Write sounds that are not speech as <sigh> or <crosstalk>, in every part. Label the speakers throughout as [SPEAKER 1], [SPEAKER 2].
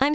[SPEAKER 1] I'm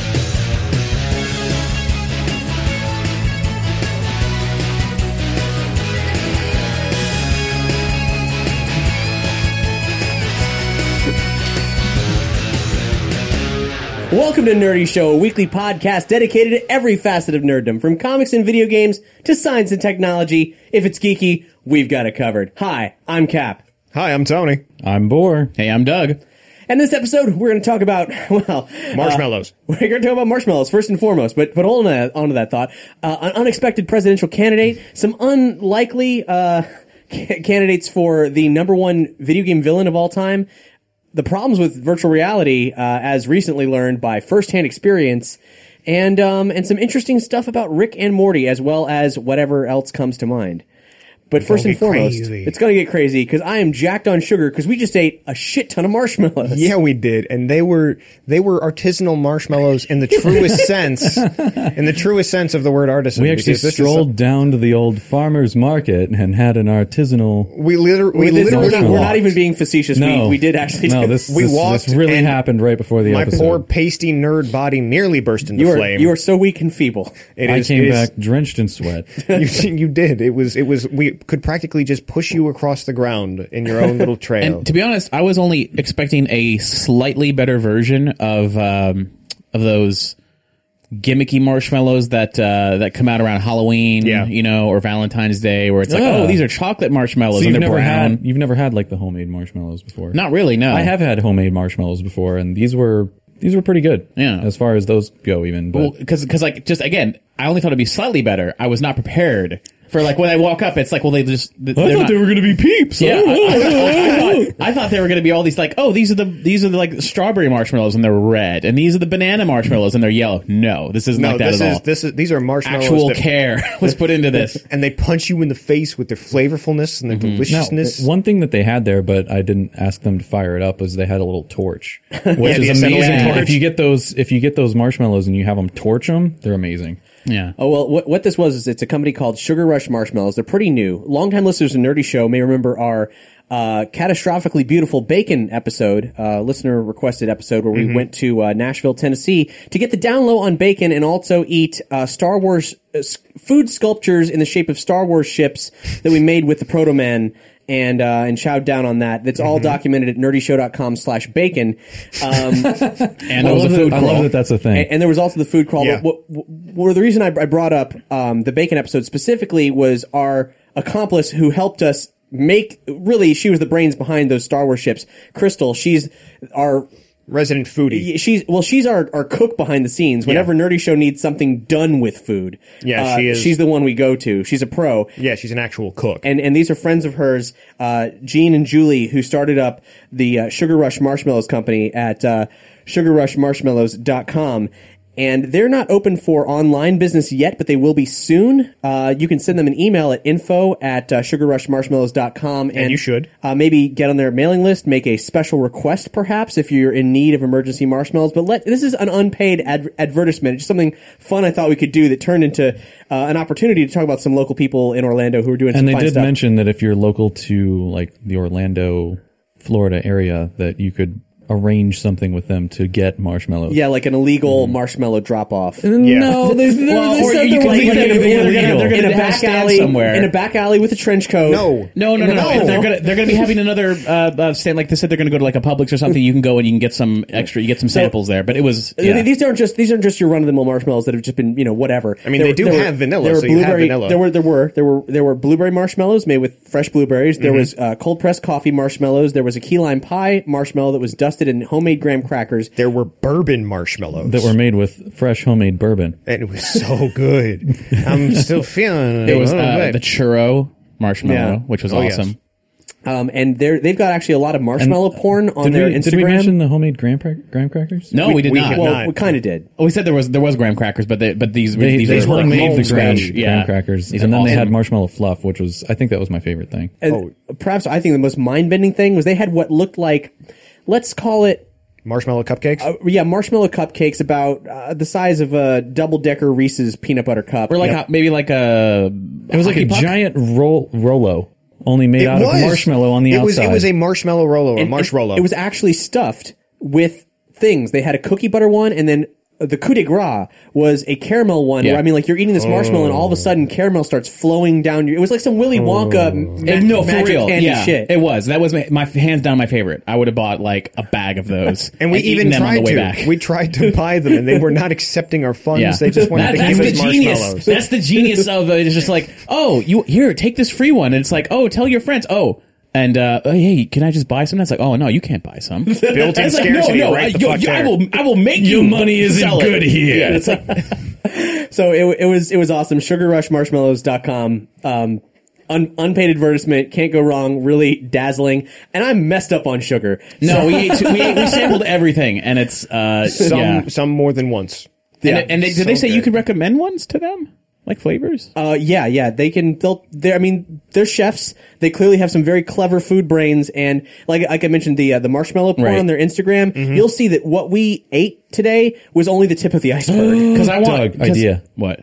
[SPEAKER 2] Welcome to Nerdy Show, a weekly podcast dedicated to every facet of nerddom, from comics and video games to science and technology. If it's geeky, we've got it covered. Hi, I'm Cap.
[SPEAKER 3] Hi, I'm Tony.
[SPEAKER 4] I'm Boar.
[SPEAKER 5] Hey, I'm Doug.
[SPEAKER 2] And this episode, we're going to talk about, <laughs> well,
[SPEAKER 3] Marshmallows.
[SPEAKER 2] we're going to talk about marshmallows first and foremost, but, but hold on to, on to that thought. Uh, an unexpected presidential candidate, some unlikely, uh, <laughs> ca- candidates for the number one video game villain of all time, the problems with virtual reality, uh, as recently learned by firsthand experience, and um, and some interesting stuff about Rick and Morty, as well as whatever else comes to mind. But first and
[SPEAKER 6] get
[SPEAKER 2] foremost,
[SPEAKER 6] crazy.
[SPEAKER 2] it's going to get crazy because I am jacked on sugar because we just ate a shit ton of marshmallows.
[SPEAKER 6] Yeah, we did, and they were they were artisanal marshmallows in the truest sense, in the truest sense of the word artisan.
[SPEAKER 4] We actually
[SPEAKER 6] because this is
[SPEAKER 4] strolled down to the old farmer's market and had an artisanal.
[SPEAKER 6] a- we literally, we
[SPEAKER 2] This-
[SPEAKER 6] literally,
[SPEAKER 2] we're, not, we're not
[SPEAKER 6] walked.
[SPEAKER 2] even being facetious.
[SPEAKER 4] No,
[SPEAKER 2] We, <laughs> we did actually.
[SPEAKER 4] No,
[SPEAKER 2] do-
[SPEAKER 4] this
[SPEAKER 6] We
[SPEAKER 4] this,
[SPEAKER 6] walked
[SPEAKER 4] this really
[SPEAKER 6] and
[SPEAKER 4] happened right before the
[SPEAKER 6] My
[SPEAKER 4] episode.
[SPEAKER 6] poor pasty nerd body nearly burst into
[SPEAKER 2] you are
[SPEAKER 6] flame.
[SPEAKER 2] you are so weak and feeble.
[SPEAKER 6] It
[SPEAKER 4] I
[SPEAKER 6] is-
[SPEAKER 4] came
[SPEAKER 6] it is-
[SPEAKER 4] back drenched in sweat.
[SPEAKER 6] <laughs> you, you did. It was. It was. We could practically just push you across the ground in your own little trail.
[SPEAKER 5] And to be honest, I was only expecting a slightly better version of um, of those gimmicky marshmallows that uh, that come out around Halloween,
[SPEAKER 6] Yeah.
[SPEAKER 5] you know, or Valentine's Day, where it's like,
[SPEAKER 4] Yeah.
[SPEAKER 5] oh, these are chocolate marshmallows
[SPEAKER 4] So
[SPEAKER 5] and
[SPEAKER 4] you've
[SPEAKER 5] they're
[SPEAKER 4] never
[SPEAKER 5] brown.
[SPEAKER 4] had you've never had like the homemade marshmallows before.
[SPEAKER 5] Not really, no.
[SPEAKER 4] I have had homemade marshmallows before, and these were these were pretty good.
[SPEAKER 5] Yeah.
[SPEAKER 4] as far as those go, even. But
[SPEAKER 5] because because like just again, I only thought it'd be slightly better. I was not prepared for like when I walk up, it's like, well, they just I
[SPEAKER 4] going to be peeps.
[SPEAKER 5] Yeah, I, I- I thought, I thought they were going to be all these like, oh, these are the these are the, like strawberry marshmallows and they're red, and these are the banana marshmallows and they're yellow. No, this isn't
[SPEAKER 6] no,
[SPEAKER 5] like that
[SPEAKER 6] this
[SPEAKER 5] at
[SPEAKER 6] is
[SPEAKER 5] all.
[SPEAKER 6] this is these are marshmallows.
[SPEAKER 5] Actual
[SPEAKER 6] that-
[SPEAKER 5] care <laughs> was put
[SPEAKER 6] <laughs>
[SPEAKER 5] into this.
[SPEAKER 6] and they punch you in the face with their flavorfulness and their
[SPEAKER 4] Now,
[SPEAKER 6] deliciousness.
[SPEAKER 4] one thing that they had there, but I didn't ask them to fire it up, was they had a little torch, which
[SPEAKER 6] the
[SPEAKER 4] is
[SPEAKER 6] acetylene
[SPEAKER 4] amazing.
[SPEAKER 6] torch.
[SPEAKER 4] If you get those, if you get those marshmallows and you have them torch them, they're amazing.
[SPEAKER 5] yeah.
[SPEAKER 2] Oh well, what, what this was is it's a company called Sugar Rush Marshmallows. They're pretty new. Longtime listeners to Nerdy Show may remember our uh, catastrophically beautiful bacon episode, uh, listener requested episode where
[SPEAKER 4] Mm-hmm.
[SPEAKER 2] we went to uh, Nashville, Tennessee, to get the down low on bacon and also eat uh, Star Wars uh, s- food sculptures in the shape of Star Wars ships that we made with the Proto Man. And, uh, and shout down on that. That's
[SPEAKER 4] Mm-hmm.
[SPEAKER 2] all documented at nerdyshow.com slash bacon. Um,
[SPEAKER 5] and it was a
[SPEAKER 4] love
[SPEAKER 5] food
[SPEAKER 4] that- I
[SPEAKER 5] crawl.
[SPEAKER 4] love that that's a thing.
[SPEAKER 2] and, and there was also the food crawl.
[SPEAKER 6] Yeah.
[SPEAKER 2] What, what, what- the reason I, I brought up um, the bacon episode specifically was our accomplice who helped us make. Really, she was the brains behind those Star Wars ships. Crystal, she's our
[SPEAKER 6] Resident foodie.
[SPEAKER 2] she's well, she's our, our cook behind the scenes. Whenever Nerdy Show needs something done with food,
[SPEAKER 6] Yeah,
[SPEAKER 2] uh,
[SPEAKER 6] she is-
[SPEAKER 2] She's the one we go to. She's a pro
[SPEAKER 6] Yeah, she's an actual cook.
[SPEAKER 2] and and these are friends of hers, uh, Jean and Julie, who started up the uh, Sugar Rush Marshmallows company at uh, sugarrushmarshmallows.com. And they're not open for online business yet, but they will be soon. Uh, you can send them an email at info at uh, sugarrushmarshmallows.com. And,
[SPEAKER 6] you should.
[SPEAKER 2] Uh, maybe get on their mailing list, make a special request perhaps if you're in need of emergency marshmallows. But let this is an unpaid ad- advertisement, just something fun I thought we could do that turned into uh, an opportunity to talk about some local people in Orlando who are doing
[SPEAKER 4] And
[SPEAKER 2] some
[SPEAKER 4] they
[SPEAKER 2] fun
[SPEAKER 4] did
[SPEAKER 2] stuff.
[SPEAKER 4] mention that if you're local to like the Orlando, Florida area, that you could arrange something with them to get marshmallows.
[SPEAKER 2] Yeah, like an illegal marshmallow drop
[SPEAKER 6] <laughs>
[SPEAKER 2] off.
[SPEAKER 4] No, they, they,
[SPEAKER 5] Well,
[SPEAKER 4] they
[SPEAKER 5] or
[SPEAKER 4] said
[SPEAKER 5] you
[SPEAKER 4] there
[SPEAKER 5] can
[SPEAKER 4] was
[SPEAKER 5] leave
[SPEAKER 4] gonna
[SPEAKER 5] it
[SPEAKER 4] be
[SPEAKER 5] in- they're gonna- they're
[SPEAKER 4] illegal.
[SPEAKER 2] in a
[SPEAKER 5] have
[SPEAKER 2] back
[SPEAKER 5] stand
[SPEAKER 2] alley
[SPEAKER 5] somewhere.
[SPEAKER 2] In a back alley with a trench coat.
[SPEAKER 6] No.
[SPEAKER 5] No, no, no, no.
[SPEAKER 6] No.
[SPEAKER 5] If they're gonna they're gonna be having another uh, uh, stand like they said they're gonna go to like a Publix or something. You can go and you can get some extra. You get some samples there, but it was
[SPEAKER 2] I mean,
[SPEAKER 5] yeah.
[SPEAKER 2] These aren't just these aren't just your run of the mill marshmallows that have just been you know whatever. I
[SPEAKER 6] mean, they do have vanilla, so you have
[SPEAKER 2] blueberry,
[SPEAKER 6] vanilla.
[SPEAKER 2] There were there were there were there were blueberry marshmallows made with fresh blueberries. There was uh, cold pressed coffee marshmallows. There was a key lime pie marshmallow that was dusted in homemade graham crackers.
[SPEAKER 6] There were bourbon marshmallows.
[SPEAKER 4] that were made with fresh homemade bourbon.
[SPEAKER 6] and it was so good. I'm still feeling it.
[SPEAKER 5] it was
[SPEAKER 6] a
[SPEAKER 5] uh,
[SPEAKER 6] little bit.
[SPEAKER 5] the churro marshmallow,
[SPEAKER 2] Yeah.
[SPEAKER 5] which was
[SPEAKER 6] Oh, yes.
[SPEAKER 5] awesome.
[SPEAKER 2] Um, and they they've got actually a lot of marshmallow porn on
[SPEAKER 4] Did
[SPEAKER 2] their
[SPEAKER 4] we,
[SPEAKER 2] Instagram.
[SPEAKER 4] did we mention the homemade graham, crack- graham crackers?
[SPEAKER 5] No, we, did
[SPEAKER 6] we
[SPEAKER 5] not.
[SPEAKER 6] have
[SPEAKER 5] Well,
[SPEAKER 2] well, we kind of did.
[SPEAKER 5] we said there was there was graham crackers, but they, but these
[SPEAKER 4] They,
[SPEAKER 5] these,
[SPEAKER 4] these
[SPEAKER 5] were
[SPEAKER 4] were made
[SPEAKER 5] from
[SPEAKER 4] with graham,
[SPEAKER 5] scratch.
[SPEAKER 4] graham
[SPEAKER 5] Yeah,
[SPEAKER 4] crackers,
[SPEAKER 5] These
[SPEAKER 4] and
[SPEAKER 5] are
[SPEAKER 4] then they had
[SPEAKER 5] awesome.
[SPEAKER 4] marshmallow fluff, which was I think that was my favorite thing.
[SPEAKER 2] And
[SPEAKER 5] Oh.
[SPEAKER 2] perhaps I think the most mind bending thing was they had what looked like, let's call it
[SPEAKER 6] marshmallow cupcakes.
[SPEAKER 2] yeah, marshmallow cupcakes about uh, the size of a double decker Reese's peanut butter cup.
[SPEAKER 5] or like
[SPEAKER 2] Yep.
[SPEAKER 5] a, maybe like a
[SPEAKER 4] It was like a giant roll Rolo, only made out of marshmallow on the
[SPEAKER 6] it Was,
[SPEAKER 4] outside.
[SPEAKER 6] it was a marshmallow Rolo, a marsh Rolo.
[SPEAKER 2] It was actually stuffed with things. They had a cookie butter one, and then the coup de grace was a caramel one. Where
[SPEAKER 5] Yeah. Oh.
[SPEAKER 2] I mean, like you're eating this marshmallow, and all of a sudden caramel starts flowing down. Your, it was like some Willy Wonka. ma-
[SPEAKER 5] It- Oh. no, for
[SPEAKER 2] magic
[SPEAKER 5] real.
[SPEAKER 2] candy
[SPEAKER 5] Yeah,
[SPEAKER 2] shit.
[SPEAKER 5] it was. That was my, my hands down my favorite. I would have bought like a bag of those,
[SPEAKER 6] and we
[SPEAKER 5] eaten
[SPEAKER 6] even
[SPEAKER 5] them on the
[SPEAKER 6] tried
[SPEAKER 5] way
[SPEAKER 6] to.
[SPEAKER 5] back.
[SPEAKER 6] We tried to buy them, and they were not accepting our funds. They just wanted
[SPEAKER 5] That-
[SPEAKER 6] to give us
[SPEAKER 5] genius.
[SPEAKER 6] marshmallows.
[SPEAKER 5] <laughs> That's the genius of it. It's just like, oh, you here, take this free one. And it's like, oh, tell your friends. Oh, and uh, hey, can I just buy some? That's like, oh no, you can't buy some. Built-in
[SPEAKER 6] scarcity right the
[SPEAKER 5] yo,
[SPEAKER 6] fuck
[SPEAKER 5] yo, I
[SPEAKER 6] there.
[SPEAKER 5] will, I will make your money isn't good here. Yeah, it's like,
[SPEAKER 2] so it, it was it was awesome. Sugarrushmarshmallows.com. Um, un, unpaid advertisement can't go wrong. Really dazzling. And I'm messed up on sugar.
[SPEAKER 5] no, we ate, we, ate, we sampled everything, and it's uh,
[SPEAKER 6] Some,
[SPEAKER 5] yeah.
[SPEAKER 6] some more than once.
[SPEAKER 5] And, it- and they, did they
[SPEAKER 6] so
[SPEAKER 5] say you
[SPEAKER 6] good.
[SPEAKER 5] could recommend ones to them, like flavors?
[SPEAKER 2] Uh, yeah, yeah, they can. They'll. They, I mean, they're chefs. They clearly have some very clever food brains, and like like I mentioned, the uh, the marshmallow porn
[SPEAKER 5] Right.
[SPEAKER 2] on their Instagram.
[SPEAKER 6] Mm-hmm.
[SPEAKER 2] You'll see that what we ate today was only the tip of
[SPEAKER 6] <gasps>
[SPEAKER 2] the iceberg.
[SPEAKER 5] Because I want
[SPEAKER 4] Doug, idea.
[SPEAKER 5] What?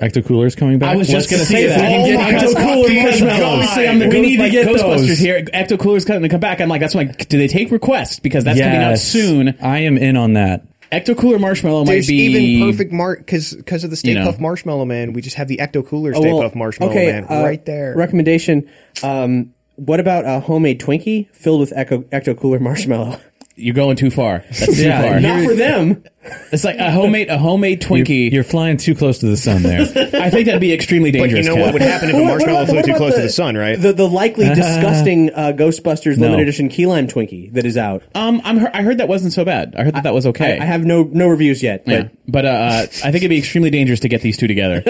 [SPEAKER 4] Ecto coolers coming back.
[SPEAKER 5] I was just
[SPEAKER 4] Let's
[SPEAKER 5] gonna
[SPEAKER 4] see
[SPEAKER 5] say
[SPEAKER 4] if
[SPEAKER 5] that.
[SPEAKER 4] we can get
[SPEAKER 5] Oh my
[SPEAKER 4] Ecto
[SPEAKER 5] God.
[SPEAKER 4] Cooler
[SPEAKER 5] Because
[SPEAKER 4] marshmallows.
[SPEAKER 5] Obviously, I'm the
[SPEAKER 4] We need to
[SPEAKER 5] like
[SPEAKER 4] get
[SPEAKER 5] Ghostbusters
[SPEAKER 4] those.
[SPEAKER 5] here. Ecto Cooler's coming to come back. I'm like, that's my. Do they take requests? Because that's coming out
[SPEAKER 4] Yes.
[SPEAKER 5] soon.
[SPEAKER 4] I am in on that.
[SPEAKER 5] Ecto Cooler Marshmallow
[SPEAKER 6] There's
[SPEAKER 5] might be
[SPEAKER 6] even perfect mark because of the Stay
[SPEAKER 5] you know.
[SPEAKER 6] Puff Marshmallow Man. We just have the Ecto Cooler
[SPEAKER 2] Oh,
[SPEAKER 6] Stay
[SPEAKER 2] well,
[SPEAKER 6] Puff Marshmallow
[SPEAKER 2] okay,
[SPEAKER 6] Man
[SPEAKER 2] uh,
[SPEAKER 6] right there.
[SPEAKER 2] Recommendation. Um, what about a homemade Twinkie filled with echo, ecto cooler marshmallow?
[SPEAKER 5] You're going too far. That's
[SPEAKER 4] Yeah,
[SPEAKER 5] too
[SPEAKER 2] <laughs>
[SPEAKER 5] far.
[SPEAKER 2] Not for them.
[SPEAKER 5] It's like a homemade a homemade Twinkie.
[SPEAKER 4] You're flying too close to the sun there.
[SPEAKER 5] I think that'd be extremely
[SPEAKER 6] but you
[SPEAKER 5] dangerous.
[SPEAKER 6] know what
[SPEAKER 5] Kat.
[SPEAKER 6] would happen if a
[SPEAKER 2] What- what
[SPEAKER 6] marshmallow
[SPEAKER 2] about-
[SPEAKER 6] flew
[SPEAKER 2] what
[SPEAKER 6] too
[SPEAKER 2] about
[SPEAKER 6] close to the sun, right?
[SPEAKER 2] The, the
[SPEAKER 5] <laughs>
[SPEAKER 2] likely disgusting uh, Ghostbusters limited edition key lime Twinkie that is out.
[SPEAKER 5] um, I'm, he- I heard that wasn't so bad. I heard that that was okay.
[SPEAKER 2] I have no no reviews yet, but
[SPEAKER 5] Yeah. But uh, uh, I think it'd be extremely dangerous to get these two together.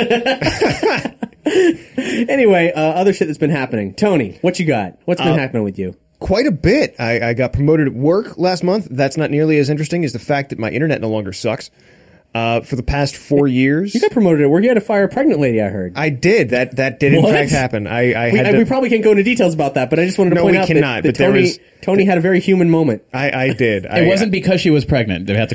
[SPEAKER 2] Anyway, uh, other shit that's been happening. Tony, what you got? What's
[SPEAKER 5] Uh,
[SPEAKER 2] been happening with you?
[SPEAKER 6] quite a bit. I, I got promoted at work last month. That's not nearly as interesting as the fact that my internet no longer sucks. Uh, for the past four years,
[SPEAKER 2] You got promoted at work. You had to fire a pregnant lady, I heard.
[SPEAKER 6] I did that. That did in
[SPEAKER 2] What?
[SPEAKER 6] fact happen. I, I
[SPEAKER 2] we,
[SPEAKER 6] had
[SPEAKER 2] I-
[SPEAKER 6] to,
[SPEAKER 2] we probably can't go into details about that, but I just wanted to
[SPEAKER 6] No,
[SPEAKER 2] point
[SPEAKER 6] we
[SPEAKER 2] out
[SPEAKER 6] cannot,
[SPEAKER 2] that, that
[SPEAKER 6] but there
[SPEAKER 2] Tony,
[SPEAKER 6] was-
[SPEAKER 2] Tony had a very human moment.
[SPEAKER 6] I, I did.
[SPEAKER 5] It wasn't because she was pregnant. They have to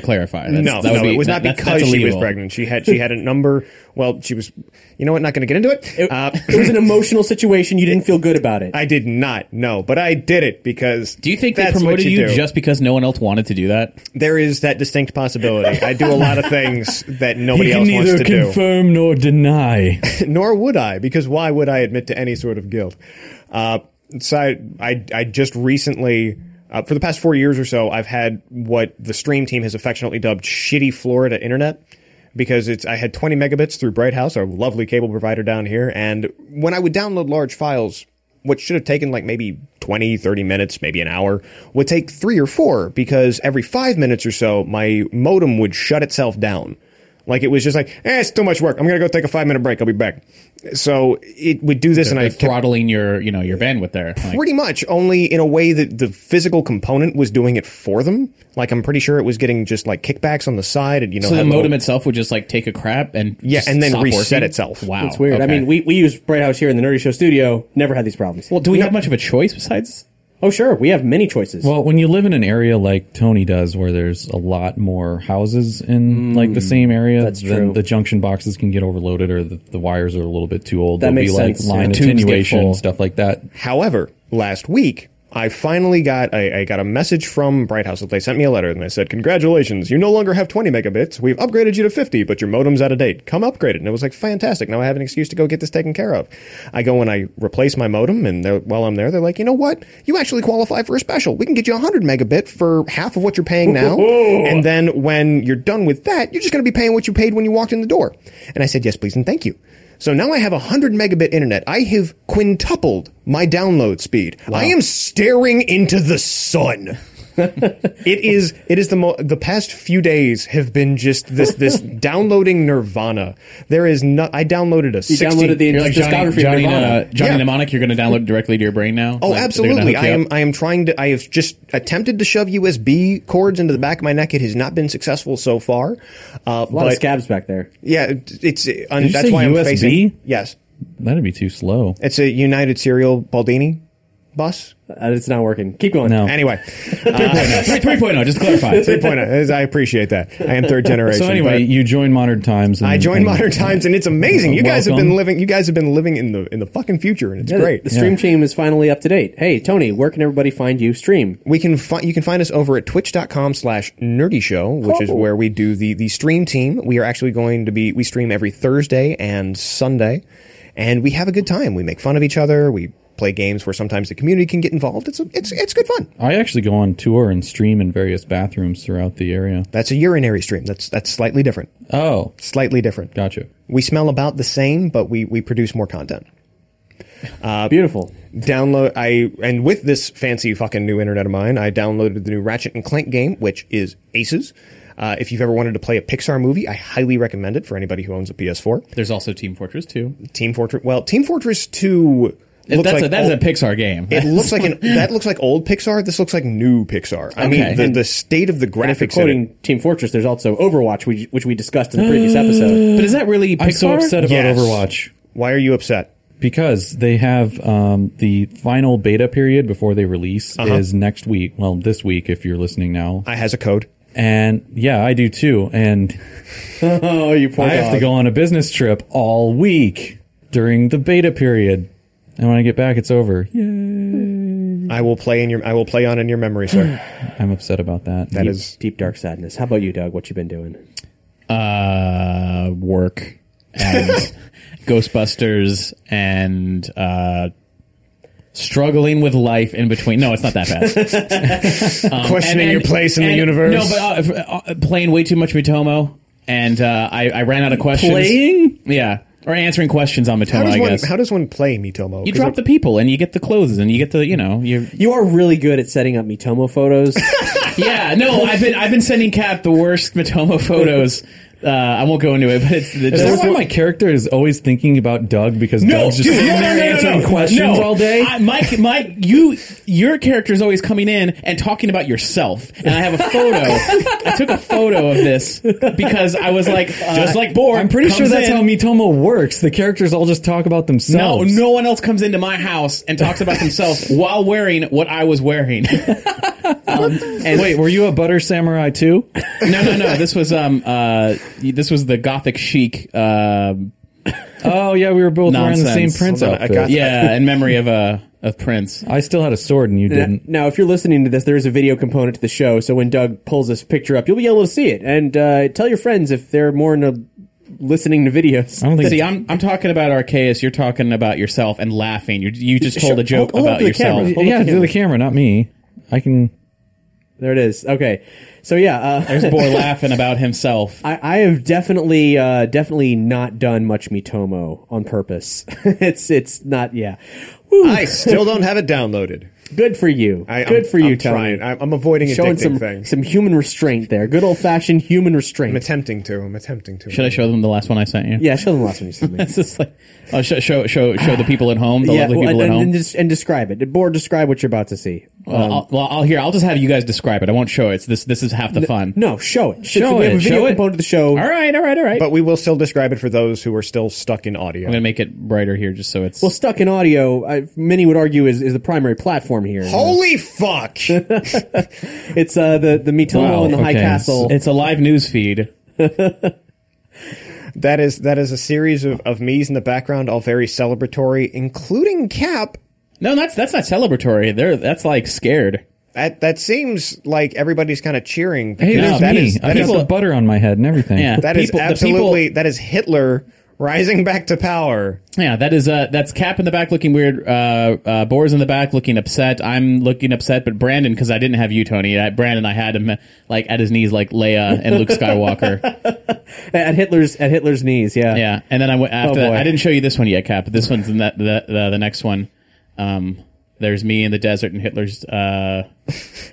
[SPEAKER 6] <laughs>
[SPEAKER 5] clarify. That's,
[SPEAKER 6] no,
[SPEAKER 5] that would
[SPEAKER 6] no,
[SPEAKER 5] be-
[SPEAKER 6] it was
[SPEAKER 5] that-
[SPEAKER 6] not
[SPEAKER 5] that's-
[SPEAKER 6] because
[SPEAKER 5] that's
[SPEAKER 6] she was
[SPEAKER 5] illegal.
[SPEAKER 6] pregnant. She had she had a number. Well, she was. You know what? Not going to get into it.
[SPEAKER 2] It,
[SPEAKER 6] uh,
[SPEAKER 2] it was an emotional situation. You didn't feel good about it.
[SPEAKER 6] I did not. No, but I did it because.
[SPEAKER 5] Do you think they
[SPEAKER 6] that's what
[SPEAKER 5] promoted you,
[SPEAKER 6] do.
[SPEAKER 5] just because no one else wanted to do that?
[SPEAKER 6] There is that distinct possibility. I do a lot of things that
[SPEAKER 4] You
[SPEAKER 6] nobody
[SPEAKER 4] can
[SPEAKER 6] else wants
[SPEAKER 4] neither
[SPEAKER 6] to do.
[SPEAKER 4] confirm nor deny.
[SPEAKER 6] <laughs> nor would I, because why would I admit to any sort of guilt? Uh, so I, I, I just recently, uh, for the past four years or so, I've had what the stream team has affectionately dubbed shitty Florida internet. Because it's, I had 20 megabits through Bright House, our lovely cable provider down here. And when I would download large files, what should have taken like maybe 20, 30 minutes, maybe an hour, would take three or four because every five minutes or so, my modem would shut itself down. Like it was just like, eh, it's too much work. I'm gonna go take a five minute break. I'll be back. So it would do this, and I
[SPEAKER 5] They're
[SPEAKER 6] kept
[SPEAKER 5] throttling your, you know, your bandwidth there. Like,
[SPEAKER 6] pretty much only in a way that the physical component was doing it for them. Like I'm pretty sure it was getting just like kickbacks on the side, and you know,
[SPEAKER 5] so the
[SPEAKER 6] had little-
[SPEAKER 5] modem itself would just like take a crap and
[SPEAKER 6] Yeah,
[SPEAKER 5] just
[SPEAKER 6] and then
[SPEAKER 5] stop
[SPEAKER 6] reset
[SPEAKER 5] working?
[SPEAKER 6] itself.
[SPEAKER 5] Wow,
[SPEAKER 2] it's weird. I
[SPEAKER 5] okay.
[SPEAKER 2] mean, we, we use Bright House here in the Nerdy Show studio. Never had these problems.
[SPEAKER 5] well, do we have much of a choice besides?
[SPEAKER 2] oh, sure. We have many choices.
[SPEAKER 4] Well, when you live in an area like Tony does, where there's a lot more houses in like the same area, that's then
[SPEAKER 2] true.
[SPEAKER 4] the junction boxes can get overloaded, or the, the wires are a little bit too old.
[SPEAKER 2] That
[SPEAKER 4] There'll
[SPEAKER 2] makes
[SPEAKER 4] be like
[SPEAKER 2] sense.
[SPEAKER 4] line
[SPEAKER 5] The tubes get full.
[SPEAKER 4] attenuation stuff like that.
[SPEAKER 6] However, last week I finally got I, I got a message from Brighthouse. They sent me a letter and they said, "Congratulations, you no longer have 20 megabits. We've upgraded you to 50, but your modem's out of date. Come upgrade it." And it was like fantastic. Now I have an excuse to go get this taken care of. I go and I replace my modem, and they're- while I'm there, they're like, "You know what? You actually qualify for a special. We can get you 100 megabit for half of what you're paying now, and then when you're done with that, you're just going to be paying what you paid when you walked in the door." And I said, "Yes, please, and thank you." So now I have 100 megabit internet. I have quintupled my download speed. I am staring into the sun. it is it is the mo- the past few days have been just this this downloading nirvana. There is no I downloaded a
[SPEAKER 2] You
[SPEAKER 6] 60
[SPEAKER 2] downloaded the
[SPEAKER 5] You're like Johnny,
[SPEAKER 2] discography
[SPEAKER 5] Johnny,
[SPEAKER 2] of Nirvana.
[SPEAKER 5] uh, Johnny
[SPEAKER 6] Yeah.
[SPEAKER 5] Mnemonic. You're going to download directly to your brain
[SPEAKER 6] Oh,
[SPEAKER 5] now. Like, they're gonna
[SPEAKER 6] absolutely.
[SPEAKER 5] hook
[SPEAKER 6] I
[SPEAKER 5] you
[SPEAKER 6] am. <laughs>
[SPEAKER 5] up?
[SPEAKER 6] I am trying to. I have just attempted to shove USB cords into the back of my neck. It has not been successful so far. Uh,
[SPEAKER 2] a lot
[SPEAKER 6] but
[SPEAKER 2] of scabs back there.
[SPEAKER 6] yeah, it- it's. uh, un-
[SPEAKER 4] Did you
[SPEAKER 6] that's
[SPEAKER 4] say
[SPEAKER 6] why I'm
[SPEAKER 4] USB?
[SPEAKER 6] facing. Yes,
[SPEAKER 4] That'd be too slow.
[SPEAKER 6] it's a United Serial Baldini bus.
[SPEAKER 2] Uh, it's not working. Keep going.
[SPEAKER 4] No.
[SPEAKER 6] Anyway,
[SPEAKER 5] Three-
[SPEAKER 4] <laughs>
[SPEAKER 5] 3.0, just to clarify.
[SPEAKER 6] three point. uh, I appreciate that. I am third generation.
[SPEAKER 4] So anyway,
[SPEAKER 6] but
[SPEAKER 4] you join Modern Times. And,
[SPEAKER 6] I joined
[SPEAKER 4] and-
[SPEAKER 6] Modern Times, and it's amazing. You guys have been
[SPEAKER 4] Welcome.
[SPEAKER 6] living. You guys have been living in the in the fucking future, and it's
[SPEAKER 2] Yeah, the-
[SPEAKER 6] great.
[SPEAKER 2] The stream team is finally up to date. Hey, Tony, where can everybody find you? Stream.
[SPEAKER 6] we can find you can find us over at twitch.com slash nerdy show which is where we do the the stream team we are actually going to be we stream every thursday and sunday and we have a good time we make fun of each other we play games where sometimes the community can get involved it's it's it's good fun
[SPEAKER 4] I actually go on tour and stream in various bathrooms throughout the area.
[SPEAKER 6] that's a urinary stream that's that's slightly different
[SPEAKER 4] Oh,
[SPEAKER 6] slightly different
[SPEAKER 4] gotcha.
[SPEAKER 6] we smell about the same but we we produce more content
[SPEAKER 2] Beautiful.
[SPEAKER 6] download I and with this fancy fucking new internet of mine, I downloaded the new Ratchet and Clank game, which is Aces. Uh, if you've ever wanted to play a Pixar movie, I highly recommend it for anybody who owns a PS4.
[SPEAKER 5] There's also Team Fortress 2.
[SPEAKER 6] Team Fortress, well, Team Fortress Two looks
[SPEAKER 5] that's
[SPEAKER 6] like
[SPEAKER 5] a, that's
[SPEAKER 6] old-
[SPEAKER 5] a Pixar game.
[SPEAKER 6] It looks like
[SPEAKER 5] <laughs>
[SPEAKER 6] an that looks like old Pixar. This looks like new Pixar. I
[SPEAKER 5] Okay.
[SPEAKER 6] mean, the, the state of the
[SPEAKER 2] If you're
[SPEAKER 6] graphics. in it-
[SPEAKER 2] quoting Team Fortress, there's also Overwatch, which, which we discussed in the previous episode.
[SPEAKER 5] but is that really Pixar?
[SPEAKER 4] I'm so upset about
[SPEAKER 6] Yes.
[SPEAKER 4] Overwatch
[SPEAKER 6] Why are you upset?
[SPEAKER 4] because they have um, the final beta period before they release
[SPEAKER 6] Uh-huh.
[SPEAKER 4] is next week. Well, this week if you're listening now.
[SPEAKER 6] I has a code.
[SPEAKER 4] And yeah, I do too.
[SPEAKER 6] <laughs>
[SPEAKER 4] And
[SPEAKER 2] Oh, you poor
[SPEAKER 4] I have to go on a business trip all week during the beta period. And when I get back, it's over. Yay.
[SPEAKER 6] I will play in your. I will play on in your memory, sir.
[SPEAKER 4] I'm upset about that.
[SPEAKER 6] That is
[SPEAKER 2] Deep dark sadness. How about you, Doug? What you been doing?
[SPEAKER 5] uh, work and
[SPEAKER 6] <laughs>
[SPEAKER 5] Ghostbusters and uh, struggling with life in between. No, it's not that bad.
[SPEAKER 6] questioning your place in the
[SPEAKER 5] and-
[SPEAKER 6] universe.
[SPEAKER 5] No, but uh, uh, playing way too much Mitomo, and uh, I, I ran out of questions.
[SPEAKER 2] Playing?
[SPEAKER 5] Yeah. Or answering questions on
[SPEAKER 6] how
[SPEAKER 5] Mitomo,
[SPEAKER 6] does
[SPEAKER 5] I
[SPEAKER 6] one
[SPEAKER 5] guess.
[SPEAKER 6] how does one play Mitomo?
[SPEAKER 5] you
[SPEAKER 6] 'Cause
[SPEAKER 5] drop the people and you get the clothes and you get the, you know, you
[SPEAKER 2] You are really good at setting up Mitomo photos.
[SPEAKER 5] Yeah, no, I've been I've been sending Kat the worst Matomo photos. Uh, I won't go into it, but it's, it's
[SPEAKER 4] Is that
[SPEAKER 5] just-
[SPEAKER 4] why my character is always thinking about Doug because
[SPEAKER 5] no,
[SPEAKER 4] Doug's just
[SPEAKER 5] dude,
[SPEAKER 4] sitting
[SPEAKER 5] no, no,
[SPEAKER 4] there
[SPEAKER 5] no, no,
[SPEAKER 4] answering
[SPEAKER 5] no.
[SPEAKER 4] questions
[SPEAKER 5] No.
[SPEAKER 4] all day?
[SPEAKER 5] I, Mike, Mike, you your character is always coming in and talking about yourself, and I have a photo. <laughs> I took a photo of this because I was like, uh, just like bored.
[SPEAKER 4] I'm pretty sure
[SPEAKER 5] comes
[SPEAKER 4] that's
[SPEAKER 5] in,
[SPEAKER 4] how Mitomo works. The characters all just talk about
[SPEAKER 5] No,
[SPEAKER 4] themselves.
[SPEAKER 5] no one else comes into my house and talks about <laughs> themselves while wearing what I was <laughs> wearing. Um,
[SPEAKER 4] And wait, were you a butter samurai
[SPEAKER 5] <laughs>
[SPEAKER 4] too?
[SPEAKER 5] no, no, no. This was um uh this was the gothic chic um
[SPEAKER 4] Oh yeah, we were both wearing the
[SPEAKER 5] Nonsense.
[SPEAKER 4] same Prince
[SPEAKER 6] Hold on, I
[SPEAKER 4] outfit.
[SPEAKER 6] got-
[SPEAKER 4] yeah.
[SPEAKER 5] yeah, in memory of uh, of Prince.
[SPEAKER 4] I still had a sword and you didn't.
[SPEAKER 2] now, if you're listening to this, there is a video component to the show. So when Doug pulls this picture up, you'll be able to see it. And uh, tell your friends if they're more into listening to videos.
[SPEAKER 4] I don't think.
[SPEAKER 5] See, I'm I'm talking about Arceus. You're talking about yourself and laughing. You you just told a joke
[SPEAKER 2] Hold- hold up
[SPEAKER 5] about
[SPEAKER 2] to the camera.
[SPEAKER 5] yourself.
[SPEAKER 2] Hold up
[SPEAKER 4] yeah,
[SPEAKER 2] to the
[SPEAKER 4] to the camera, not me. I can.
[SPEAKER 2] There it is. Okay. So yeah, uh,
[SPEAKER 5] There's a boy laughing about himself.
[SPEAKER 2] I, I have definitely uh, definitely not done much Mitomo on purpose. <laughs> it's it's not yeah. Whew.
[SPEAKER 6] <laughs> I still don't have it downloaded.
[SPEAKER 2] good for you.
[SPEAKER 6] I,
[SPEAKER 2] good
[SPEAKER 6] I'm-
[SPEAKER 2] for you,
[SPEAKER 6] I'm
[SPEAKER 2] Tony.
[SPEAKER 6] trying. I'm, I'm avoiding
[SPEAKER 2] Showing
[SPEAKER 6] addicting
[SPEAKER 2] some
[SPEAKER 6] things.
[SPEAKER 2] some human restraint there. Good old fashioned human
[SPEAKER 6] I'm
[SPEAKER 2] restraint.
[SPEAKER 6] attempting to. I'm attempting to.
[SPEAKER 5] Should I show them the last one I sent you?
[SPEAKER 2] Yeah, show them the last one you sent me.
[SPEAKER 5] It's <laughs> just like oh, show show show show the people at home, the
[SPEAKER 2] yeah,
[SPEAKER 5] lovely
[SPEAKER 2] well,
[SPEAKER 5] people
[SPEAKER 2] and, and,
[SPEAKER 5] at home.
[SPEAKER 2] and, des- and describe it. Or describe what you're about to see.
[SPEAKER 5] well, I'll, well, I'll here. I'll just have you guys describe it. I won't show it. It's this this is half the fun.
[SPEAKER 2] No, show it.
[SPEAKER 5] Show
[SPEAKER 2] we have
[SPEAKER 5] it,
[SPEAKER 2] a video
[SPEAKER 5] show it.
[SPEAKER 2] component to the show.
[SPEAKER 5] All right, all right, all right.
[SPEAKER 6] But we will still describe it for those who are still stuck in audio.
[SPEAKER 5] I'm gonna make it brighter here, just so it's
[SPEAKER 2] Well, stuck in audio, I, many would argue is, is the primary platform here.
[SPEAKER 6] Holy fuck!
[SPEAKER 2] It's uh, the the Mitomo
[SPEAKER 5] Wow,
[SPEAKER 2] and the High
[SPEAKER 4] okay.
[SPEAKER 2] Castle.
[SPEAKER 5] it's a live news feed.
[SPEAKER 6] that is that is a series of, of me's in the background, all very celebratory, including Cap
[SPEAKER 5] No, that's that's not celebratory. They're that's like scared.
[SPEAKER 6] That that seems like everybody's kind of cheering.
[SPEAKER 4] Hey,
[SPEAKER 6] because
[SPEAKER 4] there's
[SPEAKER 6] that
[SPEAKER 4] me.
[SPEAKER 6] is- that
[SPEAKER 4] I got
[SPEAKER 6] is-
[SPEAKER 4] the butter on my head and everything.
[SPEAKER 5] Yeah.
[SPEAKER 6] that is
[SPEAKER 5] People- the people-
[SPEAKER 6] absolutely that is Hitler rising back to power.
[SPEAKER 5] Yeah, that is uh that's Cap in the back looking weird. Uh, uh Boar's in the back looking upset. I'm looking upset, but Brandon because I didn't have you, Tony. I, Brandon, I had him uh, like at his knees, like Leia and
[SPEAKER 2] <laughs>
[SPEAKER 5] Luke Skywalker.
[SPEAKER 2] At Hitler's at Hitler's knees, yeah.
[SPEAKER 5] yeah, and then I went after
[SPEAKER 2] Oh,
[SPEAKER 5] that.
[SPEAKER 2] boy.
[SPEAKER 5] I didn't show you this one yet, Cap. But this one's in that the, the the next one. Um, there's me in the desert and Hitler's uh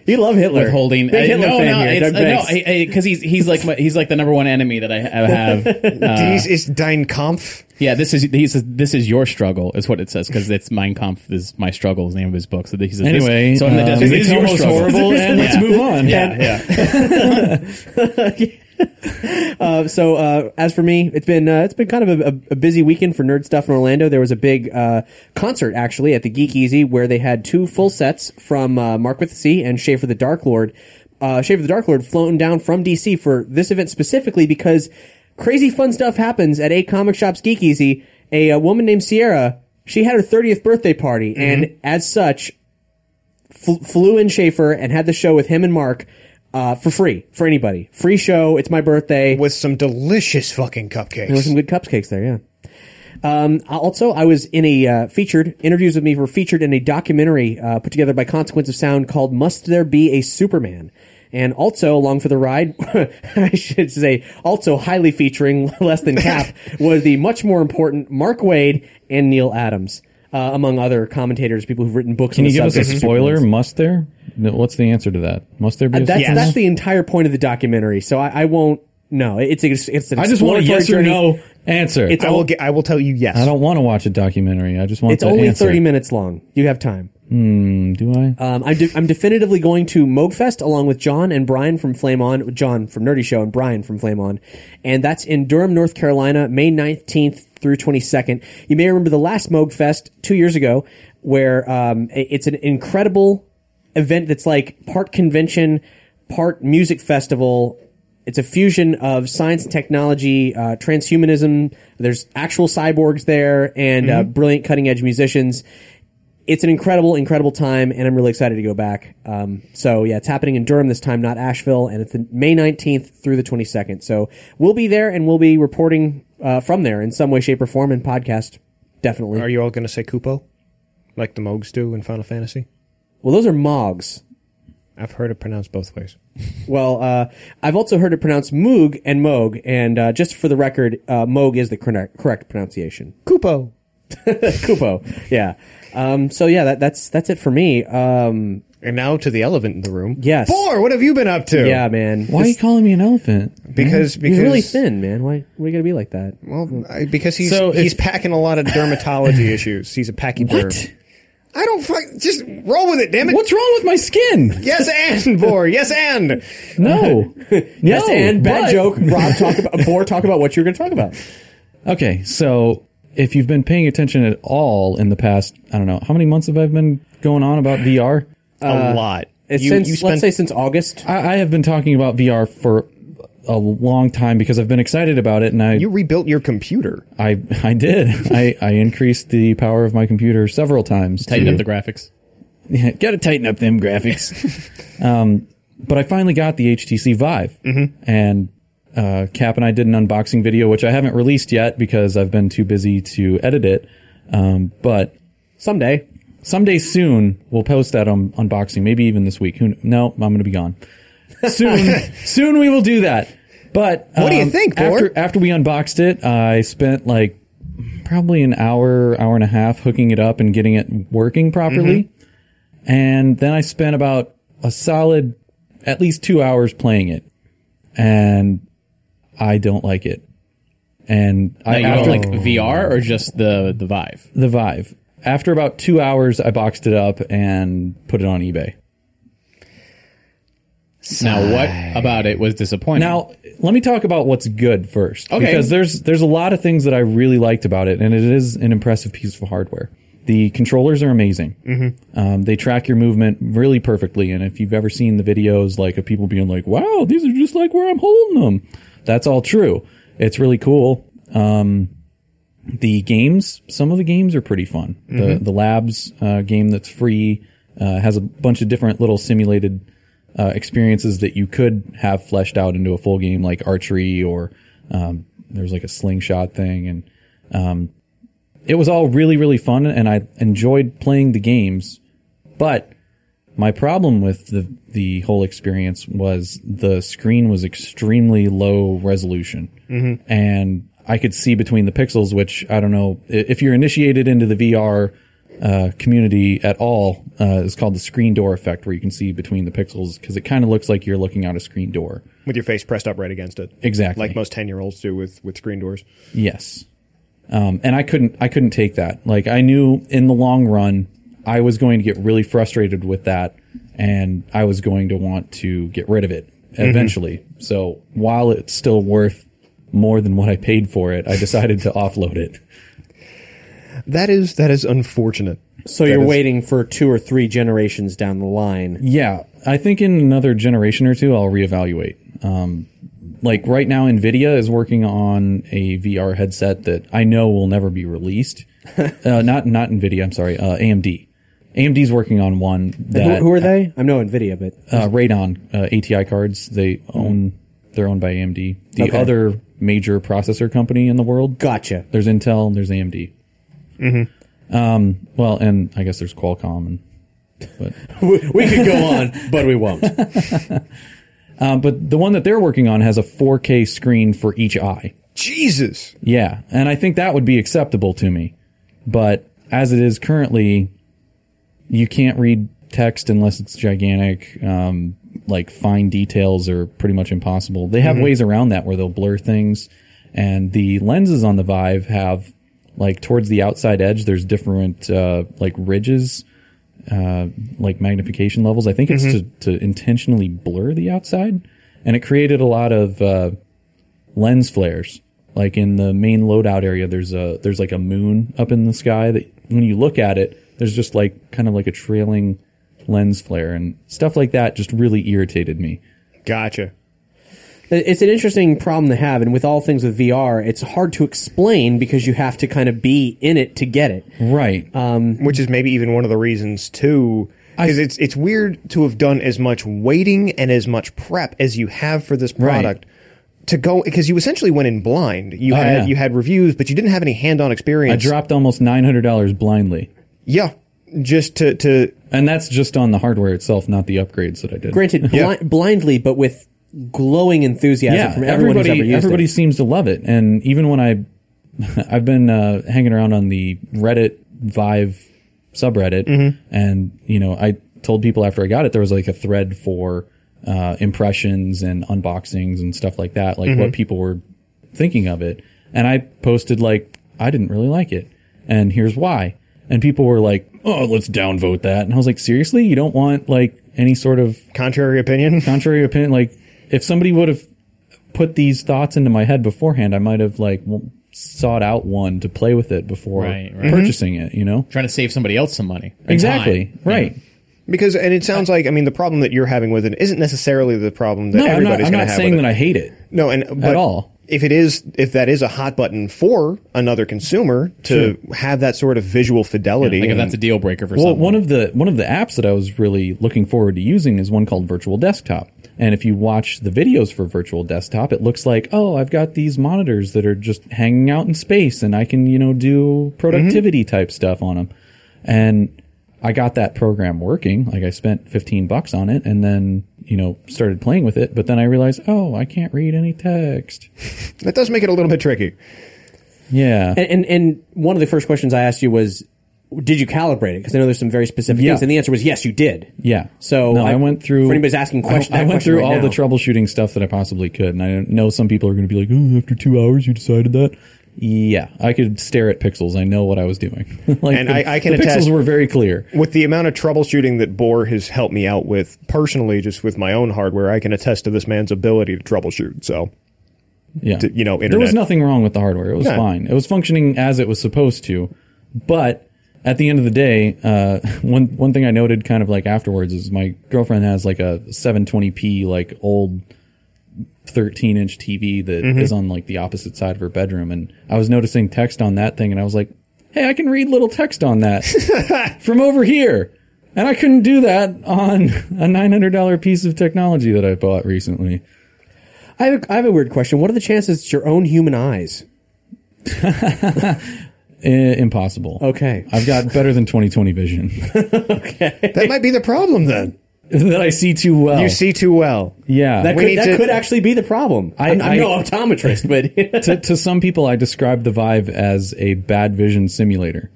[SPEAKER 2] You love Hitler.
[SPEAKER 5] withholding.
[SPEAKER 2] Big Hitler
[SPEAKER 5] no,
[SPEAKER 2] fan
[SPEAKER 5] no,
[SPEAKER 2] here,
[SPEAKER 5] it's,
[SPEAKER 2] Doug Banks.
[SPEAKER 5] because he's he's like my, he's like the number one enemy that I
[SPEAKER 2] <laughs>
[SPEAKER 5] ha- have.
[SPEAKER 6] Dies ist dein Kampf.
[SPEAKER 5] Yeah, this is he says this is your struggle is what it says because it's Mein Kampf is my struggle is the name of his book. So he says this-
[SPEAKER 4] Anyway,
[SPEAKER 5] so in the
[SPEAKER 4] um,
[SPEAKER 5] desert, this
[SPEAKER 4] it's
[SPEAKER 5] is your
[SPEAKER 4] almost
[SPEAKER 5] struggle. <laughs>
[SPEAKER 4] horrible, and let's
[SPEAKER 5] Yeah.
[SPEAKER 4] move on.
[SPEAKER 5] Yeah, yeah.
[SPEAKER 2] so uh, as for me, it's been uh, it's been kind of a, a, a busy weekend for nerd stuff in Orlando. There was a big uh, concert actually at the Geek Easy where they had two full sets from uh, Mark with the Sea and Schaefer the Dark Lord. Uh, Schaefer the Dark Lord flown down from DC for this event specifically because crazy fun stuff happens at a comic shop's Geek Easy. A, uh woman named Sierra, she had her 30th birthday party, and as such, fl- flew in Schaefer and had the show with him and Mark. Uh, for free, for anybody. Free show. It's my birthday.
[SPEAKER 6] with some delicious fucking
[SPEAKER 2] There were some
[SPEAKER 6] cupcakes.
[SPEAKER 2] good cupcakes there, yeah. Um, also, I was in a uh, featured interviews with me were featured in a documentary uh, put together by Consequence of Sound called "Must There Be a Superman." And also, along for the ride, <laughs> I should say, also highly featuring <laughs> less than
[SPEAKER 4] <laughs>
[SPEAKER 2] cap was the much more important Mark Wade and Neil Adams, uh, among other commentators, people who've written books.
[SPEAKER 4] Can
[SPEAKER 2] on
[SPEAKER 4] you
[SPEAKER 2] the
[SPEAKER 4] give us a
[SPEAKER 2] subject of
[SPEAKER 4] spoiler?
[SPEAKER 2] Supermans.
[SPEAKER 4] Must there? No, What's the answer to that? Must there be? A
[SPEAKER 2] Uh, That's
[SPEAKER 4] spoiler?
[SPEAKER 2] that's the entire point of the documentary. So I, I won't. No, it's a, it's an
[SPEAKER 4] I just want a
[SPEAKER 2] exploratory
[SPEAKER 4] yes or
[SPEAKER 2] journey.
[SPEAKER 4] no answer.
[SPEAKER 2] It's
[SPEAKER 6] I will get. I will tell you yes.
[SPEAKER 4] I don't want to watch a documentary. I just want
[SPEAKER 2] It's
[SPEAKER 4] the
[SPEAKER 2] only
[SPEAKER 4] answer.
[SPEAKER 2] thirty minutes long. You have time.
[SPEAKER 4] Do I?
[SPEAKER 2] Um, I'm, de- I'm definitively going to Moogfest along with John and Brian from Flame On, John from Nerdy Show and Brian from Flame On. And that's in Durham, North Carolina, May 19th through 22nd. You may remember the last Moogfest two years ago where, um, i- it's an incredible event that's like part convention, part music festival. It's a fusion of science and technology, uh, transhumanism. There's actual cyborgs there and uh,
[SPEAKER 4] Mm-hmm.
[SPEAKER 2] brilliant cutting edge musicians it's an incredible, incredible time, and I'm really excited to go back. Um, so yeah, it's happening in Durham this time, not Asheville, and it's the May 19th through the 22nd. So we'll be there, and we'll be reporting uh, from there in some way, shape, or form, and podcast definitely.
[SPEAKER 6] Are you all going to say Kupo, like the Moogs do in Final Fantasy?
[SPEAKER 2] well, those are Mogs.
[SPEAKER 6] I've heard it pronounced both ways.
[SPEAKER 2] Well, uh, I've also heard it pronounced Moog and Moog, and uh, just for the record, uh, Moog is the correct, correct pronunciation.
[SPEAKER 6] Kupo.
[SPEAKER 2] <laughs> Kupo, yeah. Um, so yeah, that, that's that's it for me. Um,
[SPEAKER 6] And now to the elephant in the room.
[SPEAKER 2] Yes.
[SPEAKER 6] Boar, what have you been up to?
[SPEAKER 2] yeah, man.
[SPEAKER 4] Why are you
[SPEAKER 2] This-
[SPEAKER 4] calling me an elephant?
[SPEAKER 6] Because because
[SPEAKER 2] He's really thin, man. Why? Why you gotta be like that?
[SPEAKER 6] Well, I- because he's
[SPEAKER 4] So
[SPEAKER 6] he's
[SPEAKER 4] if-
[SPEAKER 6] packing a lot of
[SPEAKER 2] <laughs>
[SPEAKER 6] dermatology issues. He's a pachyderm.
[SPEAKER 4] What?
[SPEAKER 6] I don't fuck. Just roll with it, damn it.
[SPEAKER 4] What's wrong with my skin?
[SPEAKER 6] Yes, and Boar. Yes, and
[SPEAKER 2] <laughs>
[SPEAKER 4] No.
[SPEAKER 2] Yes,
[SPEAKER 4] No,
[SPEAKER 2] and bad
[SPEAKER 4] but-
[SPEAKER 2] joke. Rob, talk <laughs> about more. Talk about what you were going to talk about.
[SPEAKER 4] Okay, so if you've been paying attention at all in the past, I don't know, how many months have I been going on about VR?
[SPEAKER 6] a lot.
[SPEAKER 2] Uh, It's
[SPEAKER 6] You-
[SPEAKER 2] since
[SPEAKER 6] you
[SPEAKER 2] let's
[SPEAKER 6] spent-
[SPEAKER 2] say since August.
[SPEAKER 4] I, I have been talking about VR for a long time because I've been excited about it and I
[SPEAKER 6] you rebuilt your computer.
[SPEAKER 4] I, I did. I, I increased the power of my computer several times.
[SPEAKER 5] Tighten
[SPEAKER 4] to-
[SPEAKER 5] up the graphics.
[SPEAKER 4] Yeah, gotta tighten up them graphics. um, but I finally got the HTC Vive,
[SPEAKER 6] Mm-hmm.
[SPEAKER 4] and uh, Cap and I did an unboxing video, which I haven't released yet because I've been too busy to edit it. Um, but
[SPEAKER 2] Someday,
[SPEAKER 4] someday soon we'll post that on unboxing, maybe even this week. Who, kn- no, I'm going to
[SPEAKER 6] <laughs>
[SPEAKER 4] be gone soon. soon we will do that. But um,
[SPEAKER 6] What do you think, Boar?
[SPEAKER 4] After, after we unboxed it, I spent like probably an hour, hour and a half hooking it up and getting it working properly,
[SPEAKER 6] Mm-hmm.
[SPEAKER 4] and then I spent about a solid at least two hours playing it, and I don't like it. And
[SPEAKER 5] Now,
[SPEAKER 4] I
[SPEAKER 5] you
[SPEAKER 4] after-
[SPEAKER 5] don't like VR or just the the Vive?
[SPEAKER 4] the Vive. After about two hours, I boxed it up and put it on eBay.
[SPEAKER 5] Now, what about it was disappointing?
[SPEAKER 4] Now, let me talk about what's good first,
[SPEAKER 5] Okay.
[SPEAKER 4] because there's there's a lot of things that I really liked about it, and it is an impressive piece of hardware. The controllers are amazing. Mm-hmm. Um, they track your movement really perfectly, and if you've ever seen the videos, like of people being like, "Wow, these are just like where I'm holding them," that's all true. It's really cool. Um, the games, some of the games are pretty fun. The the labs uh, game that's free uh, has a bunch of different little simulated uh, experiences that you could have fleshed out into a full game, like archery or um, there's like a slingshot thing, and um, it was all really really fun, and I enjoyed playing the games, but. My problem with the the whole experience was the screen was extremely low resolution, and I could see between the pixels, which I don't know i- if you're initiated into the VR uh, community at all. Uh, is called the screen door effect, where you can see between the pixels because it kind of looks like you're looking out a screen door.
[SPEAKER 6] with your face pressed up right against it.
[SPEAKER 4] Exactly.
[SPEAKER 6] Like most 10 year olds do with, with screen doors.
[SPEAKER 4] Yes. Um, and I couldn't, I couldn't take that. Like I knew in the long run, I was going to get really frustrated with that and I was going to want to get rid of it eventually. So while it's still worth more than what I paid for it, I decided to offload it.
[SPEAKER 6] That is, that is unfortunate.
[SPEAKER 2] So you're waiting for two or three generations down the line.
[SPEAKER 4] Yeah, I think in another generation or two, I'll reevaluate. Um, like right now, Nvidia is working on a VR headset that I know will never
[SPEAKER 2] <laughs>
[SPEAKER 4] be released. uh, not not Nvidia. I'm sorry, uh, AMD. AMD's working on one
[SPEAKER 2] Who,
[SPEAKER 4] that
[SPEAKER 2] who are they? I'm no Nvidia, but
[SPEAKER 4] uh, Radon uh, ATI cards. They own. They're owned by AMD, the
[SPEAKER 2] Hmm. Okay.
[SPEAKER 4] other major processor company in the world.
[SPEAKER 2] gotcha.
[SPEAKER 4] There's Intel and there's AMD. Mm-hmm.
[SPEAKER 2] Mm-hmm.
[SPEAKER 4] Um, well, and I guess there's Qualcomm and
[SPEAKER 2] <laughs> We, we could go on, but we won't.
[SPEAKER 4] <laughs> Um, but the one that they're working on has a 4K screen for each eye.
[SPEAKER 6] Jesus.
[SPEAKER 4] Yeah, and I think that would be acceptable to me. But as it is currently, you can't read text unless it's gigantic. Um, like fine details are pretty much impossible. They have ways around that where they'll blur things, and the lenses on the Vive have like towards the outside edge. There's different uh, like ridges, uh, like magnification levels. I think it's to to intentionally blur the outside, and it created a lot of. Uh, lens flares. Like in the main loadout area, there's a there's like a moon up in the sky that when you look at it, there's just like kind of like a trailing lens flare and stuff like that. Just really irritated me.
[SPEAKER 6] Gotcha.
[SPEAKER 2] It's an interesting problem to have, and with all things with VR, it's hard to explain because you have to kind of be in it to get it.
[SPEAKER 4] Right.
[SPEAKER 6] Which is maybe even one of the reasons too. Because it's it's weird to have done as much waiting and as much prep as you have for this product to go because you essentially went in blind. You
[SPEAKER 4] Oh,
[SPEAKER 6] had
[SPEAKER 4] yeah.
[SPEAKER 6] you had reviews, but you didn't have any hand on
[SPEAKER 4] I
[SPEAKER 6] experience.
[SPEAKER 4] dropped almost nine hundred dollars blindly,
[SPEAKER 6] yeah, just to to
[SPEAKER 4] and that's just on the hardware itself, not the upgrades that I did.
[SPEAKER 2] Granted, bli- blindly, but with glowing enthusiasm
[SPEAKER 4] yeah,
[SPEAKER 2] from everyone
[SPEAKER 4] everybody
[SPEAKER 2] who's ever used
[SPEAKER 4] everybody
[SPEAKER 2] it.
[SPEAKER 4] seems to love it, and even when I <laughs> I've been uh, hanging around on the Reddit Vive subreddit,
[SPEAKER 2] Mm-hmm.
[SPEAKER 4] and you know I told people after I got it there was like a thread for uh, impressions and unboxings and stuff like that, like
[SPEAKER 2] Mm-hmm.
[SPEAKER 4] what people were thinking of it, and I posted like I didn't really like it, and here's why. And people were like, "Oh, let's downvote that." And I was like, "Seriously? You don't want like any sort of
[SPEAKER 6] contrary opinion. <laughs>
[SPEAKER 4] contrary opinion. Like, if somebody would have put these thoughts into my head beforehand, I might have like w- sought out one to play with it before
[SPEAKER 5] Right, right.
[SPEAKER 4] purchasing it. You know,
[SPEAKER 5] Trying to save somebody else some money. and
[SPEAKER 4] exactly
[SPEAKER 5] time.
[SPEAKER 4] right.
[SPEAKER 6] Because and it sounds like I mean the problem that you're having with it isn't necessarily the problem that
[SPEAKER 4] No, I'm not.
[SPEAKER 6] everybody's
[SPEAKER 4] I'm
[SPEAKER 6] going
[SPEAKER 4] not
[SPEAKER 6] to have.
[SPEAKER 4] saying
[SPEAKER 6] with
[SPEAKER 4] that
[SPEAKER 6] it.
[SPEAKER 4] I hate it.
[SPEAKER 6] No, and but
[SPEAKER 4] all.
[SPEAKER 6] If it is, if that is a hot button for another consumer to have that sort of visual fidelity,
[SPEAKER 5] Like if
[SPEAKER 6] and-
[SPEAKER 5] that's a deal breaker for
[SPEAKER 4] Well,
[SPEAKER 5] someone.
[SPEAKER 4] one of the one of the apps that I was really looking forward to using is one called Virtual Desktop. And if you watch the videos for Virtual Desktop, it looks like, oh, I've got these monitors that are just hanging out in space, and I can you know do productivity type stuff on them. And I got that program working. Like I spent fifteen bucks on it, and then you know started playing with it. But then I realized, oh, I can't read any text.
[SPEAKER 6] that does make it a little bit tricky.
[SPEAKER 4] Yeah,
[SPEAKER 2] And, and and one of the first questions I asked you was, did you calibrate it? Because I know there's some very specific
[SPEAKER 4] Yeah.
[SPEAKER 2] things, and the answer was yes, you did.
[SPEAKER 4] Yeah.
[SPEAKER 2] So
[SPEAKER 4] no, I,
[SPEAKER 2] I-
[SPEAKER 4] went through.
[SPEAKER 2] for anybody's asking question-
[SPEAKER 4] <laughs> I, I
[SPEAKER 2] that
[SPEAKER 4] went
[SPEAKER 2] question
[SPEAKER 4] through
[SPEAKER 2] right now.
[SPEAKER 4] all the troubleshooting stuff that I possibly could, and I know some people are going to be like, "Oh, after two hours, you decided that." Yeah, I could stare at pixels. I know what I was doing. <laughs> like,
[SPEAKER 6] And
[SPEAKER 4] the,
[SPEAKER 6] I- I can
[SPEAKER 4] the
[SPEAKER 6] attest-
[SPEAKER 4] pixels were very clear.
[SPEAKER 6] With the amount of troubleshooting that Bohr has helped me out with personally, just with my own hardware, I can attest to this man's ability to troubleshoot. So
[SPEAKER 4] Yeah,
[SPEAKER 6] d- you know,
[SPEAKER 4] there
[SPEAKER 6] internet.
[SPEAKER 4] was nothing wrong with the hardware. It was
[SPEAKER 6] Yeah.
[SPEAKER 4] fine. It was functioning as it was supposed to. But at the end of the day, uh, <laughs> one one thing I noted kind of like afterwards is my girlfriend has like a 720p like old 13 inch TV that is
[SPEAKER 6] Mm-hmm.
[SPEAKER 4] on like the opposite side of her bedroom. And I was noticing text on that thing and I was like, Hey, I can read little text
[SPEAKER 6] <laughs>
[SPEAKER 4] on that from over here. And I couldn't do that on <laughs> a $900 piece of technology that I bought recently.
[SPEAKER 2] I have, a, I have a weird question. What are the chances it's your own human eyes?
[SPEAKER 4] I- impossible.
[SPEAKER 2] Okay.
[SPEAKER 4] I've got better than
[SPEAKER 6] <laughs>
[SPEAKER 4] 2020 vision
[SPEAKER 6] That might be the problem then.
[SPEAKER 4] that I see too well.
[SPEAKER 6] You see too well.
[SPEAKER 4] yeah.
[SPEAKER 2] That,
[SPEAKER 6] We
[SPEAKER 2] could,
[SPEAKER 6] need
[SPEAKER 2] that
[SPEAKER 6] to-
[SPEAKER 2] could actually be the problem. I,
[SPEAKER 4] I-
[SPEAKER 2] am I'm
[SPEAKER 4] I-
[SPEAKER 2] no optometrist, but <laughs>
[SPEAKER 4] to, to some people, I describe the Vive as a bad vision simulator.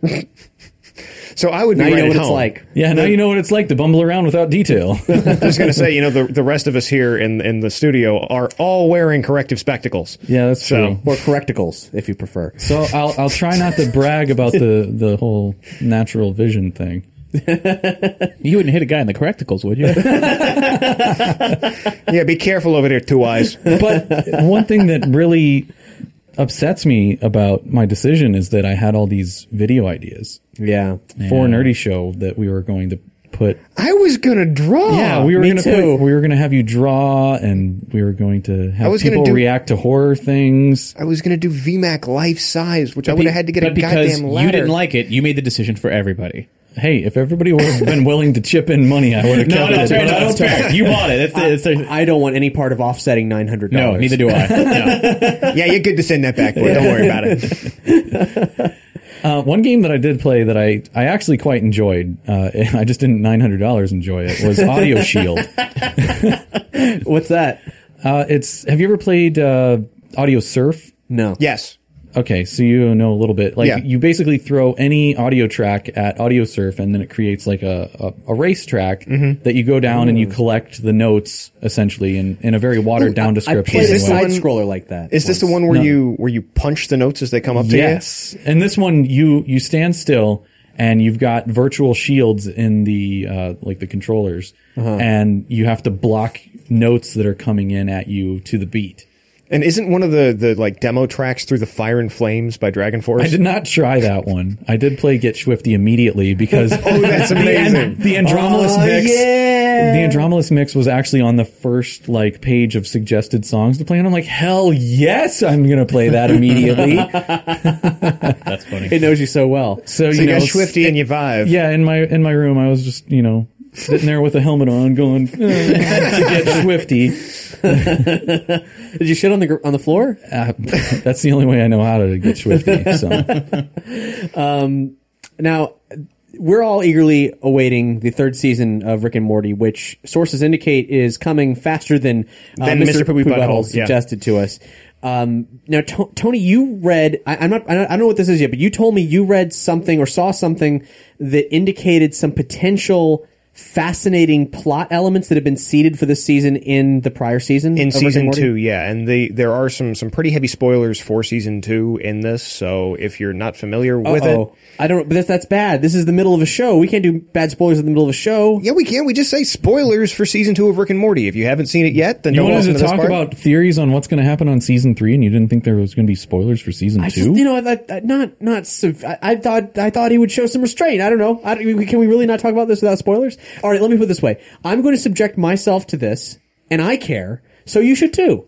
[SPEAKER 6] So I would be right
[SPEAKER 2] now you know
[SPEAKER 6] at
[SPEAKER 2] what it's
[SPEAKER 6] home. <laughs>
[SPEAKER 2] like.
[SPEAKER 4] Yeah, now you know what it's like to bumble around without detail.
[SPEAKER 6] I'm just going to say, you know, the, the rest of us here in in the studio are all wearing corrective spectacles.
[SPEAKER 4] yeah, that's
[SPEAKER 6] So-
[SPEAKER 4] true.
[SPEAKER 2] Or correcticles, if you prefer.
[SPEAKER 4] So I'll I'll try not to brag about the the whole natural vision thing.
[SPEAKER 5] You wouldn't hit a guy in the correcticles, would you?
[SPEAKER 6] Yeah, be careful over there, two eyes.
[SPEAKER 4] But one thing that really upsets me about my decision is that I had all these video ideas
[SPEAKER 2] Yeah.
[SPEAKER 4] for Nerdy Show that we were going to put.
[SPEAKER 6] I was going to draw.
[SPEAKER 4] yeah, we were
[SPEAKER 2] me
[SPEAKER 4] going to
[SPEAKER 2] too.
[SPEAKER 4] put, we were going to have you draw, and we were going to have
[SPEAKER 6] was gonna
[SPEAKER 4] people
[SPEAKER 6] do-
[SPEAKER 4] react to horror things.
[SPEAKER 6] I was going to do VMAC life size, which I would have had to get a
[SPEAKER 5] but because
[SPEAKER 6] goddamn ladder.
[SPEAKER 5] you didn't like it, you made the decision for everybody.
[SPEAKER 4] Hey, if everybody would have been willing to chip in money, I would have kept it. but I don't-
[SPEAKER 5] You bought it. It's, it's,
[SPEAKER 2] I don't want any part of offsetting nine hundred
[SPEAKER 5] no,
[SPEAKER 2] dollars.
[SPEAKER 5] neither do I. No.
[SPEAKER 6] yeah, you're good to send that back, boy. Don't worry about
[SPEAKER 4] <laughs>
[SPEAKER 6] it.
[SPEAKER 4] Uh, one game that I did play that I, I actually quite enjoyed, uh, <laughs> I just didn't $900 enjoy it, was Audio Shield.
[SPEAKER 2] What's that?
[SPEAKER 4] Uh, it's, have you ever played uh, Audio Surf?
[SPEAKER 2] No.
[SPEAKER 6] Yes.
[SPEAKER 4] Okay, so you know a little bit. Like,
[SPEAKER 6] Yeah.
[SPEAKER 4] you basically throw any audio track at Audio Surf, and then it creates like a, a, a race track
[SPEAKER 2] Mm-hmm.
[SPEAKER 4] that you go down and you collect the notes, essentially, in, in a very watered down
[SPEAKER 2] Mm. I
[SPEAKER 4] description.
[SPEAKER 2] played a
[SPEAKER 4] way.
[SPEAKER 6] this the
[SPEAKER 2] side
[SPEAKER 6] one-
[SPEAKER 2] scroller like that.
[SPEAKER 6] Is this the one where you where you punch the notes as they come up to
[SPEAKER 4] Yes, and this one you you stand still and you've got virtual shields in the uh, like the controllers,
[SPEAKER 2] Uh-huh.
[SPEAKER 4] and you have to block notes that are coming in at you to the beat.
[SPEAKER 6] you? And isn't one of the, the like demo tracks through the fire and flames by Dragon Force?
[SPEAKER 4] I did not try that one. I did play Get Swifty immediately
[SPEAKER 6] <laughs>
[SPEAKER 4] because
[SPEAKER 6] Oh, that's amazing.
[SPEAKER 4] the Andromedus
[SPEAKER 2] Oh,
[SPEAKER 4] mix.
[SPEAKER 2] yeah.
[SPEAKER 4] The Andromedus mix was actually on the first like page of suggested songs to play, and I'm like, hell yes, I'm gonna play
[SPEAKER 6] <laughs>
[SPEAKER 4] that immediately.
[SPEAKER 5] That's funny.
[SPEAKER 2] It knows you so well.
[SPEAKER 4] So,
[SPEAKER 6] so
[SPEAKER 4] you,
[SPEAKER 6] you
[SPEAKER 4] know,
[SPEAKER 6] got Swifty and you vibe.
[SPEAKER 4] yeah, in my in my room, I was just you know sitting there with a helmet on, going "Uh, I had to get swifty.
[SPEAKER 2] Did you shit on the gr- on the floor?
[SPEAKER 4] Uh, <laughs> that's the only way I know how to get swifty. So
[SPEAKER 2] Now, we're all eagerly awaiting the third season of Rick and Morty, which sources indicate is coming faster than, uh,
[SPEAKER 6] Than Mr. Poopy Butthole, yeah.
[SPEAKER 2] suggested to us. Um, now, to- Tony, you read, I, I'm not, I don't I don't know what this is yet, but you told me you read something or saw something that indicated some potential fascinating plot elements that have been seeded for this season in the prior season.
[SPEAKER 4] Oh,
[SPEAKER 6] in
[SPEAKER 2] of Rick and
[SPEAKER 6] season
[SPEAKER 2] Morty?
[SPEAKER 6] two, yeah, and the there are some some pretty heavy spoilers for season two in this. So if you're not familiar with it,
[SPEAKER 2] Uh-oh. I don't, but that's, that's bad. This is the middle of a show. We can't do bad spoilers in the middle of a show.
[SPEAKER 6] yeah, we can. We just say spoilers for season two of Rick and Morty. If you haven't seen it yet, then
[SPEAKER 4] you
[SPEAKER 6] <laughs> don't
[SPEAKER 4] wanted
[SPEAKER 6] listen
[SPEAKER 4] to
[SPEAKER 6] this
[SPEAKER 4] talk
[SPEAKER 6] part.
[SPEAKER 4] about theories on what's going to happen on season three, and you didn't think there was going to be spoilers for season
[SPEAKER 2] I
[SPEAKER 4] two.
[SPEAKER 2] just, you know, I, I, not not. sev- I, I thought I thought he would show some restraint. I don't know. I, don't- can we really not talk about this without spoilers? All right, let me put it this way: I'm going to subject myself to this, and I care. So you should too.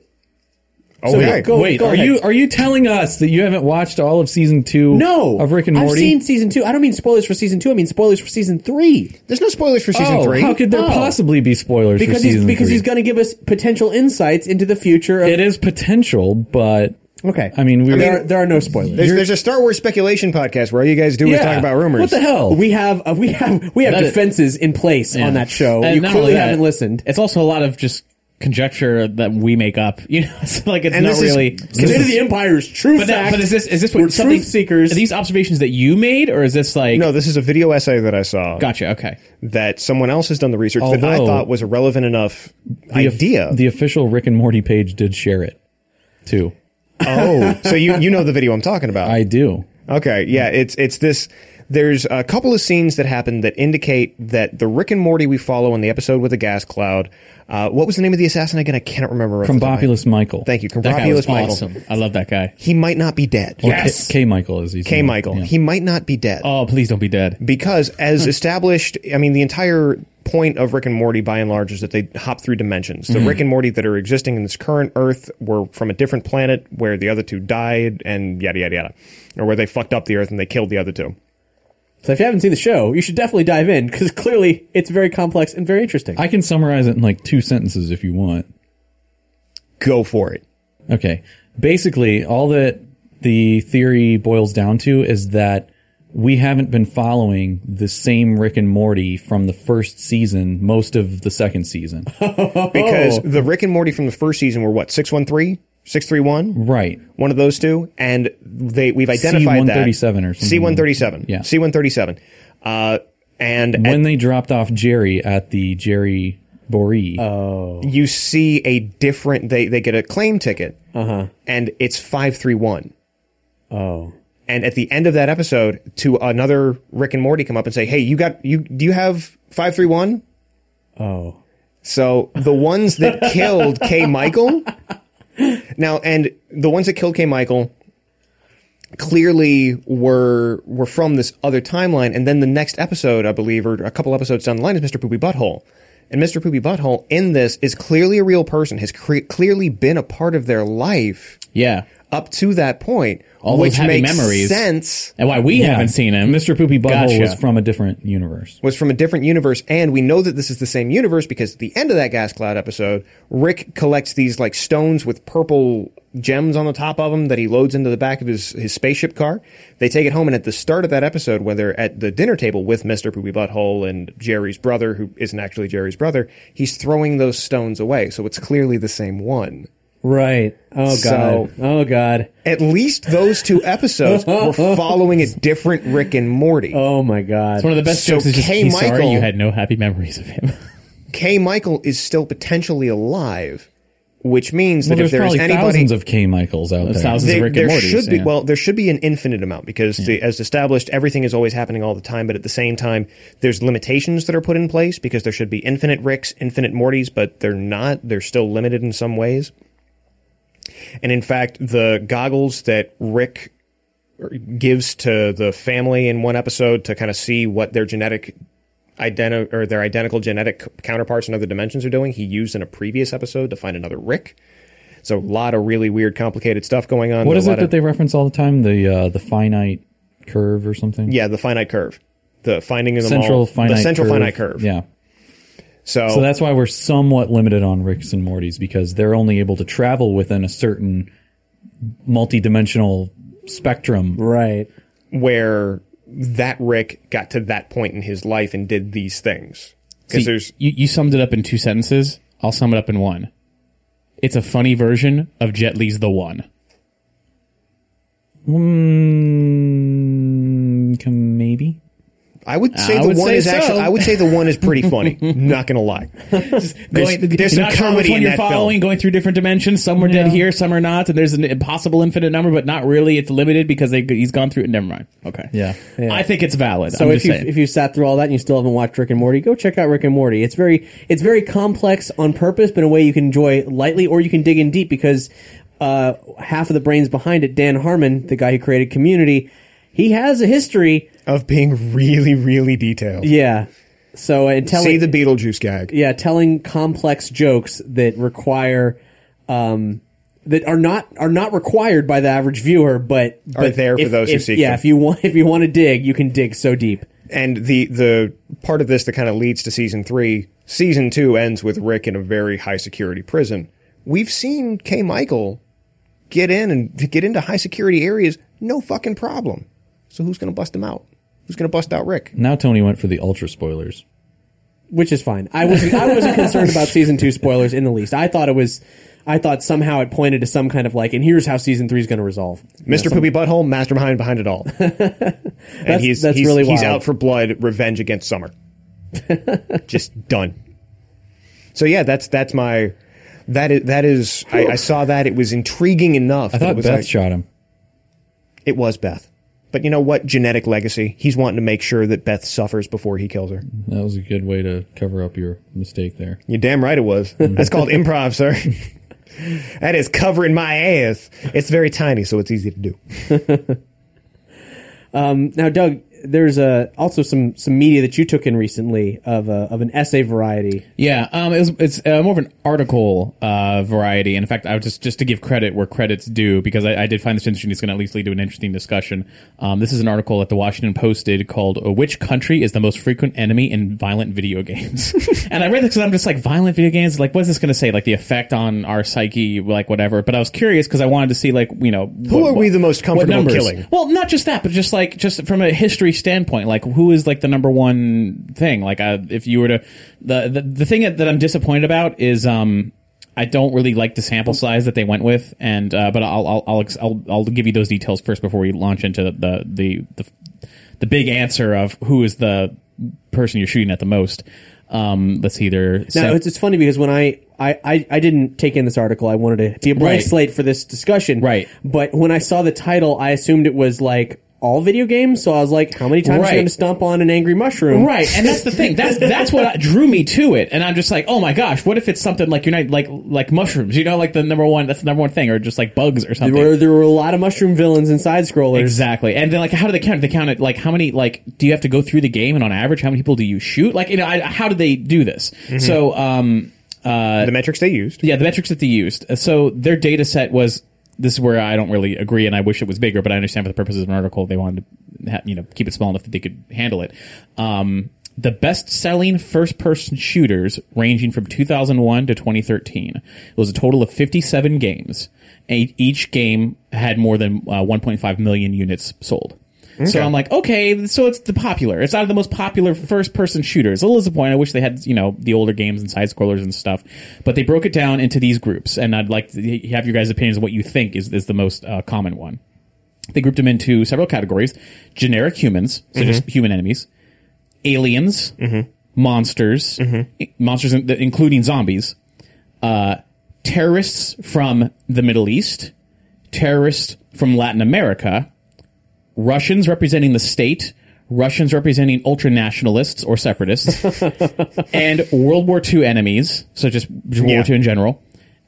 [SPEAKER 2] So
[SPEAKER 6] Okay.
[SPEAKER 2] yeah, go-
[SPEAKER 4] Oh, Wait, are
[SPEAKER 2] ahead.
[SPEAKER 4] you are you telling us that you haven't watched all of season two?
[SPEAKER 2] No,
[SPEAKER 4] of Rick and Morty.
[SPEAKER 2] I've seen season two. I don't mean spoilers for season two. I mean spoilers for season three
[SPEAKER 6] There's no spoilers for season
[SPEAKER 4] oh,
[SPEAKER 6] three.
[SPEAKER 4] how could there
[SPEAKER 2] No.
[SPEAKER 4] possibly be spoilers for
[SPEAKER 2] because he's
[SPEAKER 4] season
[SPEAKER 2] because
[SPEAKER 4] three?
[SPEAKER 2] he's going to give us potential insights into the future. Of,
[SPEAKER 4] it is potential, but
[SPEAKER 2] okay,
[SPEAKER 4] I mean, we were,
[SPEAKER 2] there are, there are no spoilers.
[SPEAKER 6] There's, there's a Star Wars speculation podcast where all you guys do is
[SPEAKER 4] yeah.
[SPEAKER 6] talk about rumors.
[SPEAKER 4] What the hell?
[SPEAKER 2] We have uh, we have we have
[SPEAKER 5] That is-
[SPEAKER 2] defenses in place on that show.
[SPEAKER 5] And
[SPEAKER 2] you
[SPEAKER 5] not
[SPEAKER 2] clearly
[SPEAKER 5] only that,
[SPEAKER 2] haven't listened.
[SPEAKER 5] It's also a lot of just conjecture that we make up. <laughs> You know, it's like it's
[SPEAKER 6] And
[SPEAKER 5] not
[SPEAKER 6] this is-
[SPEAKER 5] really.
[SPEAKER 2] State of the Empire is true
[SPEAKER 5] but, that,
[SPEAKER 2] fact.
[SPEAKER 5] but is this is this
[SPEAKER 2] We're
[SPEAKER 5] what something-
[SPEAKER 2] truth seekers.
[SPEAKER 5] Are these observations that you made, or is this like
[SPEAKER 6] no, this is a video essay that I saw
[SPEAKER 5] Gotcha. Okay.
[SPEAKER 6] that someone else has done the research that I
[SPEAKER 4] Although-
[SPEAKER 6] thought was a relevant enough
[SPEAKER 4] The of-
[SPEAKER 6] idea. <laughs>
[SPEAKER 4] The official Rick and Morty page did share it too.
[SPEAKER 6] oh, so you you know the video I'm talking about?
[SPEAKER 4] I do.
[SPEAKER 6] Okay, yeah, it's it's this. There's a couple of scenes that happen that indicate that the Rick and Morty we follow in the episode with the gas cloud. Uh, what was the name of the assassin again? I cannot remember. off the top of my-
[SPEAKER 4] Combobulus Michael.
[SPEAKER 6] Thank you,
[SPEAKER 5] That guy was
[SPEAKER 6] Combobulus Michael.
[SPEAKER 5] awesome. I love that guy.
[SPEAKER 6] He might not be dead.
[SPEAKER 4] Or K, K. Michael is he's
[SPEAKER 6] K. Michael. He might not be dead
[SPEAKER 5] Oh, please don't be dead.
[SPEAKER 6] because, as established, I mean, the entire point of Rick and Morty, by and large, is that they hop through dimensions. The Rick and Morty that are existing in this current Earth were from a different planet where the other two died, and yada yada yada, or where they fucked up the Earth and they killed the other two.
[SPEAKER 2] So if you haven't seen the show, you should definitely dive in because clearly it's very complex and very interesting.
[SPEAKER 4] I can summarize it in like two sentences if you want.
[SPEAKER 6] Go for it.
[SPEAKER 4] Okay. Basically, all that the theory boils down to is that we haven't been following the same Rick and Morty from the first season, most of the second
[SPEAKER 6] <laughs>
[SPEAKER 4] season.
[SPEAKER 6] because the Rick and Morty from the first season were what 613 631
[SPEAKER 4] right.
[SPEAKER 6] one of those two and they we've identified
[SPEAKER 4] C-137
[SPEAKER 6] that
[SPEAKER 4] or
[SPEAKER 6] C137
[SPEAKER 4] something. Yeah.
[SPEAKER 6] C137 uh and
[SPEAKER 4] When
[SPEAKER 6] and
[SPEAKER 4] they dropped off Jerry at the Jerry Boree.
[SPEAKER 6] Oh. you see a different they they get a claim ticket and it's 531
[SPEAKER 2] Uh-huh. oh.
[SPEAKER 6] and at the end of that episode to another Rick and Morty come up and say hey you got you do you have 531
[SPEAKER 2] Oh.
[SPEAKER 6] So the ones that killed K.
[SPEAKER 2] <laughs>
[SPEAKER 6] Michael. Now, and the ones that killed K. Michael clearly were were from this other timeline. And then the next episode, I believe, or a couple episodes down the line, is Mr. Poopy Butthole. And Mr. Poopy Butthole in this is clearly a real person, has cre- clearly been a part of their life
[SPEAKER 5] Yeah.
[SPEAKER 6] up to that point,
[SPEAKER 5] All those
[SPEAKER 6] which
[SPEAKER 5] happy
[SPEAKER 6] makes
[SPEAKER 5] memories.
[SPEAKER 6] sense.
[SPEAKER 5] And why we
[SPEAKER 4] Yeah.
[SPEAKER 5] haven't seen him.
[SPEAKER 4] Mr. Poopy Butthole
[SPEAKER 5] Gotcha.
[SPEAKER 4] was from a different universe.
[SPEAKER 6] was from a different universe, and we know that this is the same universe because at the end of that gas cloud episode, Rick collects these like stones with purple gems on the top of them that he loads into the back of his, his spaceship car. They take it home, and at the start of that episode, where they're at the dinner table with Mr. Poopy Butthole and Jerry's brother, who isn't actually Jerry's brother, he's throwing those stones away. So it's clearly the same one.
[SPEAKER 2] Right. Oh
[SPEAKER 6] So-
[SPEAKER 2] god. oh god.
[SPEAKER 6] At least those two episodes were following a different Rick and Morty.
[SPEAKER 2] Oh my god.
[SPEAKER 5] One of the best
[SPEAKER 6] So
[SPEAKER 5] jokes is just,
[SPEAKER 6] K.
[SPEAKER 5] he's sorry
[SPEAKER 6] Michael-
[SPEAKER 5] you had no happy memories of him. <laughs>
[SPEAKER 6] K. Michael is still potentially alive, which means
[SPEAKER 4] Well,
[SPEAKER 6] that
[SPEAKER 4] there's
[SPEAKER 6] if there is
[SPEAKER 4] probably
[SPEAKER 6] anybody,
[SPEAKER 4] thousands of K. Michaels out there.
[SPEAKER 5] thousands.
[SPEAKER 6] there,
[SPEAKER 5] Rick and
[SPEAKER 6] there
[SPEAKER 5] Mortys,
[SPEAKER 6] should be
[SPEAKER 5] yeah.
[SPEAKER 6] well, there should be an infinite amount because, the, as established, everything is always happening all the time. But at the same time, there's limitations that are put in place because there should be infinite Ricks, infinite Mortys, but they're not. They're still limited in some ways. And in fact, the goggles that Rick gives to the family in one episode to kind of see what their genetic identi- or their identical genetic c- counterparts in other dimensions are doing. He used in a previous episode to find another Rick. So a lot of really weird, complicated stuff going on.
[SPEAKER 4] What
[SPEAKER 6] A
[SPEAKER 4] is it
[SPEAKER 6] lot
[SPEAKER 4] that
[SPEAKER 6] of-
[SPEAKER 4] they reference all the time? The uh, the finite curve or something?
[SPEAKER 6] Yeah, the finite curve, the finding of them
[SPEAKER 4] Central
[SPEAKER 6] all,
[SPEAKER 4] finite
[SPEAKER 6] the central
[SPEAKER 4] curve.
[SPEAKER 6] finite curve.
[SPEAKER 4] Yeah.
[SPEAKER 6] So,
[SPEAKER 4] So that's why we're somewhat limited on Ricks and Mortys because they're only able to travel within a certain multi-dimensional spectrum.
[SPEAKER 2] right.
[SPEAKER 6] where that Rick got to that point in his life and did these things because
[SPEAKER 5] See,
[SPEAKER 6] there's
[SPEAKER 5] you, you summed it up in two sentences. I'll sum it up in one. It's a funny version of Jet Li's The One.
[SPEAKER 4] Mm, can- maybe.
[SPEAKER 6] I would say
[SPEAKER 5] I
[SPEAKER 6] the
[SPEAKER 5] would
[SPEAKER 6] one
[SPEAKER 5] say
[SPEAKER 6] is actually.
[SPEAKER 5] so.
[SPEAKER 6] I would say the one is pretty funny. not gonna lie. There's, there's
[SPEAKER 5] You're
[SPEAKER 6] some
[SPEAKER 5] not sure which
[SPEAKER 6] comedy
[SPEAKER 5] one
[SPEAKER 6] in
[SPEAKER 5] you're
[SPEAKER 6] that
[SPEAKER 5] following,
[SPEAKER 6] film.
[SPEAKER 5] going through different dimensions. Some are dead
[SPEAKER 4] Yeah.
[SPEAKER 5] here, some are not, and there's an impossible infinite number, but not really. It's limited because they, he's gone through it. Never mind. Okay.
[SPEAKER 4] Yeah.
[SPEAKER 5] I think it's valid.
[SPEAKER 2] So
[SPEAKER 5] I'm
[SPEAKER 2] if
[SPEAKER 5] just
[SPEAKER 2] you
[SPEAKER 5] saying.
[SPEAKER 2] if you sat through all that and you still haven't watched Rick and Morty, go check out Rick and Morty. It's very it's very complex on purpose, but in a way you can enjoy lightly or you can dig in deep because uh, half of the brains behind it, Dan Harmon, the guy who created Community, he has a history.
[SPEAKER 6] of being really, really detailed.
[SPEAKER 2] Yeah. So uh, and telling
[SPEAKER 6] See the Beetlejuice gag.
[SPEAKER 2] yeah, telling complex jokes that require um, that are not are not required by the average viewer, but
[SPEAKER 6] Are
[SPEAKER 2] but
[SPEAKER 6] there for
[SPEAKER 2] if-
[SPEAKER 6] those who
[SPEAKER 2] if-
[SPEAKER 6] seek
[SPEAKER 2] Yeah,
[SPEAKER 6] them.
[SPEAKER 2] if you want if you want to dig, you can dig so deep.
[SPEAKER 6] And the the part of this that kind of leads to season three. Season two ends with Rick in a very high security prison. We've seen K. Michael get in and get into high security areas, no fucking problem. So who's gonna bust him out? Who's gonna bust out Rick?
[SPEAKER 4] Now Tony went for the ultra spoilers.
[SPEAKER 2] which is fine. I was I wasn't concerned about season two spoilers in the least. I thought it was. I thought somehow it pointed to some kind of like, and here's how season three is going to resolve.
[SPEAKER 6] Mr. Poopy Butthole, mastermind behind it all. and he's
[SPEAKER 2] that's
[SPEAKER 6] he's,
[SPEAKER 2] really
[SPEAKER 6] he's
[SPEAKER 2] wild.
[SPEAKER 6] out for blood, revenge against Summer. Just done. So yeah, that's that's my that is that is I, I saw that it was intriguing enough.
[SPEAKER 4] I
[SPEAKER 6] that
[SPEAKER 4] thought
[SPEAKER 6] it was
[SPEAKER 4] Beth
[SPEAKER 6] like-
[SPEAKER 4] shot him.
[SPEAKER 6] It was Beth. But you know what? Genetic legacy. He's wanting to make sure that Beth suffers before he kills her.
[SPEAKER 4] That was a good way to cover up your mistake there.
[SPEAKER 6] You're damn right it was. That's called improv, sir. that is covering my ass. It's very tiny, so it's easy to do.
[SPEAKER 2] Now, Doug, there's uh, also some some media that you took in recently of a, of an essay variety.
[SPEAKER 5] Yeah, um, it was, it's uh, more of an article uh, variety. And in fact, I was just just to give credit where credit's due because I, I did find this interesting. It's going to at least lead to an interesting discussion. Um, this is an article that the Washington Post did called uh, "Which Country is the Most Frequent Enemy in Violent Video Games?" <laughs> and I read this because I'm just like, violent video games. Like, what's this going to say? Like the effect on our psyche, like whatever. But I was curious because I wanted to see, like, you know,
[SPEAKER 6] Who are we the most
[SPEAKER 5] what
[SPEAKER 6] comfortable
[SPEAKER 5] numbers.
[SPEAKER 6] killing?
[SPEAKER 5] Well, not just that, but just like just from a history standpoint, like who is like the number one thing? Like uh, if you were to the the, the thing that, that I'm disappointed about is um I don't really like the sample size that they went with, and uh, but I'll I'll I'll, ex- I'll I'll give you those details first before we launch into the the the, the big answer of who is the person you're shooting at the most. Um, let's see their
[SPEAKER 2] Now
[SPEAKER 5] sam-
[SPEAKER 2] it's, it's funny because when I, I, I, I didn't take in this article, I wanted to be a blank
[SPEAKER 5] Right.
[SPEAKER 2] slate for this discussion.
[SPEAKER 5] Right.
[SPEAKER 2] But when I saw the title, I assumed it was like all video games. So I was like, how many times are
[SPEAKER 5] Right.
[SPEAKER 2] you going to stomp on an angry mushroom?
[SPEAKER 5] Right, and that's the thing. That's that's what drew me to it, and I'm just like, oh my gosh, what if it's something like you're not like like mushrooms, you know, like the number one that's the number one thing, or just like bugs or something.
[SPEAKER 2] <laughs> There were, there were a lot of mushroom villains and side scrollers.
[SPEAKER 5] Exactly, and then like, how do they count? They count it like how many? Like, do you have to go through the game, and on average, how many people do you shoot? Like, you know, I, how do they do this? So, um,
[SPEAKER 6] the metrics they used.
[SPEAKER 5] yeah, the metrics that they used. Uh, So their data set was this is where I don't really agree, and I wish it was bigger, but I understand for the purposes of an article they wanted to ha- you know keep it small enough that they could handle it. Um, the best selling first person shooters ranging from 2001 to 2013. It was a total of 57 games. and Each game had more than uh, 1.5 million units sold. So I'm like, okay, so it's the popular. It's out of the most popular first person shooters. A little disappointing. I wish they had, you know, the older games and side scrollers and stuff. But they broke it down into these groups, and I'd like to have your guys' opinions on what you think is, is the most uh, common one. They grouped them into several categories generic humans, so just human enemies, aliens, monsters, i- monsters in- including zombies, uh, terrorists from the Middle East, terrorists from Latin America, Russians representing the state, Russians representing ultra nationalists or separatists, and World War II enemies, so just World
[SPEAKER 6] Yeah.
[SPEAKER 5] War II in general,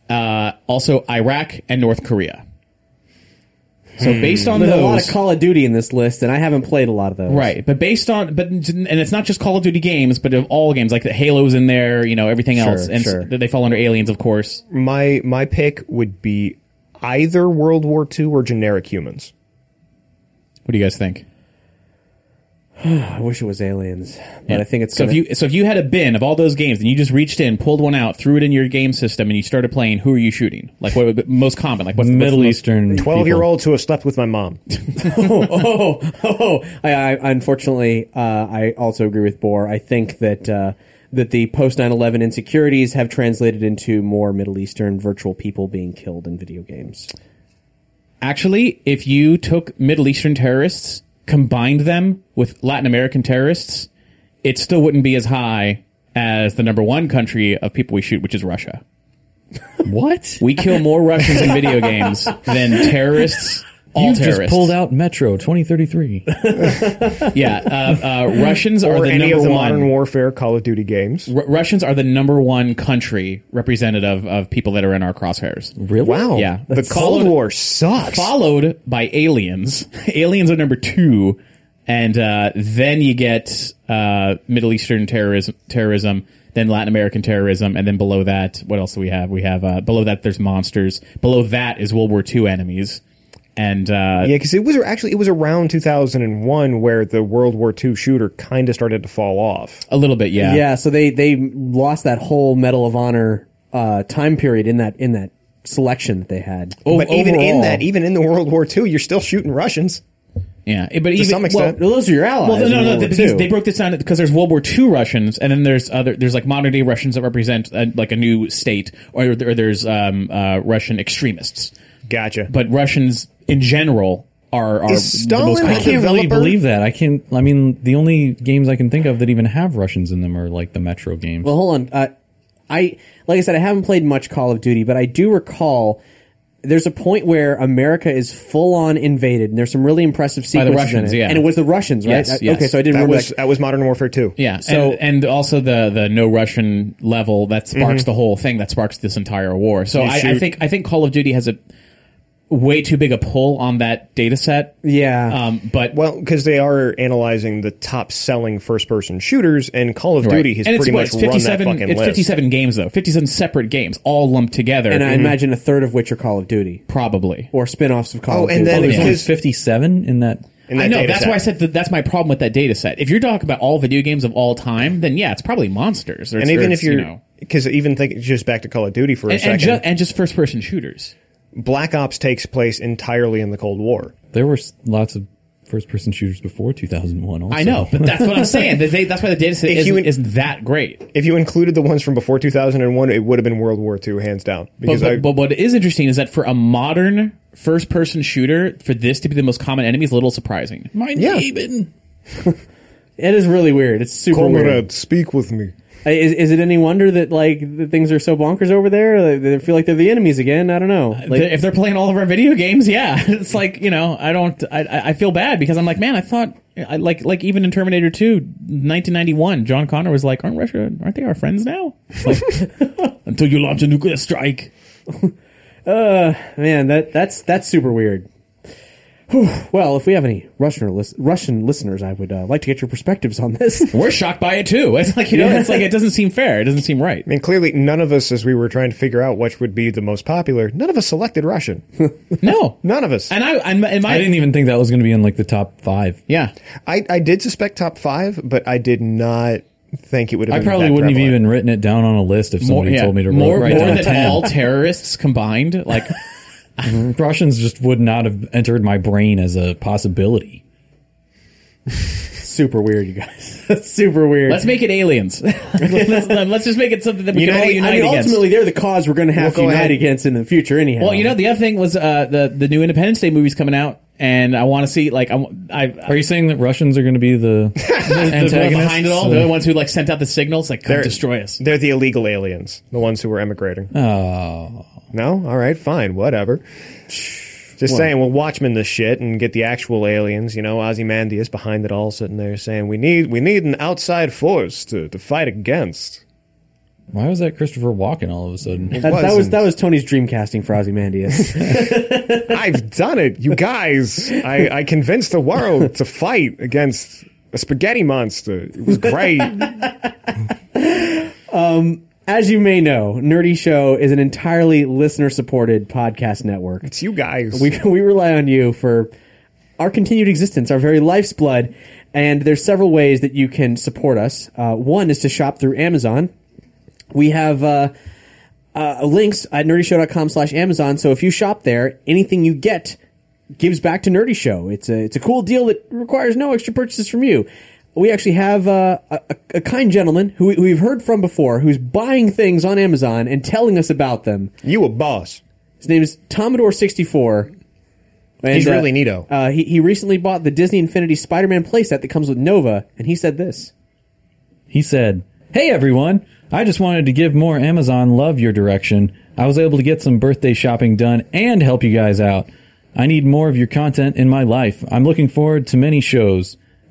[SPEAKER 5] uh, also Iraq and North Korea. So based on
[SPEAKER 2] There's
[SPEAKER 5] those,
[SPEAKER 2] a lot of Call of Duty in this list, and I haven't played a lot of those.
[SPEAKER 5] Right, but based on but and it's not just Call of Duty games, but of all games like the Halo's in there, you know everything else, and s-
[SPEAKER 2] sure.
[SPEAKER 5] they fall under aliens, of course.
[SPEAKER 6] My my pick would be either World War II or generic humans.
[SPEAKER 5] What do you guys think?
[SPEAKER 2] I wish it was aliens, but I think it's
[SPEAKER 5] so.
[SPEAKER 2] gonna,
[SPEAKER 5] If you so if you had a bin of all those games and you just reached in, pulled one out, threw it in your game system, and you started playing, who are you shooting? Like what would be most common? Like what's
[SPEAKER 4] Middle
[SPEAKER 5] what's the most-
[SPEAKER 4] Eastern.
[SPEAKER 6] Twelve year
[SPEAKER 4] people.
[SPEAKER 6] olds who have slept with my mom.
[SPEAKER 2] <laughs> oh, oh, oh. I, I unfortunately, uh, I also agree with Bohr. I think that uh, that the post 9/11 insecurities have translated into more Middle Eastern virtual people being killed in video games.
[SPEAKER 5] Actually, if you took Middle Eastern terrorists, combined them with Latin American terrorists, it still wouldn't be as high as the number one country of people we shoot, which is Russia.
[SPEAKER 4] What?
[SPEAKER 5] We kill more Russians in video games than terrorists. All
[SPEAKER 4] You
[SPEAKER 5] terrorists.
[SPEAKER 4] just pulled out Metro 2033.
[SPEAKER 5] Yeah, uh, uh, Russians are
[SPEAKER 6] Or
[SPEAKER 5] the
[SPEAKER 6] any
[SPEAKER 5] number
[SPEAKER 6] of the
[SPEAKER 5] one.
[SPEAKER 6] modern warfare Call of Duty games.
[SPEAKER 5] Ru- Russians are the number one country representative of people that are in our crosshairs.
[SPEAKER 4] Really?
[SPEAKER 6] Wow.
[SPEAKER 5] Yeah.
[SPEAKER 6] The
[SPEAKER 5] That's-
[SPEAKER 6] Cold
[SPEAKER 5] Followed-
[SPEAKER 6] War sucks.
[SPEAKER 5] Followed by aliens. <laughs> aliens are number two, and uh, then you get uh, Middle Eastern terrorism, terrorism, then Latin American terrorism, and then below that, what else do we have? We have uh, below that there's monsters. Below that is World War II enemies, and uh,
[SPEAKER 6] Yeah, because it was actually it was around 2001 where the World War II shooter kind of started to fall off.
[SPEAKER 5] a little bit, yeah,
[SPEAKER 2] Yeah, so they they lost that whole Medal of Honor uh, time period in that in that selection that they had.
[SPEAKER 5] O-
[SPEAKER 6] But even in
[SPEAKER 5] Oh, overall-
[SPEAKER 6] that, even in the World War II, you're still shooting Russians.
[SPEAKER 5] yeah, but even
[SPEAKER 6] some
[SPEAKER 5] well,
[SPEAKER 6] extent.
[SPEAKER 2] Well, those are your allies.
[SPEAKER 5] Well,
[SPEAKER 2] in
[SPEAKER 5] no, no,
[SPEAKER 2] World
[SPEAKER 5] no.
[SPEAKER 2] War
[SPEAKER 5] They,
[SPEAKER 2] II.
[SPEAKER 5] they broke this down because there's World War II Russians, and then there's other there's like modern day Russians that represent uh like a new state, or, there- there's um, uh, Russian extremists.
[SPEAKER 6] Gotcha.
[SPEAKER 5] But Russians in general are are
[SPEAKER 6] Is
[SPEAKER 5] the most
[SPEAKER 6] Stalin
[SPEAKER 4] I
[SPEAKER 6] a
[SPEAKER 4] can't
[SPEAKER 5] common.
[SPEAKER 6] developer?
[SPEAKER 4] really believe that. I can't. I mean, the only games I can think of that even have Russians in them are like the Metro games.
[SPEAKER 2] Well, hold on. Uh, I like I said, I haven't played much Call of Duty, but I do recall there's a point where America is full on invaded, and there's some really impressive sequences
[SPEAKER 5] Russians,
[SPEAKER 2] in it.
[SPEAKER 5] yeah.
[SPEAKER 2] And it was the Russians, right?
[SPEAKER 5] Yes,
[SPEAKER 2] Uh,
[SPEAKER 5] yes.
[SPEAKER 2] Okay, so I didn't
[SPEAKER 6] that
[SPEAKER 2] remember
[SPEAKER 6] was
[SPEAKER 2] that.
[SPEAKER 6] that was Modern Warfare 2.
[SPEAKER 5] yeah,
[SPEAKER 2] so-
[SPEAKER 5] and, and also the the no Russian level that sparks the whole thing that sparks this entire war. So I, I
[SPEAKER 6] Mm-hmm. shoot-
[SPEAKER 5] think I think Call of Duty has a way too big a pull on that data set.
[SPEAKER 2] Yeah.
[SPEAKER 5] Um, but
[SPEAKER 6] Well, because they are analyzing the top selling first person shooters, and Call of Duty has
[SPEAKER 5] and it's,
[SPEAKER 6] pretty
[SPEAKER 5] what,
[SPEAKER 6] much
[SPEAKER 5] it's
[SPEAKER 6] run that
[SPEAKER 5] 57,
[SPEAKER 6] fucking
[SPEAKER 5] it's
[SPEAKER 6] list.
[SPEAKER 5] 57 games though. 57 separate games all lumped together. Mm-hmm.
[SPEAKER 2] and I imagine a third of which are Call of Duty
[SPEAKER 5] probably.
[SPEAKER 2] or spin-offs of
[SPEAKER 6] Oh,
[SPEAKER 2] Call of
[SPEAKER 6] and
[SPEAKER 2] Duty.
[SPEAKER 6] then
[SPEAKER 4] There's
[SPEAKER 6] Yeah.
[SPEAKER 4] only
[SPEAKER 6] His-
[SPEAKER 4] 57 in that.
[SPEAKER 6] in that
[SPEAKER 5] I know.
[SPEAKER 6] data
[SPEAKER 5] That's
[SPEAKER 6] set.
[SPEAKER 5] why I said that that's my problem with that data set. If you're talking about all video games of all time, then yeah, it's probably monsters. Or
[SPEAKER 6] And
[SPEAKER 5] it's- or
[SPEAKER 6] even
[SPEAKER 5] it's,
[SPEAKER 6] if you're,
[SPEAKER 5] you know,
[SPEAKER 6] because even think just back to Call of Duty for a
[SPEAKER 5] and,
[SPEAKER 6] second,
[SPEAKER 5] and, ju- and just first person shooters.
[SPEAKER 6] Black Ops takes place entirely in the Cold War.
[SPEAKER 4] There were s- lots of first person shooters before 2001. Also.
[SPEAKER 5] I know, but that's what
[SPEAKER 6] <laughs>
[SPEAKER 5] I'm saying. That they- that's why the data set
[SPEAKER 6] If
[SPEAKER 5] isn't,
[SPEAKER 6] you in-
[SPEAKER 5] isn't that great.
[SPEAKER 6] If you included the ones from before 2001, it would have been World War II, hands down.
[SPEAKER 5] But,
[SPEAKER 6] Because
[SPEAKER 5] but,
[SPEAKER 6] I,
[SPEAKER 5] but what is interesting is that for a modern first person shooter, for this to be the most common enemy is a little surprising.
[SPEAKER 4] My
[SPEAKER 6] Yeah.
[SPEAKER 4] name.
[SPEAKER 2] It is really weird. It's super weird. Uh,
[SPEAKER 6] speak with me.
[SPEAKER 2] Is, is it any wonder that like the things are so bonkers over there? Like, They feel like they're the enemies again. I don't
[SPEAKER 5] Uh,
[SPEAKER 2] know. Like,
[SPEAKER 5] if they're playing all of our video games, yeah, <laughs> it's like you know, I don't, I- I, I feel bad because I'm like, man, I thought, I like, like even in Terminator 2, 1991, John Connor was like, aren't Russia, aren't they our friends now? It's like, until you launch a nuclear strike.
[SPEAKER 2] man, that that's that's super weird. Whew. Well, if we have any Russian lis- Russian listeners, I would uh, like to get your perspectives on this. <laughs>
[SPEAKER 5] We're shocked by it too. <laughs> It's like you know, it's like it doesn't seem fair. It doesn't seem right.
[SPEAKER 6] I mean, clearly, none of us, as we were trying to figure out which would be the most popular, none of us selected Russian.
[SPEAKER 5] No,
[SPEAKER 6] none of us.
[SPEAKER 5] And I, and, and my,
[SPEAKER 4] I didn't even think that was going to be in like the top five.
[SPEAKER 5] <laughs> Yeah,
[SPEAKER 6] I, I did suspect top five, but I did not think it would have
[SPEAKER 4] I
[SPEAKER 6] been
[SPEAKER 4] probably
[SPEAKER 6] that
[SPEAKER 4] wouldn't have
[SPEAKER 6] prevalent.
[SPEAKER 4] even written it down on a list if somebody
[SPEAKER 5] yeah.
[SPEAKER 4] told me to
[SPEAKER 5] more,
[SPEAKER 4] write
[SPEAKER 5] more
[SPEAKER 4] down
[SPEAKER 5] than
[SPEAKER 4] 10.
[SPEAKER 5] all terrorists combined. Like,
[SPEAKER 4] <laughs> Russians just would not have entered my brain as a possibility.
[SPEAKER 2] super weird, you guys. That's super weird.
[SPEAKER 5] let's make it aliens. <laughs> let's, let's just make it something that we can all
[SPEAKER 2] I mean,
[SPEAKER 5] unite against.
[SPEAKER 2] ultimately, they're the cause we're going to have
[SPEAKER 6] We'll go
[SPEAKER 2] to unite
[SPEAKER 6] ahead.
[SPEAKER 2] against in the future, anyhow.
[SPEAKER 5] Well, you know, the other thing was uh, the the new Independence Day movie's coming out, and I want to see like I'm, I
[SPEAKER 4] Are you saying that Russians are going to be the
[SPEAKER 5] <laughs> the one
[SPEAKER 4] antagonists?
[SPEAKER 5] behind it all, the
[SPEAKER 4] Uh,
[SPEAKER 5] other ones who like sent out the signals like come destroy us.
[SPEAKER 6] They're the illegal aliens, the ones who were emigrating. Oh. No? All right, fine, whatever. Just saying, we'll Watchmen this shit and get the actual aliens, you know, Ozymandias behind it all sitting there saying, we need we need an outside force to, to fight against.
[SPEAKER 4] Why was that Christopher Walken all of a sudden?
[SPEAKER 2] that, that was
[SPEAKER 6] wasn't.
[SPEAKER 2] that was Tony's dream casting for
[SPEAKER 5] <laughs>
[SPEAKER 2] Ozymandias.
[SPEAKER 6] I've done it, you guys. I, I convinced the world to fight against a spaghetti monster. It was great.
[SPEAKER 2] As you may know, Nerdy Show is an entirely listener-supported podcast network.
[SPEAKER 6] it's you guys.
[SPEAKER 2] We <laughs> we rely on you for our continued existence, our very life's blood. And there's several ways that you can support us. Uh, one is to shop through Amazon. We have. Uh, uh, links at nerdyshow.com slash Amazon. So if you shop there, anything you get gives back to Nerdy Show. It's a, it's a cool deal that requires no extra purchases from you. We actually have uh, a, a, a kind gentleman who, we- who we've heard from before who's buying things on Amazon and telling us about them.
[SPEAKER 6] you a boss.
[SPEAKER 2] His name is Tomador64. And,
[SPEAKER 6] He's really neato.
[SPEAKER 2] Uh, he, he recently bought the Disney Infinity Spider Man playset that comes with Nova, and he said this.
[SPEAKER 4] He said, Hey everyone, I just wanted to give more Amazon love your direction. I was able to get some birthday shopping done and help you guys out. I need more of your content in my life. I'm looking forward to many shows.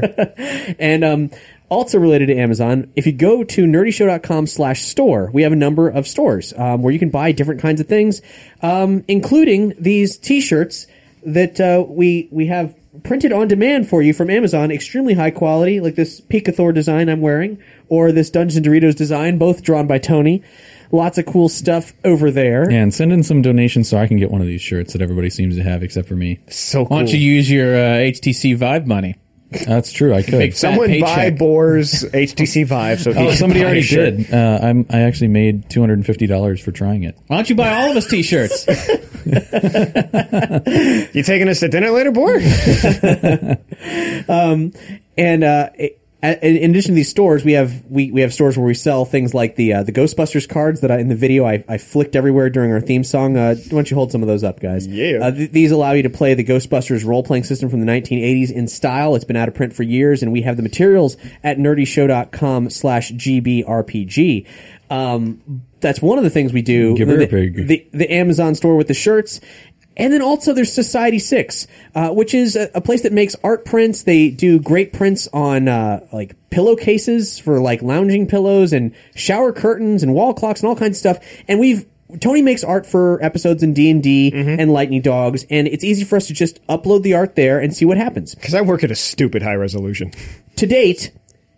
[SPEAKER 2] And um, also related to Amazon, if you go to nerdyshow.com slash store, we have a number of stores um, where you can buy different kinds of things, um, including these t-shirts that uh, we, we have printed on demand for you from Amazon, extremely high quality, like this Picathor design I'm wearing, or this Dungeon Doritos design, both drawn by Tony. Lots of cool stuff over there.
[SPEAKER 4] And send in some donations so I can get one of these shirts that everybody seems to have except for me.
[SPEAKER 6] So
[SPEAKER 5] Why
[SPEAKER 6] cool.
[SPEAKER 5] don't you use your uh, HTC Vibe money?
[SPEAKER 4] That's true. I could.
[SPEAKER 5] Big
[SPEAKER 6] Someone
[SPEAKER 5] Fat
[SPEAKER 6] buy
[SPEAKER 5] paycheck.
[SPEAKER 6] Boar's HTC Vive. So he
[SPEAKER 4] Oh,
[SPEAKER 6] can
[SPEAKER 4] somebody
[SPEAKER 6] buy a
[SPEAKER 4] already
[SPEAKER 6] shirt.
[SPEAKER 4] did. Uh, I'm, I actually made two hundred and fifty dollars for trying it.
[SPEAKER 5] Why don't you buy all of us T-shirts?
[SPEAKER 6] You taking us to dinner later, Boar?
[SPEAKER 5] <laughs>
[SPEAKER 2] And uh, i- a- in addition to these stores, we have we, we have stores where we sell things like the uh, the Ghostbusters cards that I, in the video I, I flicked everywhere during our theme song. Uh, why don't you hold some of those up, guys?
[SPEAKER 6] Yeah.
[SPEAKER 2] Uh, th- these allow you to play the Ghostbusters role playing system from the 1980s in style. It's been out of print for years, and we have the materials at nerdyshow.com/gbrpg. Um, that's one of the things we do.
[SPEAKER 4] Give
[SPEAKER 2] the,
[SPEAKER 4] her a pig.
[SPEAKER 2] the the Amazon store with the shirts. And then also there's Society Six, uh, which is a, a place that makes art prints. They do great prints on uh, like pillowcases for like lounging pillows and shower curtains and wall clocks and all kinds of stuff. And we've Tony makes art for episodes in D and D and Lightning Dogs, and it's easy for us to just upload the art there and see what happens.
[SPEAKER 6] Because I work at a stupid high resolution.
[SPEAKER 2] To date,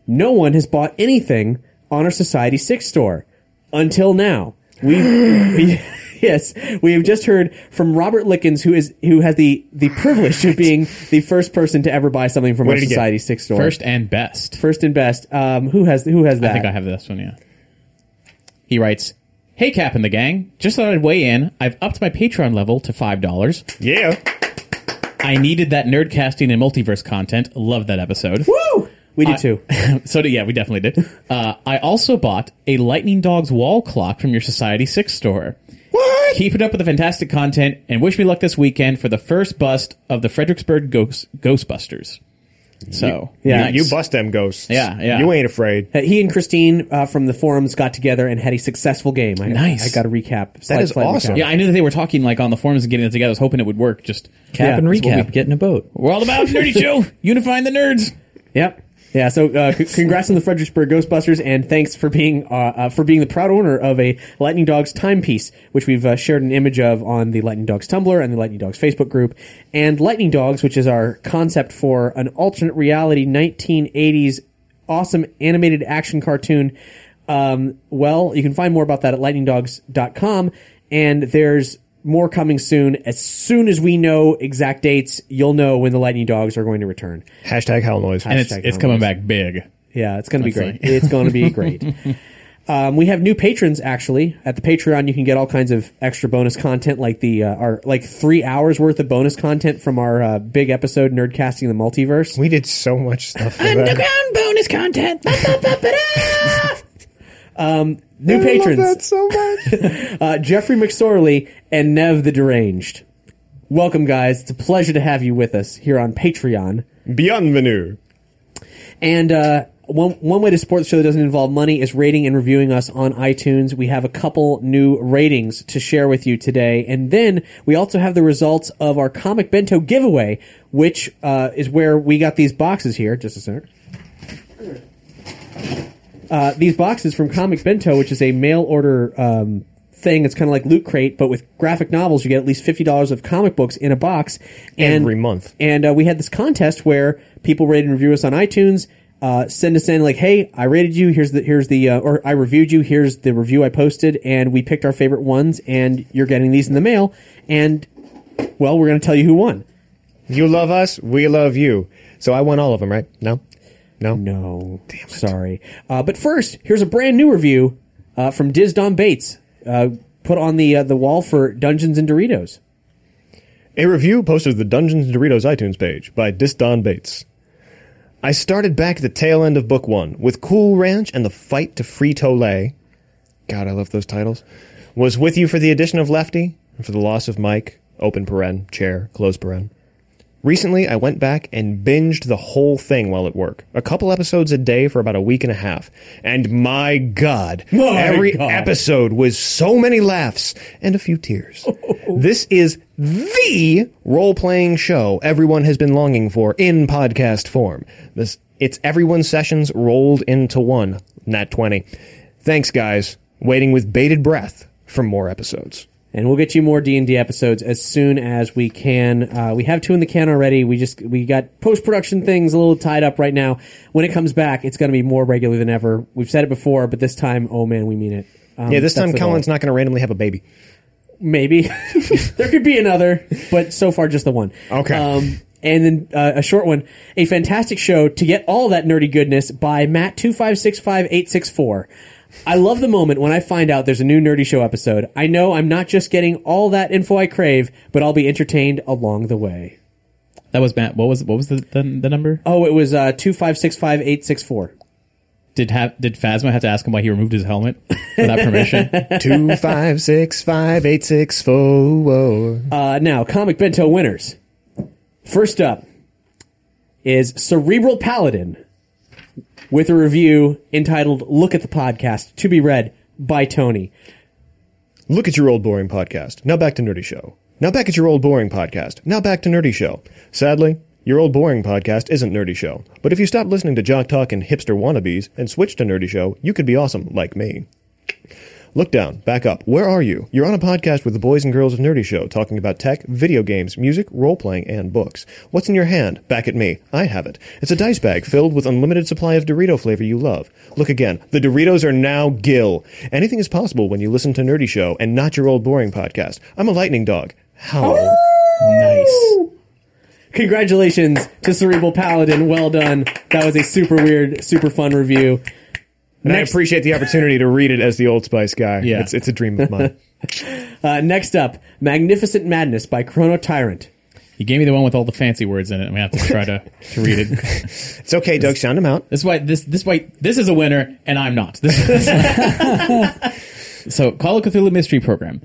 [SPEAKER 2] no one has bought anything on our Society 6 store until now. We've, we <laughs> yes, we have just heard from Robert Lickens, who is who has the the privilege of being the first person to ever buy something from
[SPEAKER 6] Way
[SPEAKER 2] our
[SPEAKER 6] to get-
[SPEAKER 2] Society 6 store.
[SPEAKER 5] First and best.
[SPEAKER 2] First and best. Um, who has who has that?
[SPEAKER 5] I think I have this one, yeah. He writes, Hey Cap and the gang, just thought I'd weigh in. I've upped my Patreon level to $5.
[SPEAKER 6] Yeah.
[SPEAKER 5] I needed that nerdcasting and multiverse content. Love that episode.
[SPEAKER 2] Woo! We do too.
[SPEAKER 5] <laughs> so did, yeah, we definitely did. Uh, I also bought a Lightning Dogs wall clock from your Society Six store. What? Keep it up with the fantastic content, and wish me luck this weekend for the first bust of the Fredericksburg Ghost, Ghostbusters. So
[SPEAKER 2] yeah,
[SPEAKER 6] You bust them ghosts.
[SPEAKER 5] Yeah, yeah.
[SPEAKER 6] You ain't afraid.
[SPEAKER 2] Uh, he and Christine uh, from the forums got together and had a successful game. I,
[SPEAKER 5] Nice.
[SPEAKER 2] I, got a recap. Slight-
[SPEAKER 6] is
[SPEAKER 2] slight
[SPEAKER 6] awesome.
[SPEAKER 2] recap.
[SPEAKER 5] yeah, I knew that they were talking like on the forums and getting it together. I was hoping it would work. Just
[SPEAKER 4] Cap and
[SPEAKER 5] that's what
[SPEAKER 4] recap.
[SPEAKER 5] we-
[SPEAKER 4] Get in a boat.
[SPEAKER 5] We're all about nerdy
[SPEAKER 6] <laughs>
[SPEAKER 5] Joe, unifying the nerds.
[SPEAKER 2] Yep. Yeah. So, uh, c- congrats on the Fredericksburg Ghostbusters, and thanks for being uh, uh, for being the proud owner of a Lightning Dogs timepiece, which we've uh, shared an image of on the Lightning Dogs Tumblr and the Lightning Dogs Facebook group, and Lightning Dogs, which is our concept for an alternate reality 1980s awesome animated action cartoon. Um, well, you can find more about that at lightningdogs.com, and there's more coming soon. As soon as we know exact dates, you'll know when the Lightning Dogs are going to return.
[SPEAKER 6] Hashtag howl noise.
[SPEAKER 5] And it's
[SPEAKER 2] Hashtag
[SPEAKER 5] it's
[SPEAKER 2] Hellboys.
[SPEAKER 5] coming back big.
[SPEAKER 2] Yeah, it's going to be
[SPEAKER 5] That's
[SPEAKER 2] great. It's going to be great. Um, we have new patrons actually at the Patreon. You can get all kinds of extra bonus content, like the uh, our like three hours worth of bonus content from our uh, big episode, Nerdcasting the Multiverse.
[SPEAKER 6] we did so much stuff. for that. <laughs>
[SPEAKER 2] bonus content. <laughs> um, new patrons.
[SPEAKER 6] Love that so much.
[SPEAKER 2] Uh, Jeffrey McSorley and Nev the Deranged. Welcome, guys. It's a pleasure to have you with us here on Patreon.
[SPEAKER 6] Bienvenue.
[SPEAKER 2] And uh, one one way to support the show that doesn't involve money is rating and reviewing us on iTunes. We have a couple new ratings to share with you today, and then we also have the results of our comic bento giveaway, which uh, is where we got these boxes here. Just a second. Uh, these boxes from Comic Bento, which is a mail order um, thing. It's kind of like Loot Crate, but with graphic novels. You get at least fifty dollars of comic books in a box and,
[SPEAKER 6] Every month.
[SPEAKER 2] And uh, we had this contest where people rated and review us on iTunes. Uh, send us in like, hey, I rated you. Here's the here's the uh, or I reviewed you. Here's the review I posted, and we picked our favorite ones. And you're getting these in the mail. And well, we're going to tell you who won.
[SPEAKER 6] You love us. We love you. So I want all of them, right? No. No.
[SPEAKER 2] No, sorry. Uh, but first, here's a brand new review uh, from Diz Don Bates, uh, put on the uh, the wall for Dungeons and Doritos.
[SPEAKER 6] A review posted to the Dungeons and Doritos iTunes page by Disdon Bates. I started back at the tail end of book one with Cool Ranch and the fight to Frito Lay. God, I love those titles. Was with you for the addition of Lefty and for the loss of Mike. Open paren, chair, close paren. Recently, I went back and binged the whole thing while at work, a couple episodes a day for about a week and a half. And my God,
[SPEAKER 2] My
[SPEAKER 6] every
[SPEAKER 2] God.
[SPEAKER 6] episode was so many laughs and a few tears.
[SPEAKER 2] <laughs>
[SPEAKER 6] this is the role playing show everyone has been longing for in podcast form. This, it's everyone's sessions rolled into one, not 20. Thanks, guys. Waiting with bated breath for more episodes.
[SPEAKER 2] and we'll get you more D and D episodes as soon as we can. Uh, we have two in the can already. We just we got post production things a little tied up right now. When it comes back, it's going to be more regular than ever. We've said it before, but this time, oh man, we mean it. Um,
[SPEAKER 6] Yeah, this
[SPEAKER 2] that's
[SPEAKER 6] time
[SPEAKER 2] the
[SPEAKER 6] Colin's not going to randomly have a baby.
[SPEAKER 2] maybe <laughs> there could be another, but so far just the one.
[SPEAKER 6] Okay.
[SPEAKER 2] Um, and then uh, a short one, a fantastic show to get all that nerdy goodness by Matt two five six five eight six four. I love the moment when I find out there's a new nerdy show episode. I know I'm not just getting all that info I crave, but I'll be entertained along the way.
[SPEAKER 5] That was Matt. What was what was the the, the number?
[SPEAKER 2] Oh, it was uh, two five six five eight six four.
[SPEAKER 5] Did have did Phasma have to ask him why he removed his helmet
[SPEAKER 6] <laughs>
[SPEAKER 5] without permission?
[SPEAKER 6] Two five six five eight six four.
[SPEAKER 2] Uh, now, comic bento winners. First up is Cerebral Paladin with a review entitled Look at the Podcast to be read by Tony.
[SPEAKER 6] Look at your old boring podcast. Now back to Nerdy Show. Now back at your old boring podcast. Now back to Nerdy Show. Sadly, your old boring podcast isn't Nerdy Show. But if you stop listening to Jock Talk and hipster wannabes and switch to Nerdy Show, you could be awesome like me. Look down, back up. Where are you? You're on a podcast with the boys and girls of Nerdy Show talking about tech, video games, music, role playing, and books. What's in your hand? Back at me. I have it. It's a dice bag filled with unlimited supply of Dorito flavor you love. Look again. The Doritos are now Gill. Anything is possible when you listen to Nerdy Show and not your old boring podcast. I'm a lightning dog. How?
[SPEAKER 2] Nice. Congratulations to Cerebral Paladin. Well done. That was a super weird, super fun review.
[SPEAKER 6] And
[SPEAKER 2] Next-
[SPEAKER 6] I appreciate the opportunity to read it as the Old Spice guy.
[SPEAKER 5] Yeah.
[SPEAKER 6] It's, it's a dream of mine.
[SPEAKER 2] Uh, next up, Magnificent Madness by Chrono Tyrant.
[SPEAKER 5] You gave me the one with all the fancy words in it. I'm gonna have to try to, to read it. That's
[SPEAKER 6] it's okay, Doug. Sound him out.
[SPEAKER 5] why this this why this is a winner and I'm not. This- <laughs> so Call of Cthulhu Mystery Program.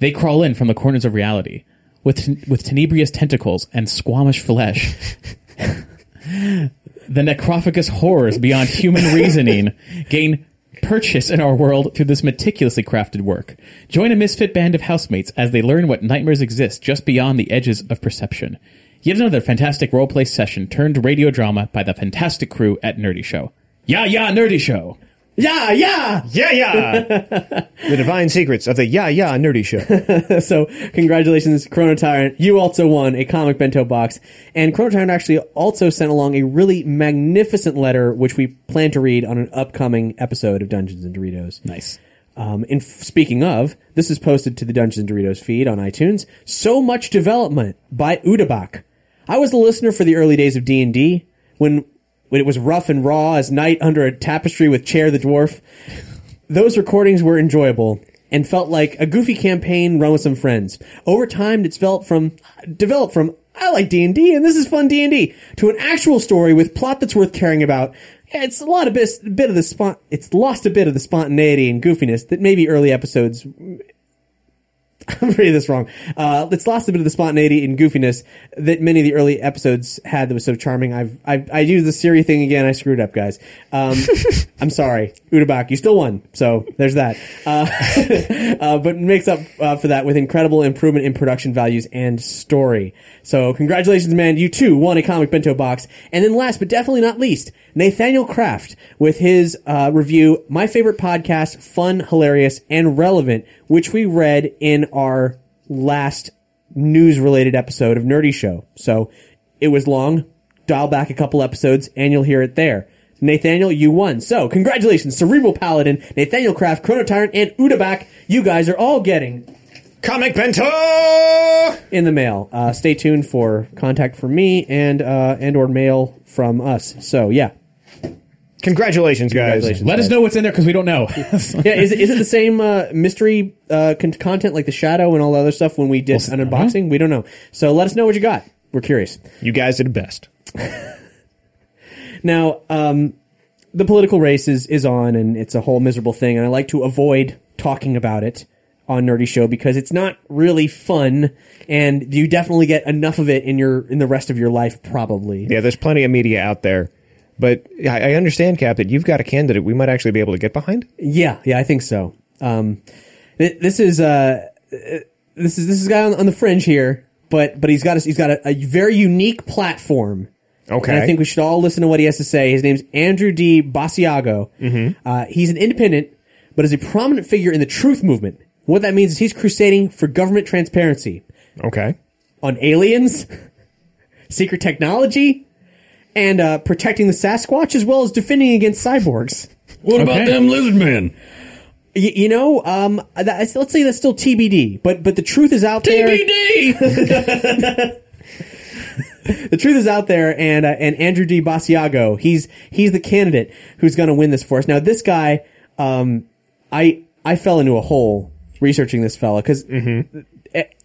[SPEAKER 5] They crawl in from the corners of reality with with tenebrious tentacles and squamish flesh. the necrophagus horrors
[SPEAKER 2] <laughs>
[SPEAKER 5] beyond human reasoning gain purchase in our world through this meticulously crafted work. Join a misfit band of housemates as they learn what nightmares exist just beyond the edges of perception. Yet another fantastic roleplay session turned radio drama by the fantastic crew at Nerdy Show. Yeah, yeah, Nerdy Show.
[SPEAKER 2] Yeah, yeah.
[SPEAKER 6] Yeah, yeah. <laughs> the divine secrets of the Yeah, yeah, Nerdy Show.
[SPEAKER 2] <laughs> So, congratulations, Chrono Tyrant. You also won a comic bento box. And Chrono Tyrant actually also sent along a really magnificent letter, which we plan to read on an upcoming episode of Dungeons and Doritos.
[SPEAKER 5] Nice.
[SPEAKER 2] Um, and f- speaking of, this is posted to the Dungeons and Doritos feed on iTunes. So much development by Udabak. I was a listener for the early days of D and D when when it was rough and raw as night under a tapestry with Chair the dwarf. Those recordings were enjoyable and felt like a goofy campaign run with some friends. Over time, it's felt from developed from I like D and D and this is fun D and D to an actual story with plot that's worth caring about. It's a lot of bit, bit of the spon- It's lost a bit of the spontaneity and goofiness that maybe early episodes <laughs> I'm reading this wrong. Uh, it's lost a bit of the spontaneity and goofiness that many of the early episodes had that was so charming. I've, I've I do the Siri thing again. I screwed up, guys. Um, I'm sorry, Udabak. You still won, so there's that. Uh, uh, but makes up uh, for that with incredible improvement in production values and story. So congratulations, man. You too won a comic bento box. And then last but definitely not least, Nathaniel Kraft with his uh, review, My Favorite Podcast, Fun, Hilarious, and Relevant, which we read in our last news related episode of Nerdy Show. So it was long. Dial back a couple episodes and you'll hear it there. Nathaniel, you won. So, congratulations, Cerebral Paladin, Nathaniel Kraft, Chrono Tyrant, and Udabak. You guys are all getting
[SPEAKER 6] Comic Bento!
[SPEAKER 2] in the mail. Uh, stay tuned for contact from me and uh, and or mail from us. So, yeah,
[SPEAKER 6] Congratulations, guys.
[SPEAKER 2] congratulations.
[SPEAKER 5] Let us know what's in there because we
[SPEAKER 2] <laughs>
[SPEAKER 5] don't know.
[SPEAKER 2] Yeah, is, it- is it the same uh, mystery uh, con- content like the shadow and all the other stuff when we did an unboxing? We don't know. So, let us know what you got. We're curious.
[SPEAKER 6] You guys did the best.
[SPEAKER 2] Now, um, the political race is, is on, and it's a whole miserable thing, and I like to avoid talking about it on Nerdy Show because it's not really fun, and you definitely get enough of it in your in the rest of your life, probably.
[SPEAKER 6] Yeah, there's plenty of media out there. But I, I understand, Cap, that you've got a candidate we might actually be able to get behind.
[SPEAKER 2] Yeah, yeah, I think so. Um, th- this is uh, uh, this is this is a guy on, on the fringe here, but but he's got a, he's got a, a very unique platform.
[SPEAKER 6] Okay.
[SPEAKER 2] and I think we should all listen to what he has to say. His name's Andrew D. Basiago. Uh, he's an independent, but is a prominent figure in the truth movement. What that means is he's crusading for government transparency
[SPEAKER 6] Okay.
[SPEAKER 2] on aliens, <laughs> secret technology, and uh, protecting the Sasquatch as well as defending against cyborgs.
[SPEAKER 4] What about
[SPEAKER 6] Okay.
[SPEAKER 4] them lizard men?
[SPEAKER 2] Y- you know, um, that, let's say that's still TBD, but but the truth is out there.
[SPEAKER 4] TBD.
[SPEAKER 2] The truth is out there, and uh, and Andrew D. Basiago, he's he's the candidate who's going to win this for us. Now, this guy, um, I I fell into a hole researching this fella because
[SPEAKER 6] Mm-hmm.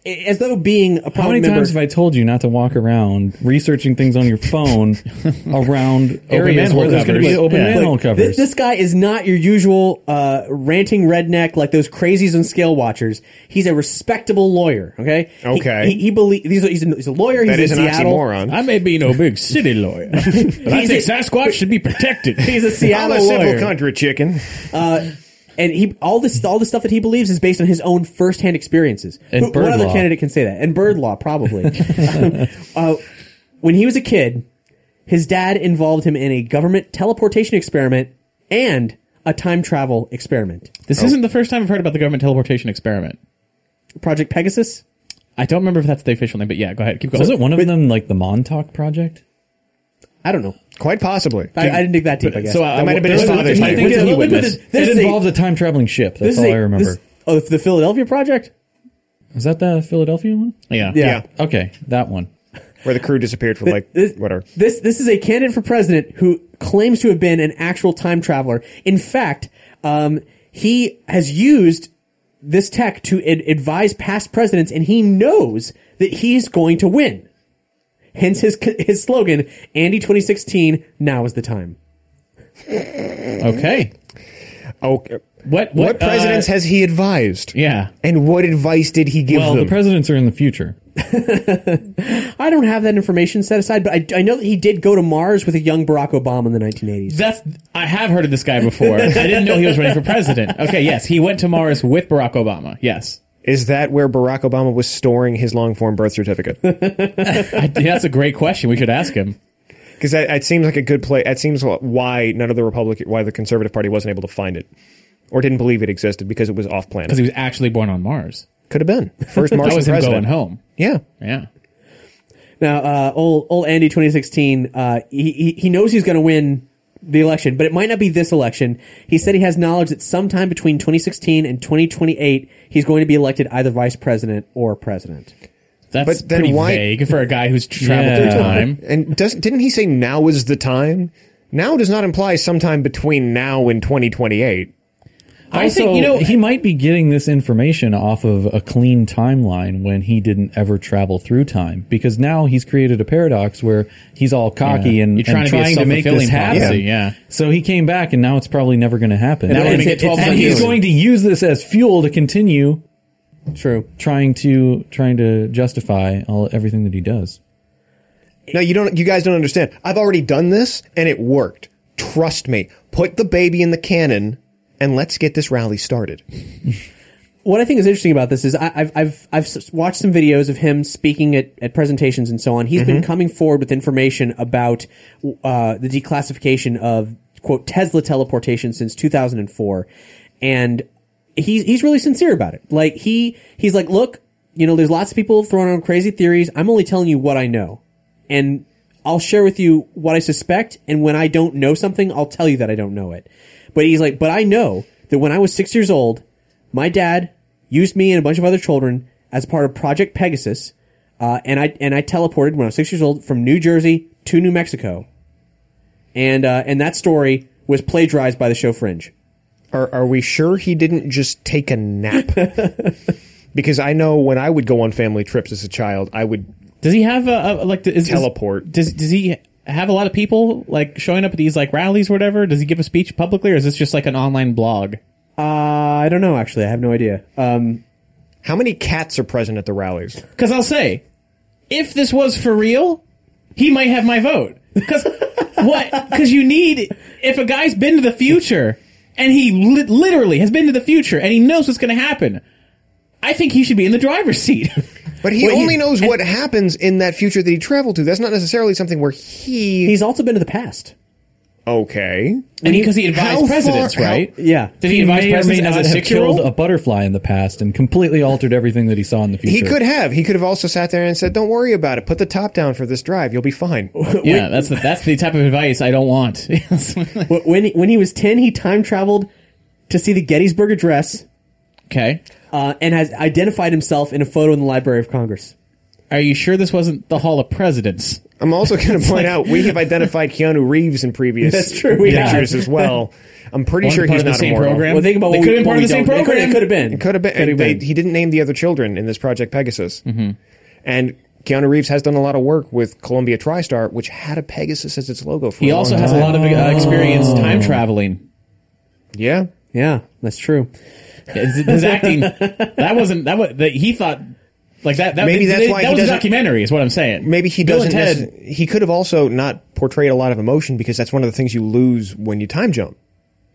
[SPEAKER 2] as though being a
[SPEAKER 4] How many
[SPEAKER 2] prominent member,
[SPEAKER 4] times have I told you not to walk around researching things on your
[SPEAKER 5] <laughs>
[SPEAKER 4] phone around areas
[SPEAKER 5] manhole
[SPEAKER 4] where there's going to be
[SPEAKER 5] covers.
[SPEAKER 4] open
[SPEAKER 5] Yeah.
[SPEAKER 4] manhole
[SPEAKER 2] Like,
[SPEAKER 4] covers?
[SPEAKER 2] This, this guy is not your usual uh, ranting redneck like those crazies and scale watchers. He's a respectable lawyer. Okay. He-
[SPEAKER 6] Okay.
[SPEAKER 2] He, he, believes he's, a- he's, a, he's a lawyer.
[SPEAKER 6] That
[SPEAKER 2] he's
[SPEAKER 6] is
[SPEAKER 2] in
[SPEAKER 6] an
[SPEAKER 2] Seattle.
[SPEAKER 6] oxymoron.
[SPEAKER 5] I may be no big city lawyer,
[SPEAKER 2] <laughs>
[SPEAKER 5] but I
[SPEAKER 2] He's
[SPEAKER 5] think
[SPEAKER 2] a-
[SPEAKER 5] Sasquatch should be protected.
[SPEAKER 2] <laughs> He's
[SPEAKER 6] <laughs>
[SPEAKER 2] a
[SPEAKER 6] I'm
[SPEAKER 2] Seattle
[SPEAKER 6] a simple
[SPEAKER 2] lawyer.
[SPEAKER 6] country chicken.
[SPEAKER 2] and he all this all the stuff that he believes is based on his own firsthand experiences.
[SPEAKER 4] And
[SPEAKER 2] Who-
[SPEAKER 4] bird
[SPEAKER 2] what other
[SPEAKER 4] law.
[SPEAKER 2] candidate can say that? And bird law,
[SPEAKER 4] <laughs>
[SPEAKER 2] probably. Um, uh, when he was a kid, his dad involved him in a government teleportation experiment and a time travel experiment,
[SPEAKER 5] This isn't the first time I've heard about the government teleportation experiment.
[SPEAKER 2] Project Pegasus.
[SPEAKER 5] I don't remember if that's the official name, but yeah, go ahead. Keep going.
[SPEAKER 4] Was it one of them like the Montauk Project?
[SPEAKER 2] I don't know.
[SPEAKER 6] Quite possibly.
[SPEAKER 2] I, I didn't dig that deep. I guess.
[SPEAKER 5] So I
[SPEAKER 6] might have been his
[SPEAKER 5] I-
[SPEAKER 6] father's
[SPEAKER 5] I
[SPEAKER 6] name.
[SPEAKER 5] think
[SPEAKER 6] Look
[SPEAKER 5] it's
[SPEAKER 6] at-
[SPEAKER 5] a
[SPEAKER 2] look at
[SPEAKER 5] witness.
[SPEAKER 2] this- this
[SPEAKER 4] it
[SPEAKER 2] is a-
[SPEAKER 4] involved a time traveling ship. That's all
[SPEAKER 2] is
[SPEAKER 4] I
[SPEAKER 2] a-
[SPEAKER 4] remember.
[SPEAKER 2] this- oh, the Philadelphia Project.
[SPEAKER 4] Is that the Philadelphia one?
[SPEAKER 5] Yeah.
[SPEAKER 6] yeah.
[SPEAKER 4] Okay, that one.
[SPEAKER 6] Where the crew disappeared for like
[SPEAKER 2] This-
[SPEAKER 6] whatever.
[SPEAKER 2] This this is a candidate for president who claims to have been an actual time traveler. In fact, um, he has used this tech to ad- advise past presidents, and he knows that he's going to win. Hence his his slogan: "Andy 2016, now is the time."
[SPEAKER 5] Okay.
[SPEAKER 6] Okay. What,
[SPEAKER 5] What what,
[SPEAKER 6] presidents
[SPEAKER 5] uh,
[SPEAKER 6] has he advised?
[SPEAKER 5] Yeah.
[SPEAKER 6] And what advice did he give
[SPEAKER 4] Well,
[SPEAKER 6] them?
[SPEAKER 4] the presidents are in the future.
[SPEAKER 2] I don't have that information set aside, but I, I know that he did go to Mars with a young Barack Obama in the 1980s.
[SPEAKER 5] That's I have heard of this guy before. I didn't know he was running for president. Okay, yes, he went to Mars with Barack Obama. Yes.
[SPEAKER 6] Is that where Barack Obama was storing his long form birth certificate?
[SPEAKER 5] I, that's a great question. We should ask him.
[SPEAKER 6] Because that, that seems like a good play. That seems why none of the Republican, why the Conservative Party wasn't able to find it or didn't believe it existed because it was off
[SPEAKER 5] Because
[SPEAKER 6] planet.
[SPEAKER 5] he was actually born on Mars.
[SPEAKER 6] Could have been first Martian
[SPEAKER 5] <laughs> that was him
[SPEAKER 6] president.
[SPEAKER 5] going home.
[SPEAKER 6] Yeah,
[SPEAKER 5] Yeah.
[SPEAKER 2] Now, uh, old old Andy 2016, uh, he, he he knows he's going to win the election, but it might not be this election. He said he has knowledge that sometime between 2016 and 2028, he's going to be elected either vice president or president.
[SPEAKER 5] That's
[SPEAKER 6] But then
[SPEAKER 5] pretty
[SPEAKER 6] why-
[SPEAKER 5] vague for a guy who's traveled
[SPEAKER 4] Yeah.
[SPEAKER 5] through time.
[SPEAKER 6] and doesn't didn't he say now is the time? Now does not imply sometime between now and twenty twenty eight.
[SPEAKER 4] I
[SPEAKER 5] think, you know-
[SPEAKER 4] he might be getting this information off of a clean timeline when he didn't ever travel through time because now he's created a paradox where he's all cocky
[SPEAKER 5] Yeah.
[SPEAKER 4] and
[SPEAKER 5] You're trying
[SPEAKER 4] and
[SPEAKER 5] to be a
[SPEAKER 4] trying to make this
[SPEAKER 5] self-fulfilling
[SPEAKER 4] happen.
[SPEAKER 5] prophecy, yeah.
[SPEAKER 4] So he came back and now it's probably never going to happen.
[SPEAKER 5] Now we're
[SPEAKER 4] and
[SPEAKER 5] gonna get 12
[SPEAKER 4] and he's
[SPEAKER 5] million.
[SPEAKER 4] going to use this as fuel to continue
[SPEAKER 2] True.
[SPEAKER 4] trying to trying to justify all everything that he does.
[SPEAKER 6] No, you don't. You guys don't understand. I've already done this and it worked. Trust me. Put the baby in the cannon and let's get this rally started.
[SPEAKER 2] What I think is interesting about this is I, I've I've I've s- watched some videos of him speaking at, at presentations and so on. He's been coming forward with information about uh, the declassification of quote Tesla teleportation since 2004, and he's he's really sincere about it. Like he he's like, look, you know, there's lots of people throwing around crazy theories. I'm only telling you what I know, and I'll share with you what I suspect. And when I don't know something, I'll tell you that I don't know it. But he's like, but I know that when I was six years old, my dad used me and a bunch of other children as part of Project Pegasus, uh, and I and I teleported when I was six years old from New Jersey to New Mexico, and uh, and that story was plagiarized by the show Fringe.
[SPEAKER 6] Are, are we sure he didn't just take a <laughs> nap? because I know when I would go on family trips as a child, I would.
[SPEAKER 5] Does he have a, a like is, is-
[SPEAKER 6] Teleport.
[SPEAKER 5] Does does he have a lot of people like showing up at these like rallies or whatever? Does he give a speech publicly, or is this just like an online blog?
[SPEAKER 2] Uh, I don't know actually. I have no idea. Um,
[SPEAKER 6] How many cats are present at the rallies?
[SPEAKER 5] Because I'll say, if this was for real, he might have my vote. Because what? Because you need if a guy's been to the future and he li- literally has been to the future and he knows what's going to happen. I think he should be in the driver's seat.
[SPEAKER 6] But he
[SPEAKER 5] Well,
[SPEAKER 6] only
[SPEAKER 5] he-
[SPEAKER 6] knows
[SPEAKER 5] and-
[SPEAKER 6] what happens in that future that he traveled to. That's not necessarily something where he.
[SPEAKER 2] He's also been to the past.
[SPEAKER 6] okay.
[SPEAKER 5] <laughs> and because he, advised
[SPEAKER 6] how
[SPEAKER 5] presidents,
[SPEAKER 6] far- how-
[SPEAKER 5] right?
[SPEAKER 2] Yeah.
[SPEAKER 5] Did he, advise
[SPEAKER 4] may or may
[SPEAKER 5] presidents
[SPEAKER 4] not
[SPEAKER 5] as a
[SPEAKER 4] have killed
[SPEAKER 5] six-year-old?
[SPEAKER 4] a butterfly in the past and completely altered everything that he saw in the future.
[SPEAKER 6] He could have. He could have also sat there and said, "Don't worry about it. Put the top down for this drive. You'll be <laughs> fine."
[SPEAKER 5] Yeah, that's the that's the type of advice I don't want. <laughs>
[SPEAKER 2] Wh- When when he was ten, he time traveled to see the Gettysburg Address
[SPEAKER 5] okay.
[SPEAKER 2] uh, and has identified himself in a photo in the Library of Congress.
[SPEAKER 5] Are you sure this wasn't the Hall of Presidents?
[SPEAKER 6] I'm also going to point out we have identified Keanu Reeves in <laughs> previous
[SPEAKER 2] That's true, we have.
[SPEAKER 6] pictures as well. I'm pretty
[SPEAKER 5] Wasn't
[SPEAKER 6] sure
[SPEAKER 5] part
[SPEAKER 6] he's
[SPEAKER 5] of the
[SPEAKER 6] not
[SPEAKER 5] same
[SPEAKER 6] immortal.
[SPEAKER 5] program?
[SPEAKER 2] Well, think about
[SPEAKER 5] They
[SPEAKER 2] what we-
[SPEAKER 5] could've
[SPEAKER 2] what
[SPEAKER 5] been part
[SPEAKER 2] we
[SPEAKER 5] of the same
[SPEAKER 2] don't- it could've-
[SPEAKER 5] program.
[SPEAKER 2] It could have been.
[SPEAKER 6] It could have been.
[SPEAKER 2] Could have
[SPEAKER 6] they-
[SPEAKER 2] been.
[SPEAKER 6] he didn't name the other children in this Project Pegasus.
[SPEAKER 5] Mm-hmm.
[SPEAKER 6] And Keanu Reeves has done a lot of work with Columbia TriStar, which had a Pegasus as its logo for
[SPEAKER 5] He
[SPEAKER 6] a
[SPEAKER 5] also
[SPEAKER 6] long
[SPEAKER 5] has a
[SPEAKER 6] time.
[SPEAKER 5] lot of uh, experience
[SPEAKER 6] Oh.
[SPEAKER 5] time traveling.
[SPEAKER 6] Yeah.
[SPEAKER 2] Yeah, that's true.
[SPEAKER 5] His,
[SPEAKER 6] <laughs>
[SPEAKER 5] his acting that wasn't that was that he thought like that. that
[SPEAKER 6] Maybe
[SPEAKER 5] that-
[SPEAKER 6] that's why
[SPEAKER 5] that
[SPEAKER 6] he
[SPEAKER 5] was a
[SPEAKER 6] doesn't-
[SPEAKER 5] documentary. Is what I'm saying.
[SPEAKER 6] Maybe he
[SPEAKER 5] Bill and
[SPEAKER 6] doesn't.
[SPEAKER 5] Ted-
[SPEAKER 6] nec- he could have also not portrayed a lot of emotion because that's one of the things you lose when you time jump.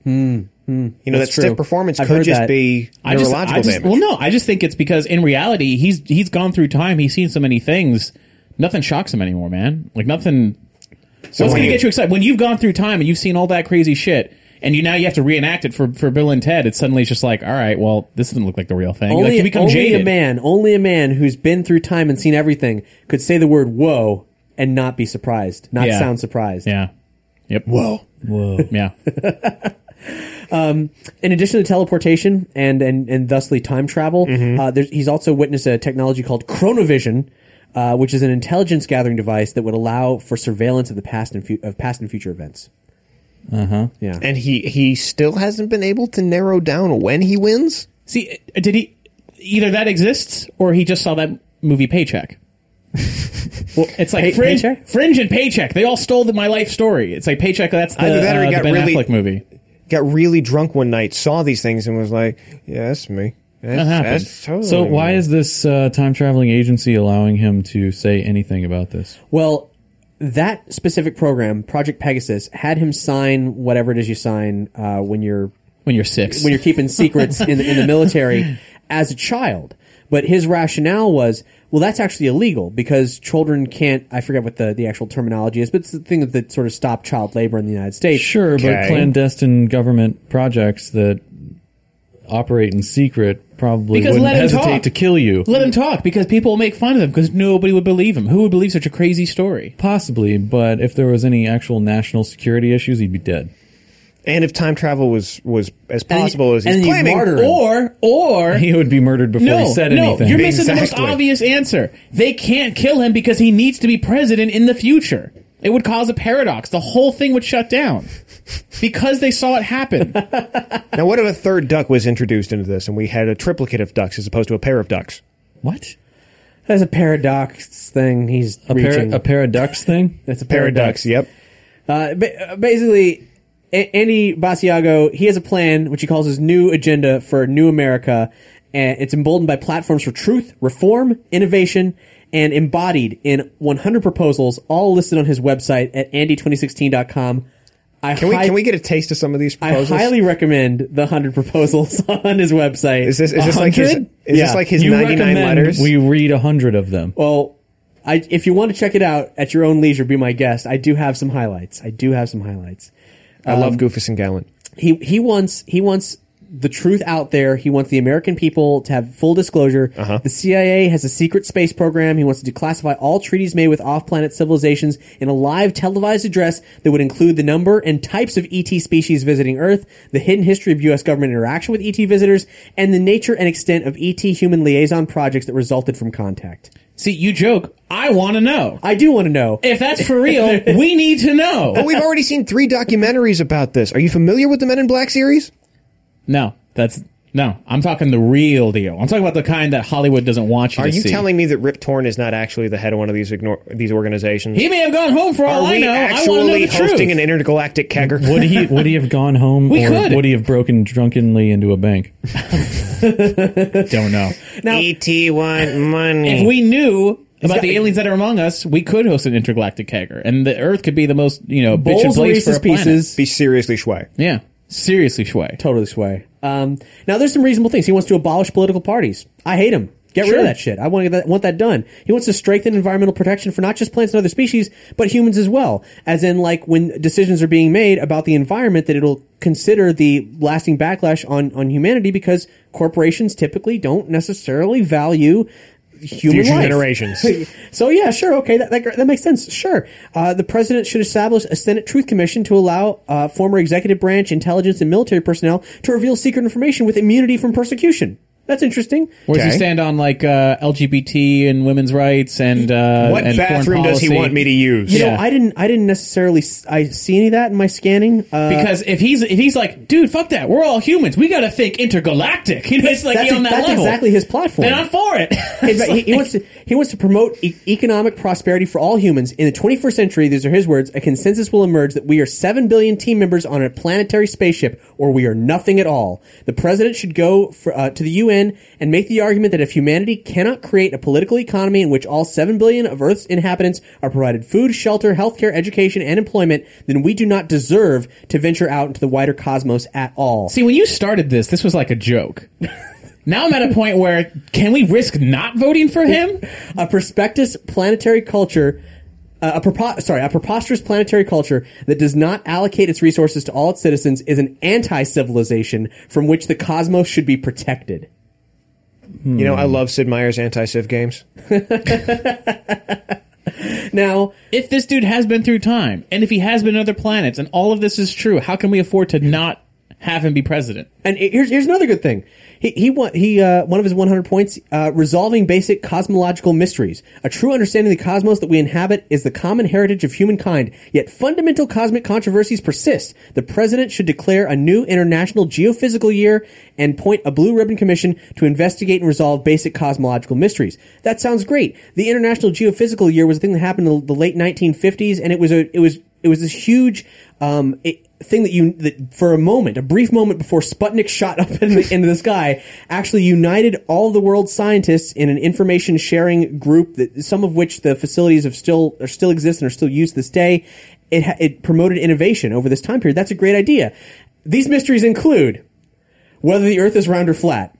[SPEAKER 5] Hmm.
[SPEAKER 6] You know, that
[SPEAKER 2] That's
[SPEAKER 6] stiff
[SPEAKER 2] true.
[SPEAKER 6] performance
[SPEAKER 2] I've
[SPEAKER 6] could
[SPEAKER 2] heard
[SPEAKER 6] just
[SPEAKER 2] that.
[SPEAKER 6] be
[SPEAKER 5] I just,
[SPEAKER 6] neurological
[SPEAKER 5] I just,
[SPEAKER 6] damage.
[SPEAKER 5] well, no, I just think it's because in reality he's he's gone through time. He's seen so many things. Nothing shocks him anymore, man. Like nothing.
[SPEAKER 6] So
[SPEAKER 5] what's
[SPEAKER 6] when
[SPEAKER 5] going to
[SPEAKER 6] you-
[SPEAKER 5] get you excited when you've gone through time and you've seen all that crazy shit, and you now you have to reenact it for for Bill and Ted. It's suddenly just like, all right, well, this doesn't look like the real thing. like
[SPEAKER 2] Only,
[SPEAKER 5] you become
[SPEAKER 2] only
[SPEAKER 5] jaded.
[SPEAKER 2] a man, only a man who's been through time and seen everything could say the word "whoa" and not be surprised, not
[SPEAKER 5] Yeah.
[SPEAKER 2] sound surprised.
[SPEAKER 5] Yeah. Yep. Whoa. Whoa. <laughs> Yeah.
[SPEAKER 2] In addition to teleportation and and, and thusly time travel,
[SPEAKER 5] Mm-hmm.
[SPEAKER 2] uh, there's, he's also witnessed a technology called chronovision, uh, which is an intelligence gathering device that would allow for surveillance of the past and fu- of past and future events.
[SPEAKER 6] and he he still hasn't been able to narrow down when he wins.
[SPEAKER 5] See, uh, did he? Either that exists, or he just saw that movie Paycheck. <laughs> well, it's like
[SPEAKER 2] Pay-
[SPEAKER 5] Fringe,
[SPEAKER 2] Paycheck?
[SPEAKER 5] Fringe and Paycheck. They all stole the, my life story. It's like Paycheck. That's the,
[SPEAKER 6] Either that or he
[SPEAKER 5] uh, the
[SPEAKER 6] got
[SPEAKER 5] Ben
[SPEAKER 6] really-
[SPEAKER 5] Affleck movie.
[SPEAKER 6] Got really drunk one night, saw these things, and was like, "Yeah, that's me." That's,
[SPEAKER 5] That happened.
[SPEAKER 6] that's totally
[SPEAKER 4] So
[SPEAKER 6] me."
[SPEAKER 4] why is this uh, time traveling agency allowing him to say anything about this?
[SPEAKER 2] Well, that specific program, Project Pegasus, had him sign whatever it is you sign uh, when you're
[SPEAKER 5] When you're six,
[SPEAKER 2] when you're keeping secrets in the, in the military as a child. But his rationale was, well, that's actually illegal because children can't. I forget what the, the actual terminology is, but it's the thing that, that sort of stopped child labor in the United States.
[SPEAKER 4] Sure,
[SPEAKER 6] Okay.
[SPEAKER 4] but clandestine government projects that operate in secret probably
[SPEAKER 5] Because
[SPEAKER 4] wouldn't
[SPEAKER 5] let him
[SPEAKER 4] hesitate
[SPEAKER 5] talk.
[SPEAKER 4] to kill you.
[SPEAKER 5] let him talk because people will make fun of him because nobody would believe him. Who would believe such a crazy story?
[SPEAKER 4] Possibly, but if there was any actual national security issues, he'd be dead. <laughs>
[SPEAKER 6] And if time travel was was as possible as he's
[SPEAKER 2] and you
[SPEAKER 6] claiming,
[SPEAKER 2] martyr him.
[SPEAKER 5] Or or
[SPEAKER 4] He would be murdered before
[SPEAKER 5] no,
[SPEAKER 4] he said
[SPEAKER 5] no,
[SPEAKER 4] anything.
[SPEAKER 5] you're missing the
[SPEAKER 6] Exactly.
[SPEAKER 5] most obvious answer. They can't kill him because he needs to be president in the future. It would cause a paradox. The whole thing would shut down because they saw it happen.
[SPEAKER 6] now what if a third duck was introduced into this, and we had a triplicate of ducks as opposed to a pair of ducks?
[SPEAKER 4] what?
[SPEAKER 2] That's a paradox thing. He's
[SPEAKER 4] A
[SPEAKER 2] reaching.
[SPEAKER 4] pair, a pair of ducks
[SPEAKER 5] <laughs>
[SPEAKER 4] thing?
[SPEAKER 2] that's a
[SPEAKER 6] Pair of
[SPEAKER 2] paradox.
[SPEAKER 6] ducks. Yep.
[SPEAKER 2] Uh, ba- uh, basically, a- Andy Basiago he has a plan which he calls his new agenda for New America, and it's emboldened by platforms for truth, reform, innovation, and embodied in 100 proposals, all listed on his website at andy2016.com. I
[SPEAKER 6] Can we
[SPEAKER 2] hi-
[SPEAKER 6] can we get a taste of some of these
[SPEAKER 2] I
[SPEAKER 6] proposals?
[SPEAKER 2] highly recommend the 100 proposals <laughs> on his website. Uh,
[SPEAKER 6] is this is this like his is
[SPEAKER 4] 100?
[SPEAKER 2] Yeah.
[SPEAKER 6] this <laughs> like his
[SPEAKER 4] You
[SPEAKER 6] ninety nine
[SPEAKER 4] recommend
[SPEAKER 6] letters?
[SPEAKER 4] We read a hundred of them.
[SPEAKER 2] Well, I, if you want to check it out at your own leisure, be my guest. I do have some highlights. I do have some highlights.
[SPEAKER 6] I love Goofus and Gallant.
[SPEAKER 2] he he wants he wants the truth out there. He wants the American people to have full disclosure.
[SPEAKER 5] Uh-huh.
[SPEAKER 2] The CIA has a secret space program. He wants to declassify all treaties made with off-planet civilizations in a live televised address that would include the number and types of ET species visiting Earth, the hidden history of U.S. government interaction with ET visitors, and the nature and extent of ET human liaison projects that resulted from contact.
[SPEAKER 5] See, you joke. I want to know.
[SPEAKER 2] I do want to know.
[SPEAKER 5] If that's for
[SPEAKER 4] <laughs>
[SPEAKER 5] real, we need
[SPEAKER 6] But
[SPEAKER 5] to know.
[SPEAKER 6] we've already seen three documentaries about this. Are you familiar with the Men in Black series?
[SPEAKER 5] No, that's no. I'm talking the real deal. I'm talking about the kind that Hollywood doesn't want you
[SPEAKER 6] Are
[SPEAKER 5] to
[SPEAKER 6] you
[SPEAKER 5] see.
[SPEAKER 6] telling me that Rip Torn is not actually the head of one of these ignor- these organizations?
[SPEAKER 5] he may have gone home for
[SPEAKER 6] Are
[SPEAKER 5] all Oh, I
[SPEAKER 6] we
[SPEAKER 5] know. I want to know
[SPEAKER 6] actually
[SPEAKER 5] the
[SPEAKER 6] hosting an <laughs>
[SPEAKER 5] truth.
[SPEAKER 6] intergalactic kegger?
[SPEAKER 4] Would he would he have gone home
[SPEAKER 5] We
[SPEAKER 4] or
[SPEAKER 5] could.
[SPEAKER 4] would he have broken drunkenly into a bank?
[SPEAKER 5] Don't know.
[SPEAKER 2] Now,
[SPEAKER 5] E
[SPEAKER 6] ET want money.
[SPEAKER 5] If we knew about
[SPEAKER 2] got-
[SPEAKER 5] the aliens that are among us, we could host an intergalactic kegger, and the Earth could be the most you know bitch and
[SPEAKER 2] bowls of
[SPEAKER 5] place for
[SPEAKER 2] Reese's
[SPEAKER 5] a planet.
[SPEAKER 2] Pieces.
[SPEAKER 6] be seriously shway.
[SPEAKER 5] Yeah, seriously, Shway.
[SPEAKER 2] Totally sway. Um, now, there's some reasonable things. He wants to abolish political parties. I hate him. Get rid
[SPEAKER 5] Sure.
[SPEAKER 2] of that shit. I want that, want that done. He wants to strengthen environmental protection for not just plants and other species, but humans as well. As in, like, when decisions are being made about the environment, that it'll consider the lasting backlash on, on humanity because corporations typically don't necessarily value human
[SPEAKER 6] Future <laughs>
[SPEAKER 2] life.
[SPEAKER 6] generations.
[SPEAKER 2] <laughs> So yeah, sure, okay, that, that, that makes sense. Sure, uh, the president should establish a Senate Truth Commission to allow uh, former executive branch intelligence and military personnel to reveal secret information with immunity from persecution. That's interesting.
[SPEAKER 5] Where does
[SPEAKER 6] Okay.
[SPEAKER 5] he stand on like uh, LGBT and women's rights and uh,
[SPEAKER 6] what
[SPEAKER 5] and foreign
[SPEAKER 6] bathroom does he
[SPEAKER 5] policy?
[SPEAKER 6] want me to use?
[SPEAKER 2] You
[SPEAKER 5] Yeah.
[SPEAKER 2] know, I didn't, I didn't necessarily s- I see any of that in my scanning. Uh,
[SPEAKER 5] Because if he's if he's like, dude, fuck that, we're all humans, we gotta think intergalactic. <laughs> You know, it's like
[SPEAKER 2] That's
[SPEAKER 5] he on
[SPEAKER 2] ex-
[SPEAKER 5] that
[SPEAKER 2] that's
[SPEAKER 5] level.
[SPEAKER 2] exactly his platform.
[SPEAKER 5] Then I'm for it. <laughs>
[SPEAKER 2] In fact, he, he wants to he wants to promote e- economic prosperity for all humans in the 21st century. These are his words. A consensus will emerge that we are seven billion team members on a planetary spaceship, or we are nothing at all. The president should go for, uh, to the UN and make the argument that if humanity cannot create a political economy in which all seven billion of Earth's inhabitants are provided food, shelter, healthcare, education, and employment, then we do not deserve to venture out into the wider cosmos at all.
[SPEAKER 5] See, when you started this, this was like
[SPEAKER 6] <laughs>
[SPEAKER 5] a joke. Now I'm at a point where can we risk not voting for him?
[SPEAKER 2] a prospectus planetary culture uh, a prepo- sorry a preposterous planetary culture that does not allocate its resources to all its citizens is an anti-civilization from which the cosmos should be protected
[SPEAKER 6] You know, I love Sid Meier's anti-civ games.
[SPEAKER 2] now
[SPEAKER 5] If this dude has been through time, and if he has been on other planets, and all of this is true, how can we afford to not have him be president?
[SPEAKER 2] and it- here's here's another good thing he he wa- he uh, one of his 100 points uh, resolving basic cosmological mysteries a true understanding of the cosmos that we inhabit is the common heritage of humankind yet fundamental cosmic controversies persist the president should declare a new international geophysical year and point a blue ribbon commission to investigate and resolve basic cosmological mysteries that sounds great the international geophysical year was a thing that happened in the late 1950s and it was a it was it was this huge um, it, thing that you that for a moment, a brief moment before Sputnik shot up <laughs> in the, into the sky, actually united all the world's scientists in an information sharing group. That some of which the facilities have still are still exist and are still used this day. It ha- it promoted innovation over this time period. That's a great idea. These mysteries include whether the Earth is round or flat,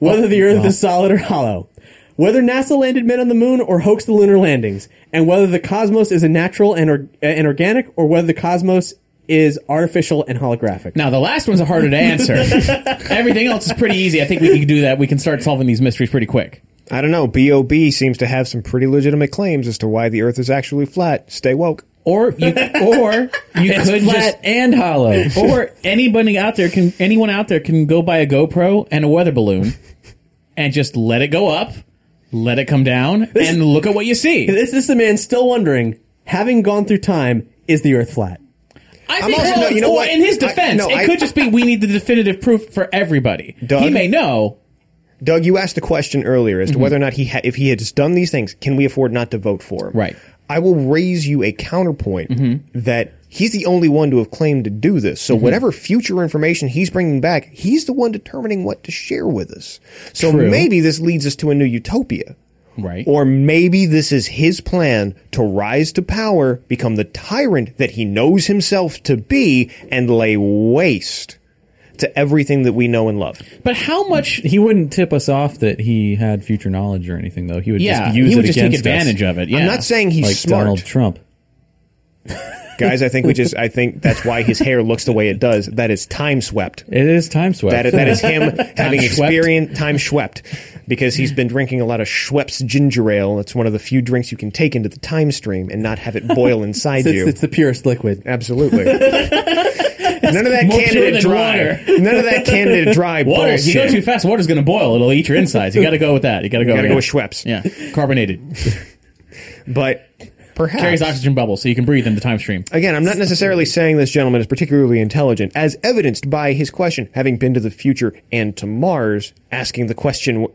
[SPEAKER 2] whether
[SPEAKER 5] Oh,
[SPEAKER 2] the Earth is solid or hollow, whether NASA landed men on the moon or hoaxed the lunar landings, and whether the cosmos is a natural and, or- and organic, or whether the cosmos is artificial and holographic.
[SPEAKER 5] Now the last one's harder to
[SPEAKER 4] <laughs>
[SPEAKER 5] answer. Everything else is pretty easy. I think we can do that. We can start solving these mysteries pretty quick.
[SPEAKER 6] I don't know. Bob seems to have some pretty legitimate claims as to why the Earth is actually flat. Stay woke.
[SPEAKER 5] Or you, or you could
[SPEAKER 4] flat
[SPEAKER 5] just
[SPEAKER 4] and hollow.
[SPEAKER 5] or anybody out there can anyone out there can go buy a GoPro and a weather balloon and just let it go up, let it come down, and look at what you see.
[SPEAKER 2] This is the man still wondering, having gone through time, is the Earth flat?
[SPEAKER 5] I
[SPEAKER 6] I'm
[SPEAKER 5] think
[SPEAKER 6] also-
[SPEAKER 5] well,
[SPEAKER 6] no, you know
[SPEAKER 5] or
[SPEAKER 6] what?
[SPEAKER 5] in his
[SPEAKER 6] I-
[SPEAKER 5] defense,
[SPEAKER 6] no,
[SPEAKER 5] it
[SPEAKER 6] I-
[SPEAKER 5] could just be we need the definitive proof for everybody.
[SPEAKER 6] Doug?
[SPEAKER 5] He may know.
[SPEAKER 6] Doug, you asked a question earlier
[SPEAKER 5] Mm-hmm.
[SPEAKER 6] as to whether or not he ha- if he has done these things, can we afford not to vote for him?
[SPEAKER 5] Right. Mm-hmm.
[SPEAKER 6] I will raise you a counterpoint that he's the only one to have claimed to do this. So whatever future information he's bringing back, he's the one determining what to share with us. So
[SPEAKER 5] True.
[SPEAKER 6] maybe this leads us to a new utopia.
[SPEAKER 5] Right.
[SPEAKER 6] Or maybe this is his plan to rise to power, become the tyrant that he knows himself to be, and lay waste to everything that we know and love.
[SPEAKER 5] But how much
[SPEAKER 4] He wouldn't tip us off that he had future knowledge or anything, though. He would
[SPEAKER 5] yeah,
[SPEAKER 4] just use
[SPEAKER 5] he would
[SPEAKER 4] it
[SPEAKER 5] just take
[SPEAKER 4] against
[SPEAKER 5] advantage
[SPEAKER 4] us,
[SPEAKER 5] of it. Yeah.
[SPEAKER 6] I'm not saying he's
[SPEAKER 4] like
[SPEAKER 6] smart.
[SPEAKER 4] Donald Trump.
[SPEAKER 6] Guys, I think we just I think that's why his hair looks the way it does. That is time swept.
[SPEAKER 4] It is time swept.
[SPEAKER 6] That is, that is him having
[SPEAKER 5] <laughs> Time swept.
[SPEAKER 6] experience time swept because he's been drinking a lot of Schweppes ginger ale. It's one of the few drinks you can take into the time stream and not have it
[SPEAKER 5] <laughs>
[SPEAKER 6] boil inside
[SPEAKER 2] It's,
[SPEAKER 6] you.
[SPEAKER 2] it's the purest liquid.
[SPEAKER 6] Absolutely. None of that
[SPEAKER 5] More pure
[SPEAKER 6] candidate
[SPEAKER 5] than
[SPEAKER 6] dry. None of that candidate dry
[SPEAKER 5] <laughs> Water, if you
[SPEAKER 6] bullshit.
[SPEAKER 5] go too fast, water's going to boil. It'll eat your insides. You got to go with that. You got to go.
[SPEAKER 6] You gotta go
[SPEAKER 5] yeah.
[SPEAKER 6] with Schweppes. <laughs>
[SPEAKER 5] Yeah, carbonated
[SPEAKER 6] but perhaps
[SPEAKER 5] carries oxygen bubbles, so you can breathe in the time stream.
[SPEAKER 6] Again, I'm not necessarily saying this gentleman is particularly intelligent, as evidenced by his question, having been to the future and to Mars, asking the question.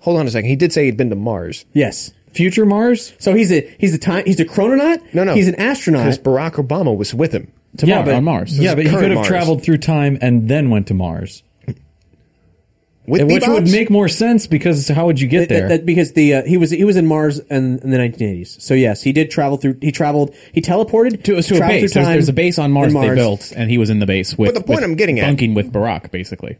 [SPEAKER 6] Hold on a second. He did say he'd been to Mars.
[SPEAKER 2] Yes.
[SPEAKER 4] Future Mars?
[SPEAKER 2] So he's a he's a time he's a chrononaut.
[SPEAKER 6] No, no.
[SPEAKER 2] He's an astronaut.
[SPEAKER 6] Because Barack Obama was with him.
[SPEAKER 5] Tomorrow
[SPEAKER 4] yeah, but,
[SPEAKER 5] on Mars.
[SPEAKER 4] Yeah, but he
[SPEAKER 6] Current
[SPEAKER 4] could have
[SPEAKER 6] Mars.
[SPEAKER 4] traveled through time and then went to Mars.
[SPEAKER 6] With
[SPEAKER 4] which would
[SPEAKER 6] Bebops?
[SPEAKER 4] make more sense because how would you get
[SPEAKER 2] That-
[SPEAKER 4] there?
[SPEAKER 2] that- because the uh, he was he was in Mars in, in the 1980s. So yes, he did travel through. He traveled. He teleported
[SPEAKER 5] to, to a
[SPEAKER 2] traveled
[SPEAKER 5] base.
[SPEAKER 2] through
[SPEAKER 5] There's,
[SPEAKER 2] time
[SPEAKER 5] there's a base on Mars,
[SPEAKER 2] in
[SPEAKER 5] they built, and he was in the base with.
[SPEAKER 6] But the point
[SPEAKER 5] with
[SPEAKER 6] I'm getting at-
[SPEAKER 5] bunking with Barack basically.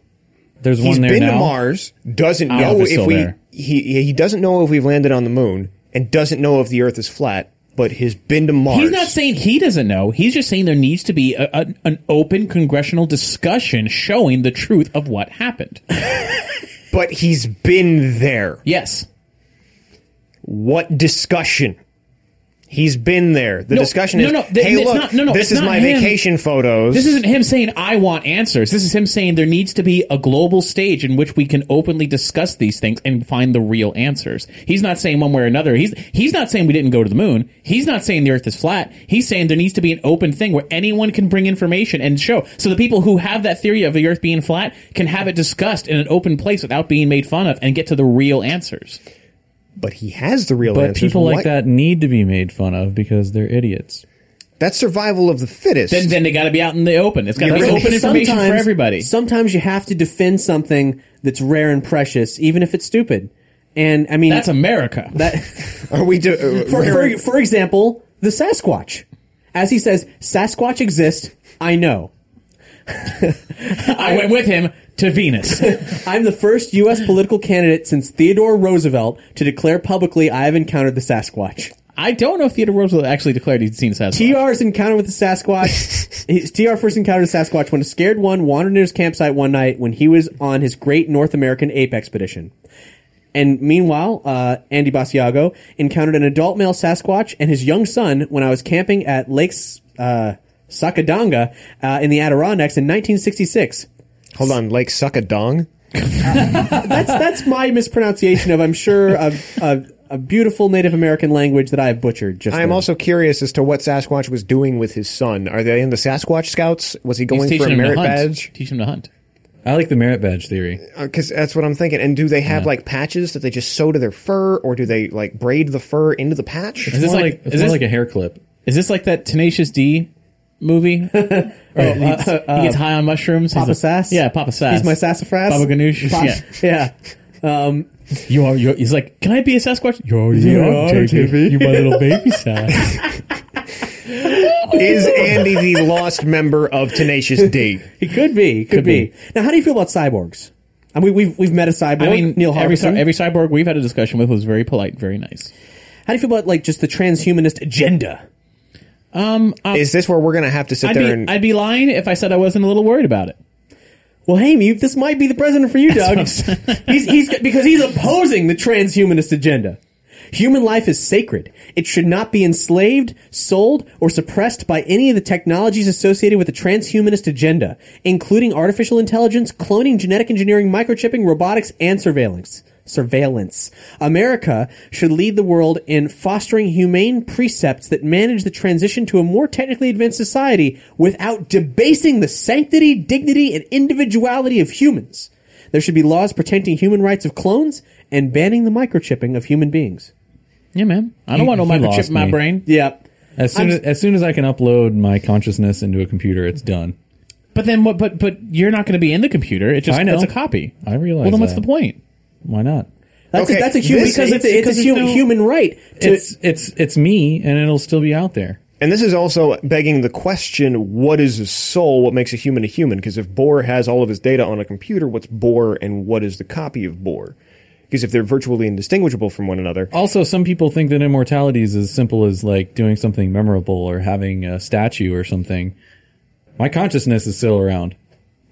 [SPEAKER 4] There's
[SPEAKER 6] He's
[SPEAKER 4] one there
[SPEAKER 6] been
[SPEAKER 4] now.
[SPEAKER 6] to Mars, doesn't
[SPEAKER 5] I don't know
[SPEAKER 6] know
[SPEAKER 5] if it's
[SPEAKER 6] if
[SPEAKER 5] still
[SPEAKER 6] we
[SPEAKER 5] there.
[SPEAKER 6] he he doesn't know if we've landed on the moon, and doesn't know if the Earth is flat, but has been to Mars.
[SPEAKER 5] He's not saying he doesn't know. He's just saying there needs to be a, a, an open congressional discussion showing the truth of what happened.
[SPEAKER 6] but he's been there.
[SPEAKER 5] Yes.
[SPEAKER 6] What discussion? He's been there. The
[SPEAKER 5] No,
[SPEAKER 6] discussion
[SPEAKER 5] no,
[SPEAKER 6] is
[SPEAKER 5] no, th-
[SPEAKER 6] hey,
[SPEAKER 5] it's
[SPEAKER 6] look,
[SPEAKER 5] not- no, no,
[SPEAKER 6] this
[SPEAKER 5] it's
[SPEAKER 6] is
[SPEAKER 5] not
[SPEAKER 6] my
[SPEAKER 5] him.
[SPEAKER 6] vacation photos.
[SPEAKER 5] This isn't him saying, I want answers. This is him saying there needs to be a global stage in which we can openly discuss these things and find the real answers. He's not saying one way or another. He's, he's not saying we didn't go to the moon. He's not saying the earth is flat. He's saying there needs to be an open thing where anyone can bring information and show. So the people who have that theory of the earth being flat can have it discussed in an open place without being made fun of and get to the real answers.
[SPEAKER 6] but he has the real
[SPEAKER 4] But
[SPEAKER 6] answers.
[SPEAKER 4] people
[SPEAKER 6] What-
[SPEAKER 4] like that need to be made fun of because they're idiots.
[SPEAKER 6] That's survival of the fittest.
[SPEAKER 5] Then, then they gotta be out in the open. It's gotta
[SPEAKER 6] You're
[SPEAKER 5] be
[SPEAKER 6] right.
[SPEAKER 5] open information for
[SPEAKER 2] Sometimes-
[SPEAKER 5] everybody.
[SPEAKER 2] Sometimes you have to defend something that's rare and precious, even if it's stupid. And I mean,
[SPEAKER 5] That's America.
[SPEAKER 2] that.
[SPEAKER 6] Are we do? uh,
[SPEAKER 2] For, for, for example, the Sasquatch. As he says, Sasquatch exists. I know.
[SPEAKER 5] <laughs> I went with him to Venus.
[SPEAKER 2] I'm the first U.S. political candidate since Theodore Roosevelt to declare publicly I have encountered the Sasquatch.
[SPEAKER 5] I don't know if Theodore Roosevelt actually declared he'd seen Sasquatch.
[SPEAKER 2] TR's encounter with the Sasquatch. his TR first encounter with Sasquatch when a scared one wandered into his campsite one night when he was on his great North American ape expedition. And meanwhile, uh, Andy Basiago encountered an adult male Sasquatch and his young son when I was camping at Lake uh, Sakadanga uh, in the Adirondacks in 1966.
[SPEAKER 6] Hold on, Lake Suckadong.
[SPEAKER 2] That's that's my mispronunciation of I'm sure a, a, a beautiful Native American language that I have butchered. Just
[SPEAKER 6] I am
[SPEAKER 2] now.
[SPEAKER 6] also curious as to what Sasquatch was doing with his son. Are they in the Sasquatch Scouts? Was he
[SPEAKER 5] He's
[SPEAKER 6] going for
[SPEAKER 5] teaching
[SPEAKER 6] a
[SPEAKER 5] him
[SPEAKER 6] merit
[SPEAKER 5] to hunt.
[SPEAKER 6] badge?
[SPEAKER 5] Teach him to hunt.
[SPEAKER 4] I like the merit badge theory.
[SPEAKER 6] Because that's what I'm thinking. And do they have like patches that they just sew to their fur, or do they like braid the fur into the patch?
[SPEAKER 5] Is this
[SPEAKER 4] More
[SPEAKER 5] like,
[SPEAKER 4] like, it's
[SPEAKER 5] is
[SPEAKER 4] more
[SPEAKER 5] this
[SPEAKER 4] like a hair clip.
[SPEAKER 5] is this like that Tenacious D movie? oh, he, gets, he gets high on mushrooms.
[SPEAKER 2] Papa
[SPEAKER 5] He's a-
[SPEAKER 2] Sass.
[SPEAKER 5] Yeah, Papa Sass.
[SPEAKER 2] He's my sassafras.
[SPEAKER 5] Baba Ganoush.
[SPEAKER 2] Pop-
[SPEAKER 5] yeah.
[SPEAKER 2] yeah. Um,
[SPEAKER 5] You are, you he's like, can I be a Sasquatch? You already are, JP. You my little baby Sass.
[SPEAKER 4] <laughs>
[SPEAKER 6] Is Andy the lost member of Tenacious D?
[SPEAKER 2] He could be. He Could,
[SPEAKER 5] Could
[SPEAKER 2] be.
[SPEAKER 5] be.
[SPEAKER 2] Now, how do you feel about cyborgs? I mean, we've we've met a cyborg.
[SPEAKER 5] I mean,
[SPEAKER 2] Neil
[SPEAKER 5] every,
[SPEAKER 2] Harbison.
[SPEAKER 5] cy- every cyborg we've had a discussion with was very polite, very nice.
[SPEAKER 2] how do you feel about like just the transhumanist agenda?
[SPEAKER 6] Is this where we're gonna have to sit
[SPEAKER 5] I'd
[SPEAKER 6] there
[SPEAKER 5] be,
[SPEAKER 6] and
[SPEAKER 5] I'd be lying if I said I wasn't a little worried about it.
[SPEAKER 2] Well, hey, you, this might be the president for you, Doug.
[SPEAKER 5] That's what I'm saying.
[SPEAKER 2] <laughs> he's he's because he's opposing the transhumanist agenda. Human life is sacred. It should not be enslaved, sold, or suppressed by any of the technologies associated with the transhumanist agenda, including artificial intelligence, cloning, genetic engineering, microchipping, robotics, and surveillance. Surveillance. America should lead the world in fostering humane precepts that manage the transition to a more technically advanced society without debasing the sanctity, dignity, and individuality of humans. There should be laws protecting human rights of clones and banning the microchipping of human beings.
[SPEAKER 5] Yeah, man. I don't want no
[SPEAKER 4] he
[SPEAKER 5] microchip
[SPEAKER 4] lost
[SPEAKER 5] in my
[SPEAKER 4] me.
[SPEAKER 5] brain.
[SPEAKER 2] Yeah.
[SPEAKER 4] As soon as, as soon as I can upload my consciousness into a computer, it's done.
[SPEAKER 5] But then what? But but you're not going to be in the computer. It just
[SPEAKER 4] I know.
[SPEAKER 5] it's a copy.
[SPEAKER 4] I realize
[SPEAKER 5] Well, then what's
[SPEAKER 4] that.
[SPEAKER 5] the point?
[SPEAKER 4] Why not?
[SPEAKER 2] That's
[SPEAKER 6] Okay,
[SPEAKER 2] a, that's a human
[SPEAKER 6] this-
[SPEAKER 2] because it's, a, it's
[SPEAKER 5] because
[SPEAKER 2] a
[SPEAKER 5] it's
[SPEAKER 2] human,
[SPEAKER 5] no-
[SPEAKER 2] human right. To,
[SPEAKER 4] It's it's it's me, and it'll still be out there.
[SPEAKER 6] And this is also begging the question what is a soul? What makes a human a human? Because if Bohr has all of his data on a computer, what's Bohr and what is the copy of Bohr? Because if they're virtually indistinguishable from one another,
[SPEAKER 4] Also, some people think that immortality is as simple as like doing something memorable or having a statue or something. My consciousness is still around.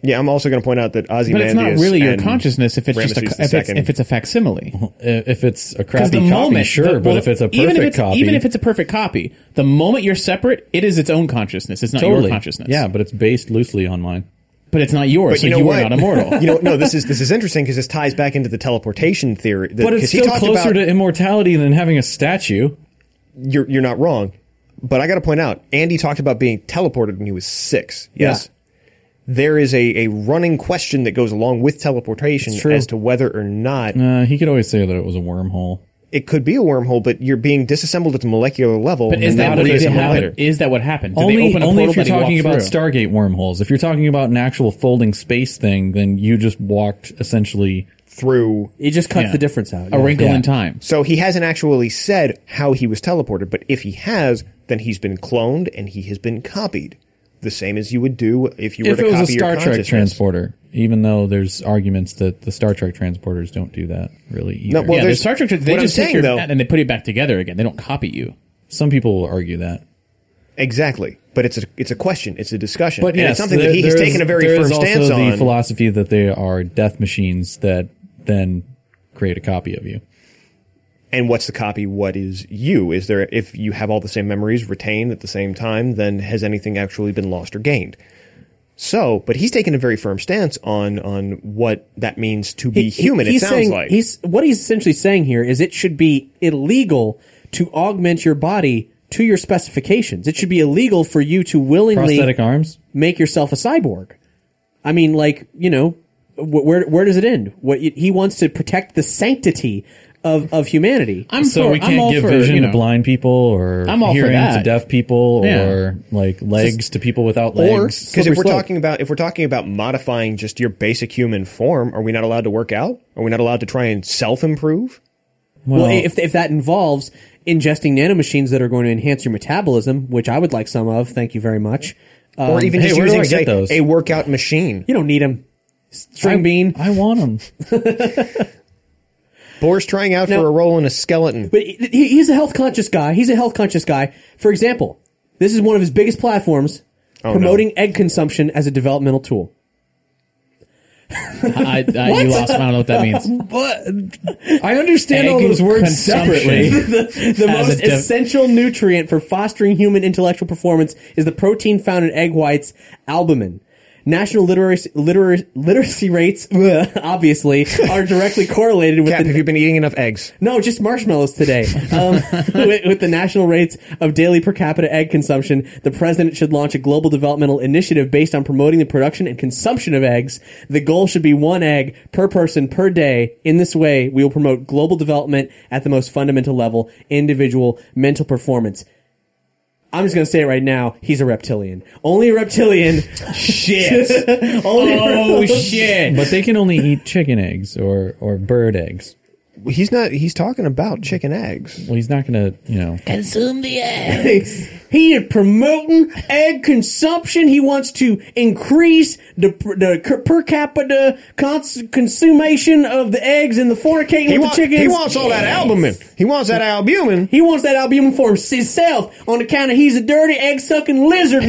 [SPEAKER 6] yeah, I'm also going to point out that
[SPEAKER 5] But
[SPEAKER 6] Ozymandias
[SPEAKER 5] it's not really your
[SPEAKER 6] and
[SPEAKER 5] consciousness if it's just a,
[SPEAKER 6] Ramesses
[SPEAKER 5] if it's,
[SPEAKER 6] II.
[SPEAKER 5] if it's a facsimile.
[SPEAKER 4] I- If it's a
[SPEAKER 5] Because
[SPEAKER 4] crappy
[SPEAKER 5] the
[SPEAKER 4] copy,
[SPEAKER 5] moment,
[SPEAKER 4] sure,
[SPEAKER 5] the-
[SPEAKER 4] but
[SPEAKER 5] well,
[SPEAKER 4] if it's a perfect
[SPEAKER 5] even if it's,
[SPEAKER 4] copy,
[SPEAKER 5] even if it's a perfect copy, the moment you're separate, it is its own consciousness. It's not
[SPEAKER 4] totally,
[SPEAKER 5] your consciousness.
[SPEAKER 4] yeah, but it's based loosely on mine.
[SPEAKER 5] but it's not yours.
[SPEAKER 6] But
[SPEAKER 5] so
[SPEAKER 6] you know
[SPEAKER 5] you
[SPEAKER 6] what?
[SPEAKER 5] are not
[SPEAKER 6] <laughs>
[SPEAKER 5] immortal.
[SPEAKER 6] you know, no, this is this is interesting because this ties back into the teleportation theory. that-
[SPEAKER 4] But it's
[SPEAKER 6] 'cause he
[SPEAKER 4] still
[SPEAKER 6] talked
[SPEAKER 4] closer
[SPEAKER 6] about-
[SPEAKER 4] to immortality than having a statue.
[SPEAKER 6] you're you're not wrong. But I got to point out, Andy talked about being teleported when he was six. Yes. There is a, a running question that goes along with teleportation as to whether or not
[SPEAKER 4] Uh, he could always say that it was a wormhole.
[SPEAKER 6] it could be a wormhole, but you're being disassembled at the molecular level.
[SPEAKER 5] But is that
[SPEAKER 6] not
[SPEAKER 5] what
[SPEAKER 6] at
[SPEAKER 5] did
[SPEAKER 6] the
[SPEAKER 4] disassembled
[SPEAKER 5] happen?
[SPEAKER 4] layer.
[SPEAKER 5] Is that what happened? Did
[SPEAKER 4] only
[SPEAKER 5] they open a
[SPEAKER 4] only if you're
[SPEAKER 5] portal that he walked
[SPEAKER 4] talking about
[SPEAKER 5] through?
[SPEAKER 4] Stargate wormholes. If you're talking about an actual folding space thing, then you just walked essentially.
[SPEAKER 6] through.
[SPEAKER 2] It just cuts
[SPEAKER 5] Yeah.
[SPEAKER 2] the difference out.
[SPEAKER 5] A
[SPEAKER 2] yeah.
[SPEAKER 5] Wrinkle in Time.
[SPEAKER 6] So he hasn't actually said how he was teleported, but if he has, then he's been cloned and he has been copied. The same as you would do if you were
[SPEAKER 4] If
[SPEAKER 6] to
[SPEAKER 4] it was
[SPEAKER 6] copy
[SPEAKER 4] a Star
[SPEAKER 6] your
[SPEAKER 4] Trek
[SPEAKER 6] consciousness.
[SPEAKER 4] transporter, even though there's arguments that the Star Trek transporters don't do that really
[SPEAKER 6] No,
[SPEAKER 4] either.
[SPEAKER 6] well,
[SPEAKER 5] yeah, the
[SPEAKER 6] there's-
[SPEAKER 5] Star Trek. They
[SPEAKER 6] what I'm
[SPEAKER 5] just take
[SPEAKER 6] saying,
[SPEAKER 5] your
[SPEAKER 6] though-
[SPEAKER 5] and they put it back together again. They don't copy you.
[SPEAKER 4] Some people will argue that.
[SPEAKER 6] Exactly, but it's a it's a question, it's a discussion,
[SPEAKER 4] But
[SPEAKER 6] and
[SPEAKER 4] yes,
[SPEAKER 6] it's something
[SPEAKER 4] there-
[SPEAKER 6] that he has
[SPEAKER 4] there is-
[SPEAKER 6] taken a very
[SPEAKER 4] there
[SPEAKER 6] firm
[SPEAKER 4] is also
[SPEAKER 6] stance
[SPEAKER 4] the
[SPEAKER 6] on.
[SPEAKER 4] philosophy that they are death machines that then create a copy of you.
[SPEAKER 6] and what's the copy? What is you? Is there if you have all the same memories retained at the same time, then has anything actually been lost or gained? So, but he's taken a very firm stance on on what that means to be
[SPEAKER 2] He- he-
[SPEAKER 6] human. it
[SPEAKER 2] he's
[SPEAKER 6] sounds
[SPEAKER 2] saying,
[SPEAKER 6] like
[SPEAKER 2] he's what he's essentially saying here is it should be illegal to augment your body to your specifications. It should be illegal for you to willingly
[SPEAKER 4] Prosthetic arms.
[SPEAKER 2] make yourself a cyborg. I mean, like you know, wh- where where does it end? What he wants to protect the sanctity of of humanity.
[SPEAKER 5] I'm
[SPEAKER 4] so
[SPEAKER 5] for,
[SPEAKER 4] we
[SPEAKER 5] I'm all
[SPEAKER 4] can't give
[SPEAKER 5] for,
[SPEAKER 4] vision
[SPEAKER 5] you know,
[SPEAKER 4] to blind people or
[SPEAKER 5] I'm all for
[SPEAKER 4] hearing
[SPEAKER 5] that.
[SPEAKER 4] to deaf people
[SPEAKER 5] Yeah.
[SPEAKER 4] or like legs to people without
[SPEAKER 6] or
[SPEAKER 4] legs.
[SPEAKER 6] because if
[SPEAKER 4] Slippery
[SPEAKER 6] we're
[SPEAKER 4] slope.
[SPEAKER 6] talking about if we're talking about modifying just your basic human form, are we not allowed to work out? Are we not allowed to try and self improve?
[SPEAKER 2] Well, if, if that involves ingesting nanomachines that are going to enhance your metabolism, which I would like some of, thank you very much. Um,
[SPEAKER 6] or even
[SPEAKER 4] hey,
[SPEAKER 6] just
[SPEAKER 4] where do
[SPEAKER 6] using
[SPEAKER 4] I get
[SPEAKER 6] say,
[SPEAKER 4] those?
[SPEAKER 6] a workout machine?
[SPEAKER 2] you don't need them. String bean.
[SPEAKER 4] I want them.
[SPEAKER 6] Boris trying out
[SPEAKER 2] Now-
[SPEAKER 6] for a role in a skeleton.
[SPEAKER 2] But he- he, he's a health conscious guy. He's a health conscious guy. For example, this is one of his biggest platforms
[SPEAKER 6] Oh,
[SPEAKER 2] promoting egg consumption as a developmental tool.
[SPEAKER 5] <laughs> I, I, you lost. I don't know what that
[SPEAKER 4] <laughs>
[SPEAKER 5] means.
[SPEAKER 2] <laughs>
[SPEAKER 4] I understand all
[SPEAKER 5] Egg
[SPEAKER 4] those words
[SPEAKER 5] consumption. <laughs>
[SPEAKER 4] separately.
[SPEAKER 2] The
[SPEAKER 5] As
[SPEAKER 2] most
[SPEAKER 5] a dev-
[SPEAKER 2] essential nutrient for fostering human intellectual performance is the protein found in egg whites, albumin. National literacy, literary, literacy rates, <laughs> obviously, are directly correlated with
[SPEAKER 6] Cap,
[SPEAKER 2] the
[SPEAKER 6] have you been eating enough eggs?
[SPEAKER 2] No, just marshmallows today. Um, with, with the national rates of daily per capita egg consumption, the president should launch a global developmental initiative based on promoting the production and consumption of eggs. The goal should be one egg per person per day. In this way, we will promote global development at the most fundamental level, individual mental performance. I'm just gonna say it right now. He's a reptilian. Only a reptilian.
[SPEAKER 5] Shit.
[SPEAKER 2] Only <laughs>
[SPEAKER 5] oh shit.
[SPEAKER 4] but they can only eat chicken eggs or, or bird eggs.
[SPEAKER 6] He's not. He's talking about chicken eggs.
[SPEAKER 4] Well, he's not going to, you know.
[SPEAKER 7] Consume the egg.
[SPEAKER 2] <coughs> He is promoting egg consumption. He wants to increase the, per- the c- per capita cons- consumation of the eggs and the fornicating
[SPEAKER 6] He, wa-
[SPEAKER 2] with the chickens.
[SPEAKER 6] he wants all that albumin. He wants that albumin.
[SPEAKER 2] He wants that albumin for himself on account of he's a dirty egg sucking lizard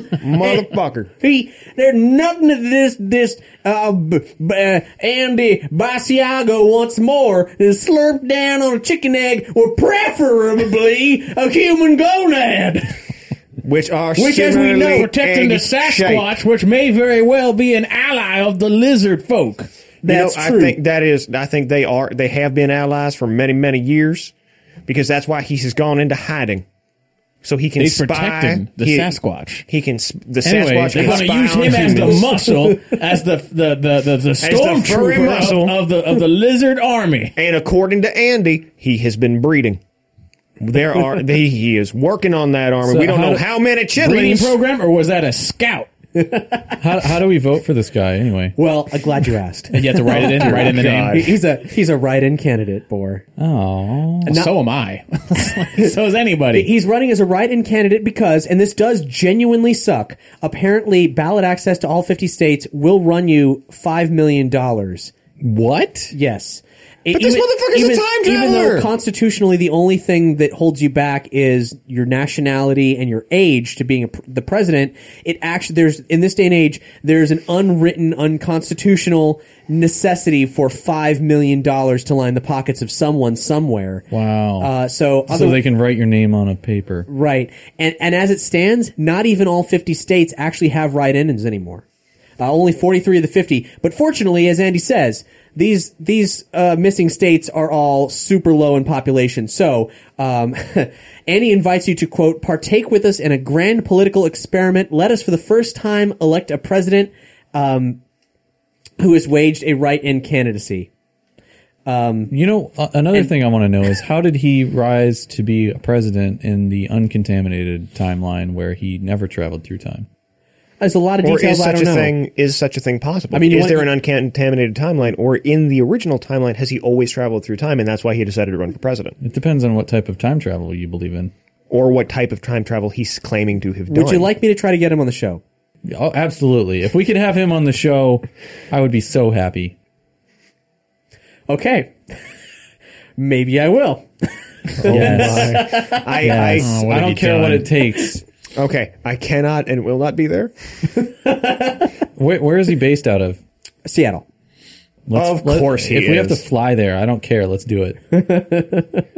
[SPEAKER 6] <laughs> Motherfucker.
[SPEAKER 2] He, there's nothing that this this uh, b- b- uh, Andy Basiago wants more than slurp down on a chicken egg or preferably a human gonad.
[SPEAKER 6] Which are
[SPEAKER 2] Which, as we know,
[SPEAKER 6] similarly
[SPEAKER 5] protecting the
[SPEAKER 6] egg-shaped.
[SPEAKER 5] Sasquatch, which may very well be an ally of the lizard folk.
[SPEAKER 6] You know,
[SPEAKER 2] That's
[SPEAKER 6] I
[SPEAKER 2] true.
[SPEAKER 6] think that is. I think they are. They have been allies for many, many years, because that's why he has gone into hiding, so he can
[SPEAKER 5] He's
[SPEAKER 6] spy
[SPEAKER 5] protecting the
[SPEAKER 6] he,
[SPEAKER 5] Sasquatch.
[SPEAKER 6] He can. sp- The
[SPEAKER 5] Anyway,
[SPEAKER 6] Sasquatch
[SPEAKER 5] they're
[SPEAKER 6] can
[SPEAKER 5] going to
[SPEAKER 6] spy
[SPEAKER 5] use
[SPEAKER 6] on
[SPEAKER 5] him as the
[SPEAKER 6] humans.
[SPEAKER 5] muscle, as the the the the, the
[SPEAKER 6] the furry muscle.
[SPEAKER 5] stormtrooper of, of the of the lizard army.
[SPEAKER 6] And according to Andy, he has been breeding. There
[SPEAKER 2] <laughs>
[SPEAKER 6] are. they, he is working on that army.
[SPEAKER 4] So
[SPEAKER 6] we don't
[SPEAKER 4] how
[SPEAKER 6] know
[SPEAKER 4] do-
[SPEAKER 6] how many
[SPEAKER 5] Breeding
[SPEAKER 6] chitlins.
[SPEAKER 5] program, or was that a scout?
[SPEAKER 4] How, how do we vote for this guy anyway?
[SPEAKER 2] Well, I'm glad you
[SPEAKER 5] <laughs>
[SPEAKER 2] asked.
[SPEAKER 5] You have to write it in, write in the
[SPEAKER 6] God.
[SPEAKER 5] name.
[SPEAKER 2] He- He's a he's a write-in candidate, Boar.
[SPEAKER 4] Oh.
[SPEAKER 5] so am I. so is anybody.
[SPEAKER 2] He's running as a write-in candidate because, and this does genuinely suck. Apparently, ballot access to all 50 states will run you five million dollars.
[SPEAKER 4] What?
[SPEAKER 2] Yes.
[SPEAKER 6] But this motherfucker's a time
[SPEAKER 2] Even
[SPEAKER 6] traveler!
[SPEAKER 2] though constitutionally the only thing that holds you back is your nationality and your age to being a, pr- the president, it actually there's in this day and age there's an unwritten unconstitutional necessity for five million dollars to line the pockets of someone somewhere.
[SPEAKER 4] Wow.
[SPEAKER 2] Uh, so other,
[SPEAKER 4] so they can write your name on a paper.
[SPEAKER 2] right, and and as it stands, not even all fifty states actually have write-ins anymore. Uh, only forty-three of the fifty. But fortunately, as Andy says, these these uh, missing states are all super low in population. So um, <laughs> Andy invites you to quote partake with us in a grand political experiment. Let us for the first time elect a president um, who has waged a right in candidacy.
[SPEAKER 4] You know, uh, another thing I want to know is how did he rise to be a president in the uncontaminated timeline where he never traveled through time?
[SPEAKER 2] There's a lot of
[SPEAKER 6] Or
[SPEAKER 2] details
[SPEAKER 6] is
[SPEAKER 2] I
[SPEAKER 6] such
[SPEAKER 2] don't
[SPEAKER 6] a
[SPEAKER 2] know.
[SPEAKER 6] thing is such a thing possible?
[SPEAKER 2] I mean, you
[SPEAKER 6] is
[SPEAKER 2] want-
[SPEAKER 6] there an uncontaminated timeline, or in the original timeline has he always traveled through time, and that's why he decided to run for president,
[SPEAKER 4] It depends on what type of time travel you believe in.
[SPEAKER 6] or what type of time travel he's claiming to have done?
[SPEAKER 2] Would you like me to try to get him on the show?
[SPEAKER 4] Oh, absolutely. If we could have him on the show, I would be so happy.
[SPEAKER 2] Okay. <laughs> Maybe I will.
[SPEAKER 6] <laughs>
[SPEAKER 4] Yes.
[SPEAKER 6] I,
[SPEAKER 4] I,
[SPEAKER 2] Oh,
[SPEAKER 6] I,
[SPEAKER 5] what have you
[SPEAKER 4] don't care what
[SPEAKER 5] done?
[SPEAKER 4] it takes.
[SPEAKER 6] okay, I cannot and will not be there.
[SPEAKER 4] Where, where is he based out of?
[SPEAKER 2] Seattle.
[SPEAKER 4] Let's-
[SPEAKER 6] Of course he
[SPEAKER 4] If we have to
[SPEAKER 6] is.
[SPEAKER 4] fly there, I don't care.
[SPEAKER 6] <laughs>
[SPEAKER 4] Let's do it.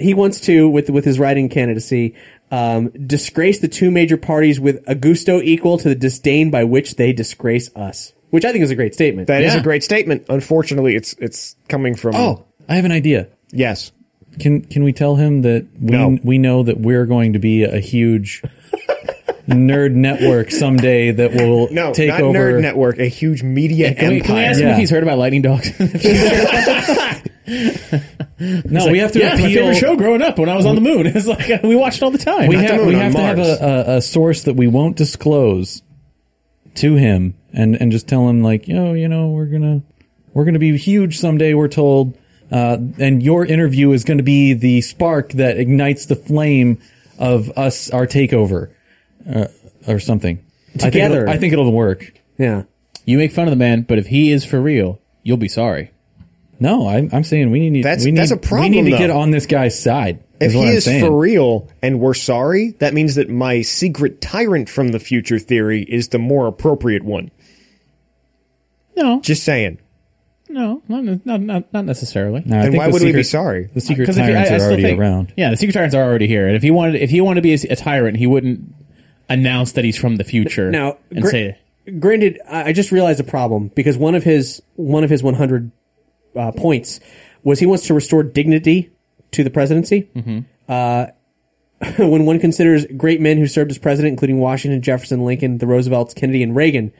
[SPEAKER 2] He wants to, with with his writing candidacy, um, disgrace the two major parties with a gusto equal to the disdain by which they disgrace us. Which I think is a great statement.
[SPEAKER 6] That is
[SPEAKER 5] Yeah.
[SPEAKER 6] a great statement. Unfortunately, it's it's coming from
[SPEAKER 4] Oh, I have an idea.
[SPEAKER 6] yes.
[SPEAKER 4] Can can we tell him that we
[SPEAKER 6] No.
[SPEAKER 4] we know that we're going to be a huge nerd network someday that will
[SPEAKER 6] No,
[SPEAKER 4] take
[SPEAKER 6] not
[SPEAKER 4] over
[SPEAKER 6] Nerd Network, a huge media
[SPEAKER 5] Can we, can we
[SPEAKER 6] empire.
[SPEAKER 5] ask him
[SPEAKER 4] Yeah.
[SPEAKER 5] if he's heard about
[SPEAKER 4] <laughs>
[SPEAKER 5] lightning dogs?
[SPEAKER 4] No, we have to
[SPEAKER 5] yeah, it's my
[SPEAKER 4] appeal.
[SPEAKER 5] favorite show growing up when I was on the moon. <laughs> It's like uh, we watched all the time.
[SPEAKER 4] we
[SPEAKER 6] Not the
[SPEAKER 4] have,
[SPEAKER 6] moon,
[SPEAKER 4] we
[SPEAKER 6] on
[SPEAKER 4] have to have
[SPEAKER 6] Mars.
[SPEAKER 4] a, a, a source that we won't disclose to him and, and just tell him like, yo, you know, we're gonna we're gonna be huge someday, we're told. Uh, and your interview is gonna be the spark that ignites the flame of us our takeover. Uh, or something.
[SPEAKER 2] Together.
[SPEAKER 4] I think, it'll, I think it'll work.
[SPEAKER 2] yeah.
[SPEAKER 5] you make fun of the man, but if he is for real, you'll be sorry.
[SPEAKER 4] No, I, I'm saying we need
[SPEAKER 6] That's-
[SPEAKER 4] we need
[SPEAKER 6] that's a
[SPEAKER 4] we
[SPEAKER 6] problem,
[SPEAKER 4] need to
[SPEAKER 6] though.
[SPEAKER 4] get on this guy's side.
[SPEAKER 6] If
[SPEAKER 4] what
[SPEAKER 6] he
[SPEAKER 4] I'm
[SPEAKER 6] is
[SPEAKER 4] saying.
[SPEAKER 6] for real and we're sorry, that means that my secret tyrant from the future theory is the more appropriate one.
[SPEAKER 5] No,
[SPEAKER 6] Just saying.
[SPEAKER 5] no, not not not, not necessarily.
[SPEAKER 4] No, I
[SPEAKER 6] Then
[SPEAKER 4] think
[SPEAKER 6] why
[SPEAKER 4] the
[SPEAKER 6] would we be
[SPEAKER 4] secret-
[SPEAKER 6] sorry? Uh,
[SPEAKER 4] The secret
[SPEAKER 5] Because if you-
[SPEAKER 4] tyrants
[SPEAKER 5] I- I
[SPEAKER 4] are
[SPEAKER 5] still
[SPEAKER 4] already
[SPEAKER 5] think-
[SPEAKER 4] around.
[SPEAKER 5] Yeah, the secret tyrants are already here, and if he wanted, if he wanted to be a, a tyrant, he wouldn't announce that he's from the future.
[SPEAKER 2] Now,
[SPEAKER 5] and
[SPEAKER 2] gra-
[SPEAKER 5] say,
[SPEAKER 2] granted, I I just realized a problem because one of his one of his 100 uh, points was he wants to restore dignity to the presidency.
[SPEAKER 4] Mm-hmm.
[SPEAKER 2] Uh, <laughs> when one considers great men who served as president, including Washington, Jefferson, Lincoln, the Roosevelts, Kennedy, and Reagan,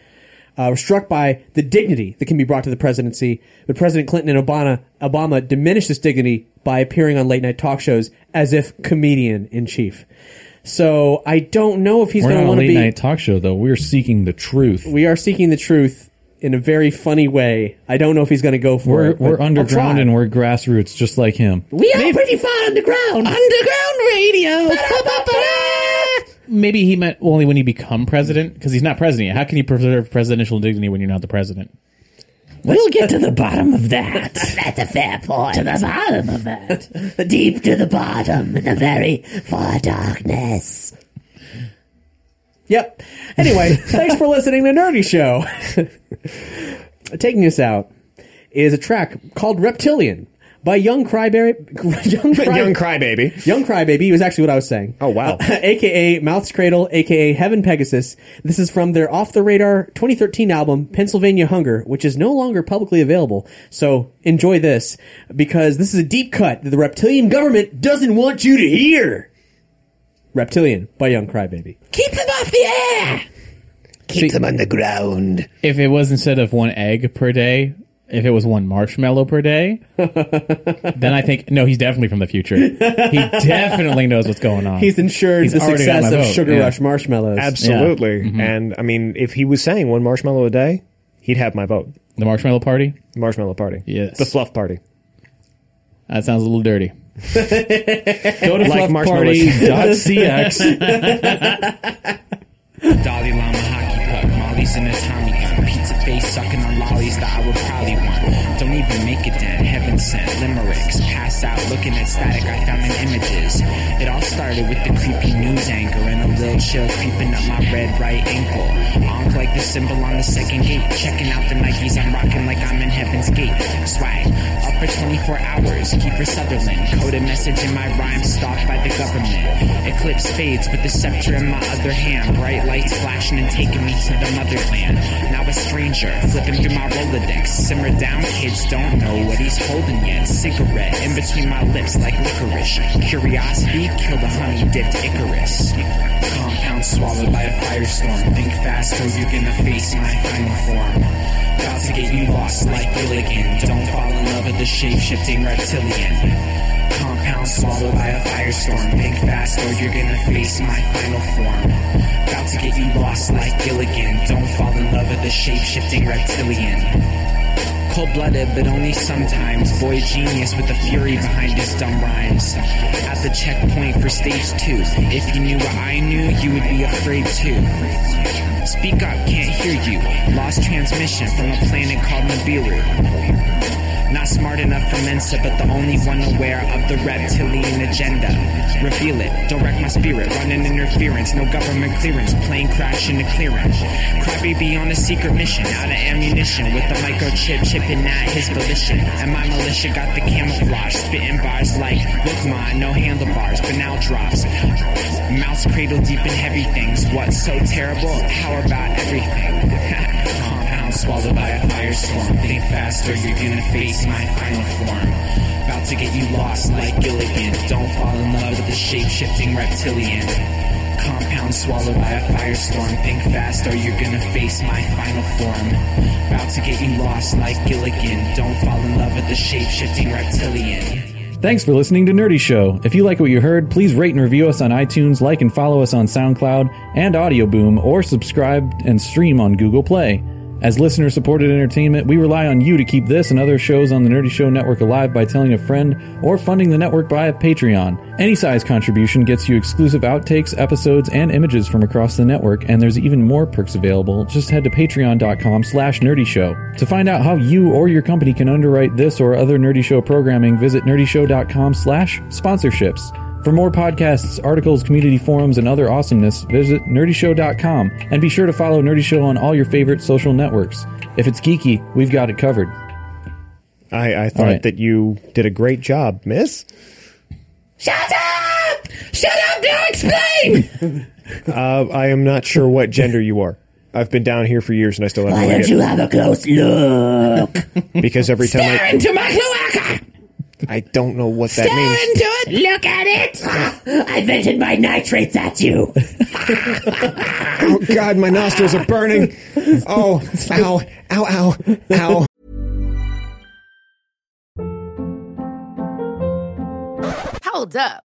[SPEAKER 2] uh, were struck by the dignity that can be brought to the presidency. But President Clinton and Obama Obama diminished this dignity by appearing on late night talk shows as if comedian in chief. So I don't know if he's
[SPEAKER 4] We're
[SPEAKER 2] going
[SPEAKER 4] not
[SPEAKER 2] to
[SPEAKER 4] a
[SPEAKER 2] want to
[SPEAKER 4] late
[SPEAKER 2] be
[SPEAKER 4] night talk show though. We're seeking the truth.
[SPEAKER 2] we are seeking the truth in a very funny way. I don't know if he's going to go for
[SPEAKER 4] We're
[SPEAKER 2] it. but
[SPEAKER 4] we're
[SPEAKER 2] I'll
[SPEAKER 4] underground
[SPEAKER 2] try.
[SPEAKER 4] and we're grassroots, just like him.
[SPEAKER 2] we are pretty far underground. Underground radio.
[SPEAKER 5] maybe he meant only when he become president, because he's not president. yet. How can you preserve presidential dignity when you're not the president?
[SPEAKER 2] we'll get to the bottom of
[SPEAKER 5] <laughs>
[SPEAKER 2] that. That's a fair point. To the bottom of that. Deep to the bottom in the very far darkness. Yep.
[SPEAKER 4] <laughs>
[SPEAKER 2] Anyway, thanks for listening to Nerdy Show. <laughs> Taking us out is a track called Reptilian by Young Cryberry. <laughs> Young, Cry-
[SPEAKER 6] Young crybaby.
[SPEAKER 2] Young Crybaby was actually what I was saying.
[SPEAKER 6] Oh, wow.
[SPEAKER 2] Uh, <laughs> AKA Mouth's Cradle, AKA Heaven Pegasus. This is from their off the radar 2013 album, Pennsylvania Hunger, which is no longer publicly available. So enjoy this because this is a deep cut that the reptilian government doesn't want you to hear. Reptilian by Young Crybaby.
[SPEAKER 7] Keep them off the air!
[SPEAKER 6] Keep them underground.
[SPEAKER 5] If it was instead of one egg per day, if it was one marshmallow per <laughs> day, then I think no, he's definitely from the future. He definitely knows what's going on.
[SPEAKER 2] He's ensured
[SPEAKER 5] He's
[SPEAKER 2] the
[SPEAKER 5] already got
[SPEAKER 2] success
[SPEAKER 5] my
[SPEAKER 2] of
[SPEAKER 5] vote,
[SPEAKER 2] Sugar
[SPEAKER 5] yeah.
[SPEAKER 2] Rush Marshmallows.
[SPEAKER 6] Absolutely.
[SPEAKER 4] Mm-hmm.
[SPEAKER 6] And I mean, if he was saying one marshmallow a day, he'd have my vote.
[SPEAKER 5] the marshmallow party.
[SPEAKER 6] Marshmallow party.
[SPEAKER 5] Yes.
[SPEAKER 6] The fluff party.
[SPEAKER 5] That sounds a little <laughs> dirty.
[SPEAKER 4] Go to
[SPEAKER 6] Like marshmallow-
[SPEAKER 5] <laughs>
[SPEAKER 4] fluffparty.cx.
[SPEAKER 8] Dalai Lama hockey puck, Molly's in his homie gun. Pizza face sucking on lollies that I would probably want. Don't even make it then, heaven sent limericks. Pass out looking at static, I found in images. It all started with the creepy news anchor and a little chill creeping up my red right ankle. Honk like the symbol on the second gate. Checking out the Nikes, I'm rocking like I'm in heaven's gate. Swag, up for 24 hours, Keeper Sutherland. Coded message in my rhyme, stalked by the government. Eclipse fades with the scepter in my other hand. Bright lights flashing and taking me to the motherland. Now a stranger, flipping through my Rolodex. Simmer down, kids don't know what he's holding yet. Cigarette in between my lips like licorice. Curiosity killed the honey dipped Icarus. Compound swallowed by a firestorm. Think fast, or you can efface my final form. About to get you lost like Gilligan. Don't fall in love with the shape shifting reptilian. Compound swallowed by a firestorm. Think fast or you're gonna face my final form. About to get you lost like Gilligan. Don't fall in love with the shape shifting reptilian. Cold blooded, but only sometimes. Boy genius with the fury behind his dumb rhymes. At the checkpoint for stage two. If you knew what I knew, you would be afraid too. Speak up, can't hear you. Lost transmission from a planet called Nibiru. Not smart enough for Mensa, but the only one aware of the reptilian agenda. Reveal it, direct my spirit, run an interference, no government clearance, plane crash into clearance. Crybaby on a secret mission, out of ammunition, with a microchip chipping at his volition. And my militia got the camouflage, spitting bars like, look mine, no handlebars, but now drops. Mouse cradle deep in heavy things, what's so terrible? How about everything? <laughs> Compound swallowed by a firestorm, think faster, you're gonna face my final form. About to get you lost like Gilligan. Don't fall in love with the shape shifting reptilian. Compound swallowed by a firestorm. Think fast or you're gonna face my final form. About to get you lost like Gilligan. Don't fall in love with the shape shifting reptilian.
[SPEAKER 4] Thanks for listening to Nerdy Show. If you like what you heard, please rate and review us on iTunes, like and follow us on SoundCloud and Audio Boom, or subscribe and stream on Google Play. As listener supported entertainment, we rely on you to keep this and other shows on the Nerdy Show Network alive by telling a friend or funding the network via Patreon. Any size contribution gets you exclusive outtakes, episodes, and images from across the network, and there's even more perks available. Just head to patreon.com slash nerdy show. To find out how you or your company can underwrite this or other Nerdy Show programming, visit nerdyshow.com slash sponsorships. For more podcasts, articles, community forums, and other awesomeness, visit nerdyshow.com and be sure to follow Nerdy Show on all your favorite social networks. If it's geeky, we've got it covered.
[SPEAKER 6] I, I thought
[SPEAKER 4] right.
[SPEAKER 6] that you did a great job, miss.
[SPEAKER 8] Shut up! Shut up! Now explain!
[SPEAKER 6] Uh, I am not sure what gender you are. I've been down here for years and I still haven't.
[SPEAKER 8] Why
[SPEAKER 6] really
[SPEAKER 8] don't you have a close look?
[SPEAKER 6] get- Because every time
[SPEAKER 8] Stare
[SPEAKER 6] I,
[SPEAKER 8] into my cloaca!
[SPEAKER 6] I don't know what that
[SPEAKER 8] Stare
[SPEAKER 6] means.
[SPEAKER 8] into it! Look at it! <laughs> I vented my nitrates at you!
[SPEAKER 6] Oh God, my nostrils are burning. Oh, ow, ow, ow, ow.
[SPEAKER 7] Hold up.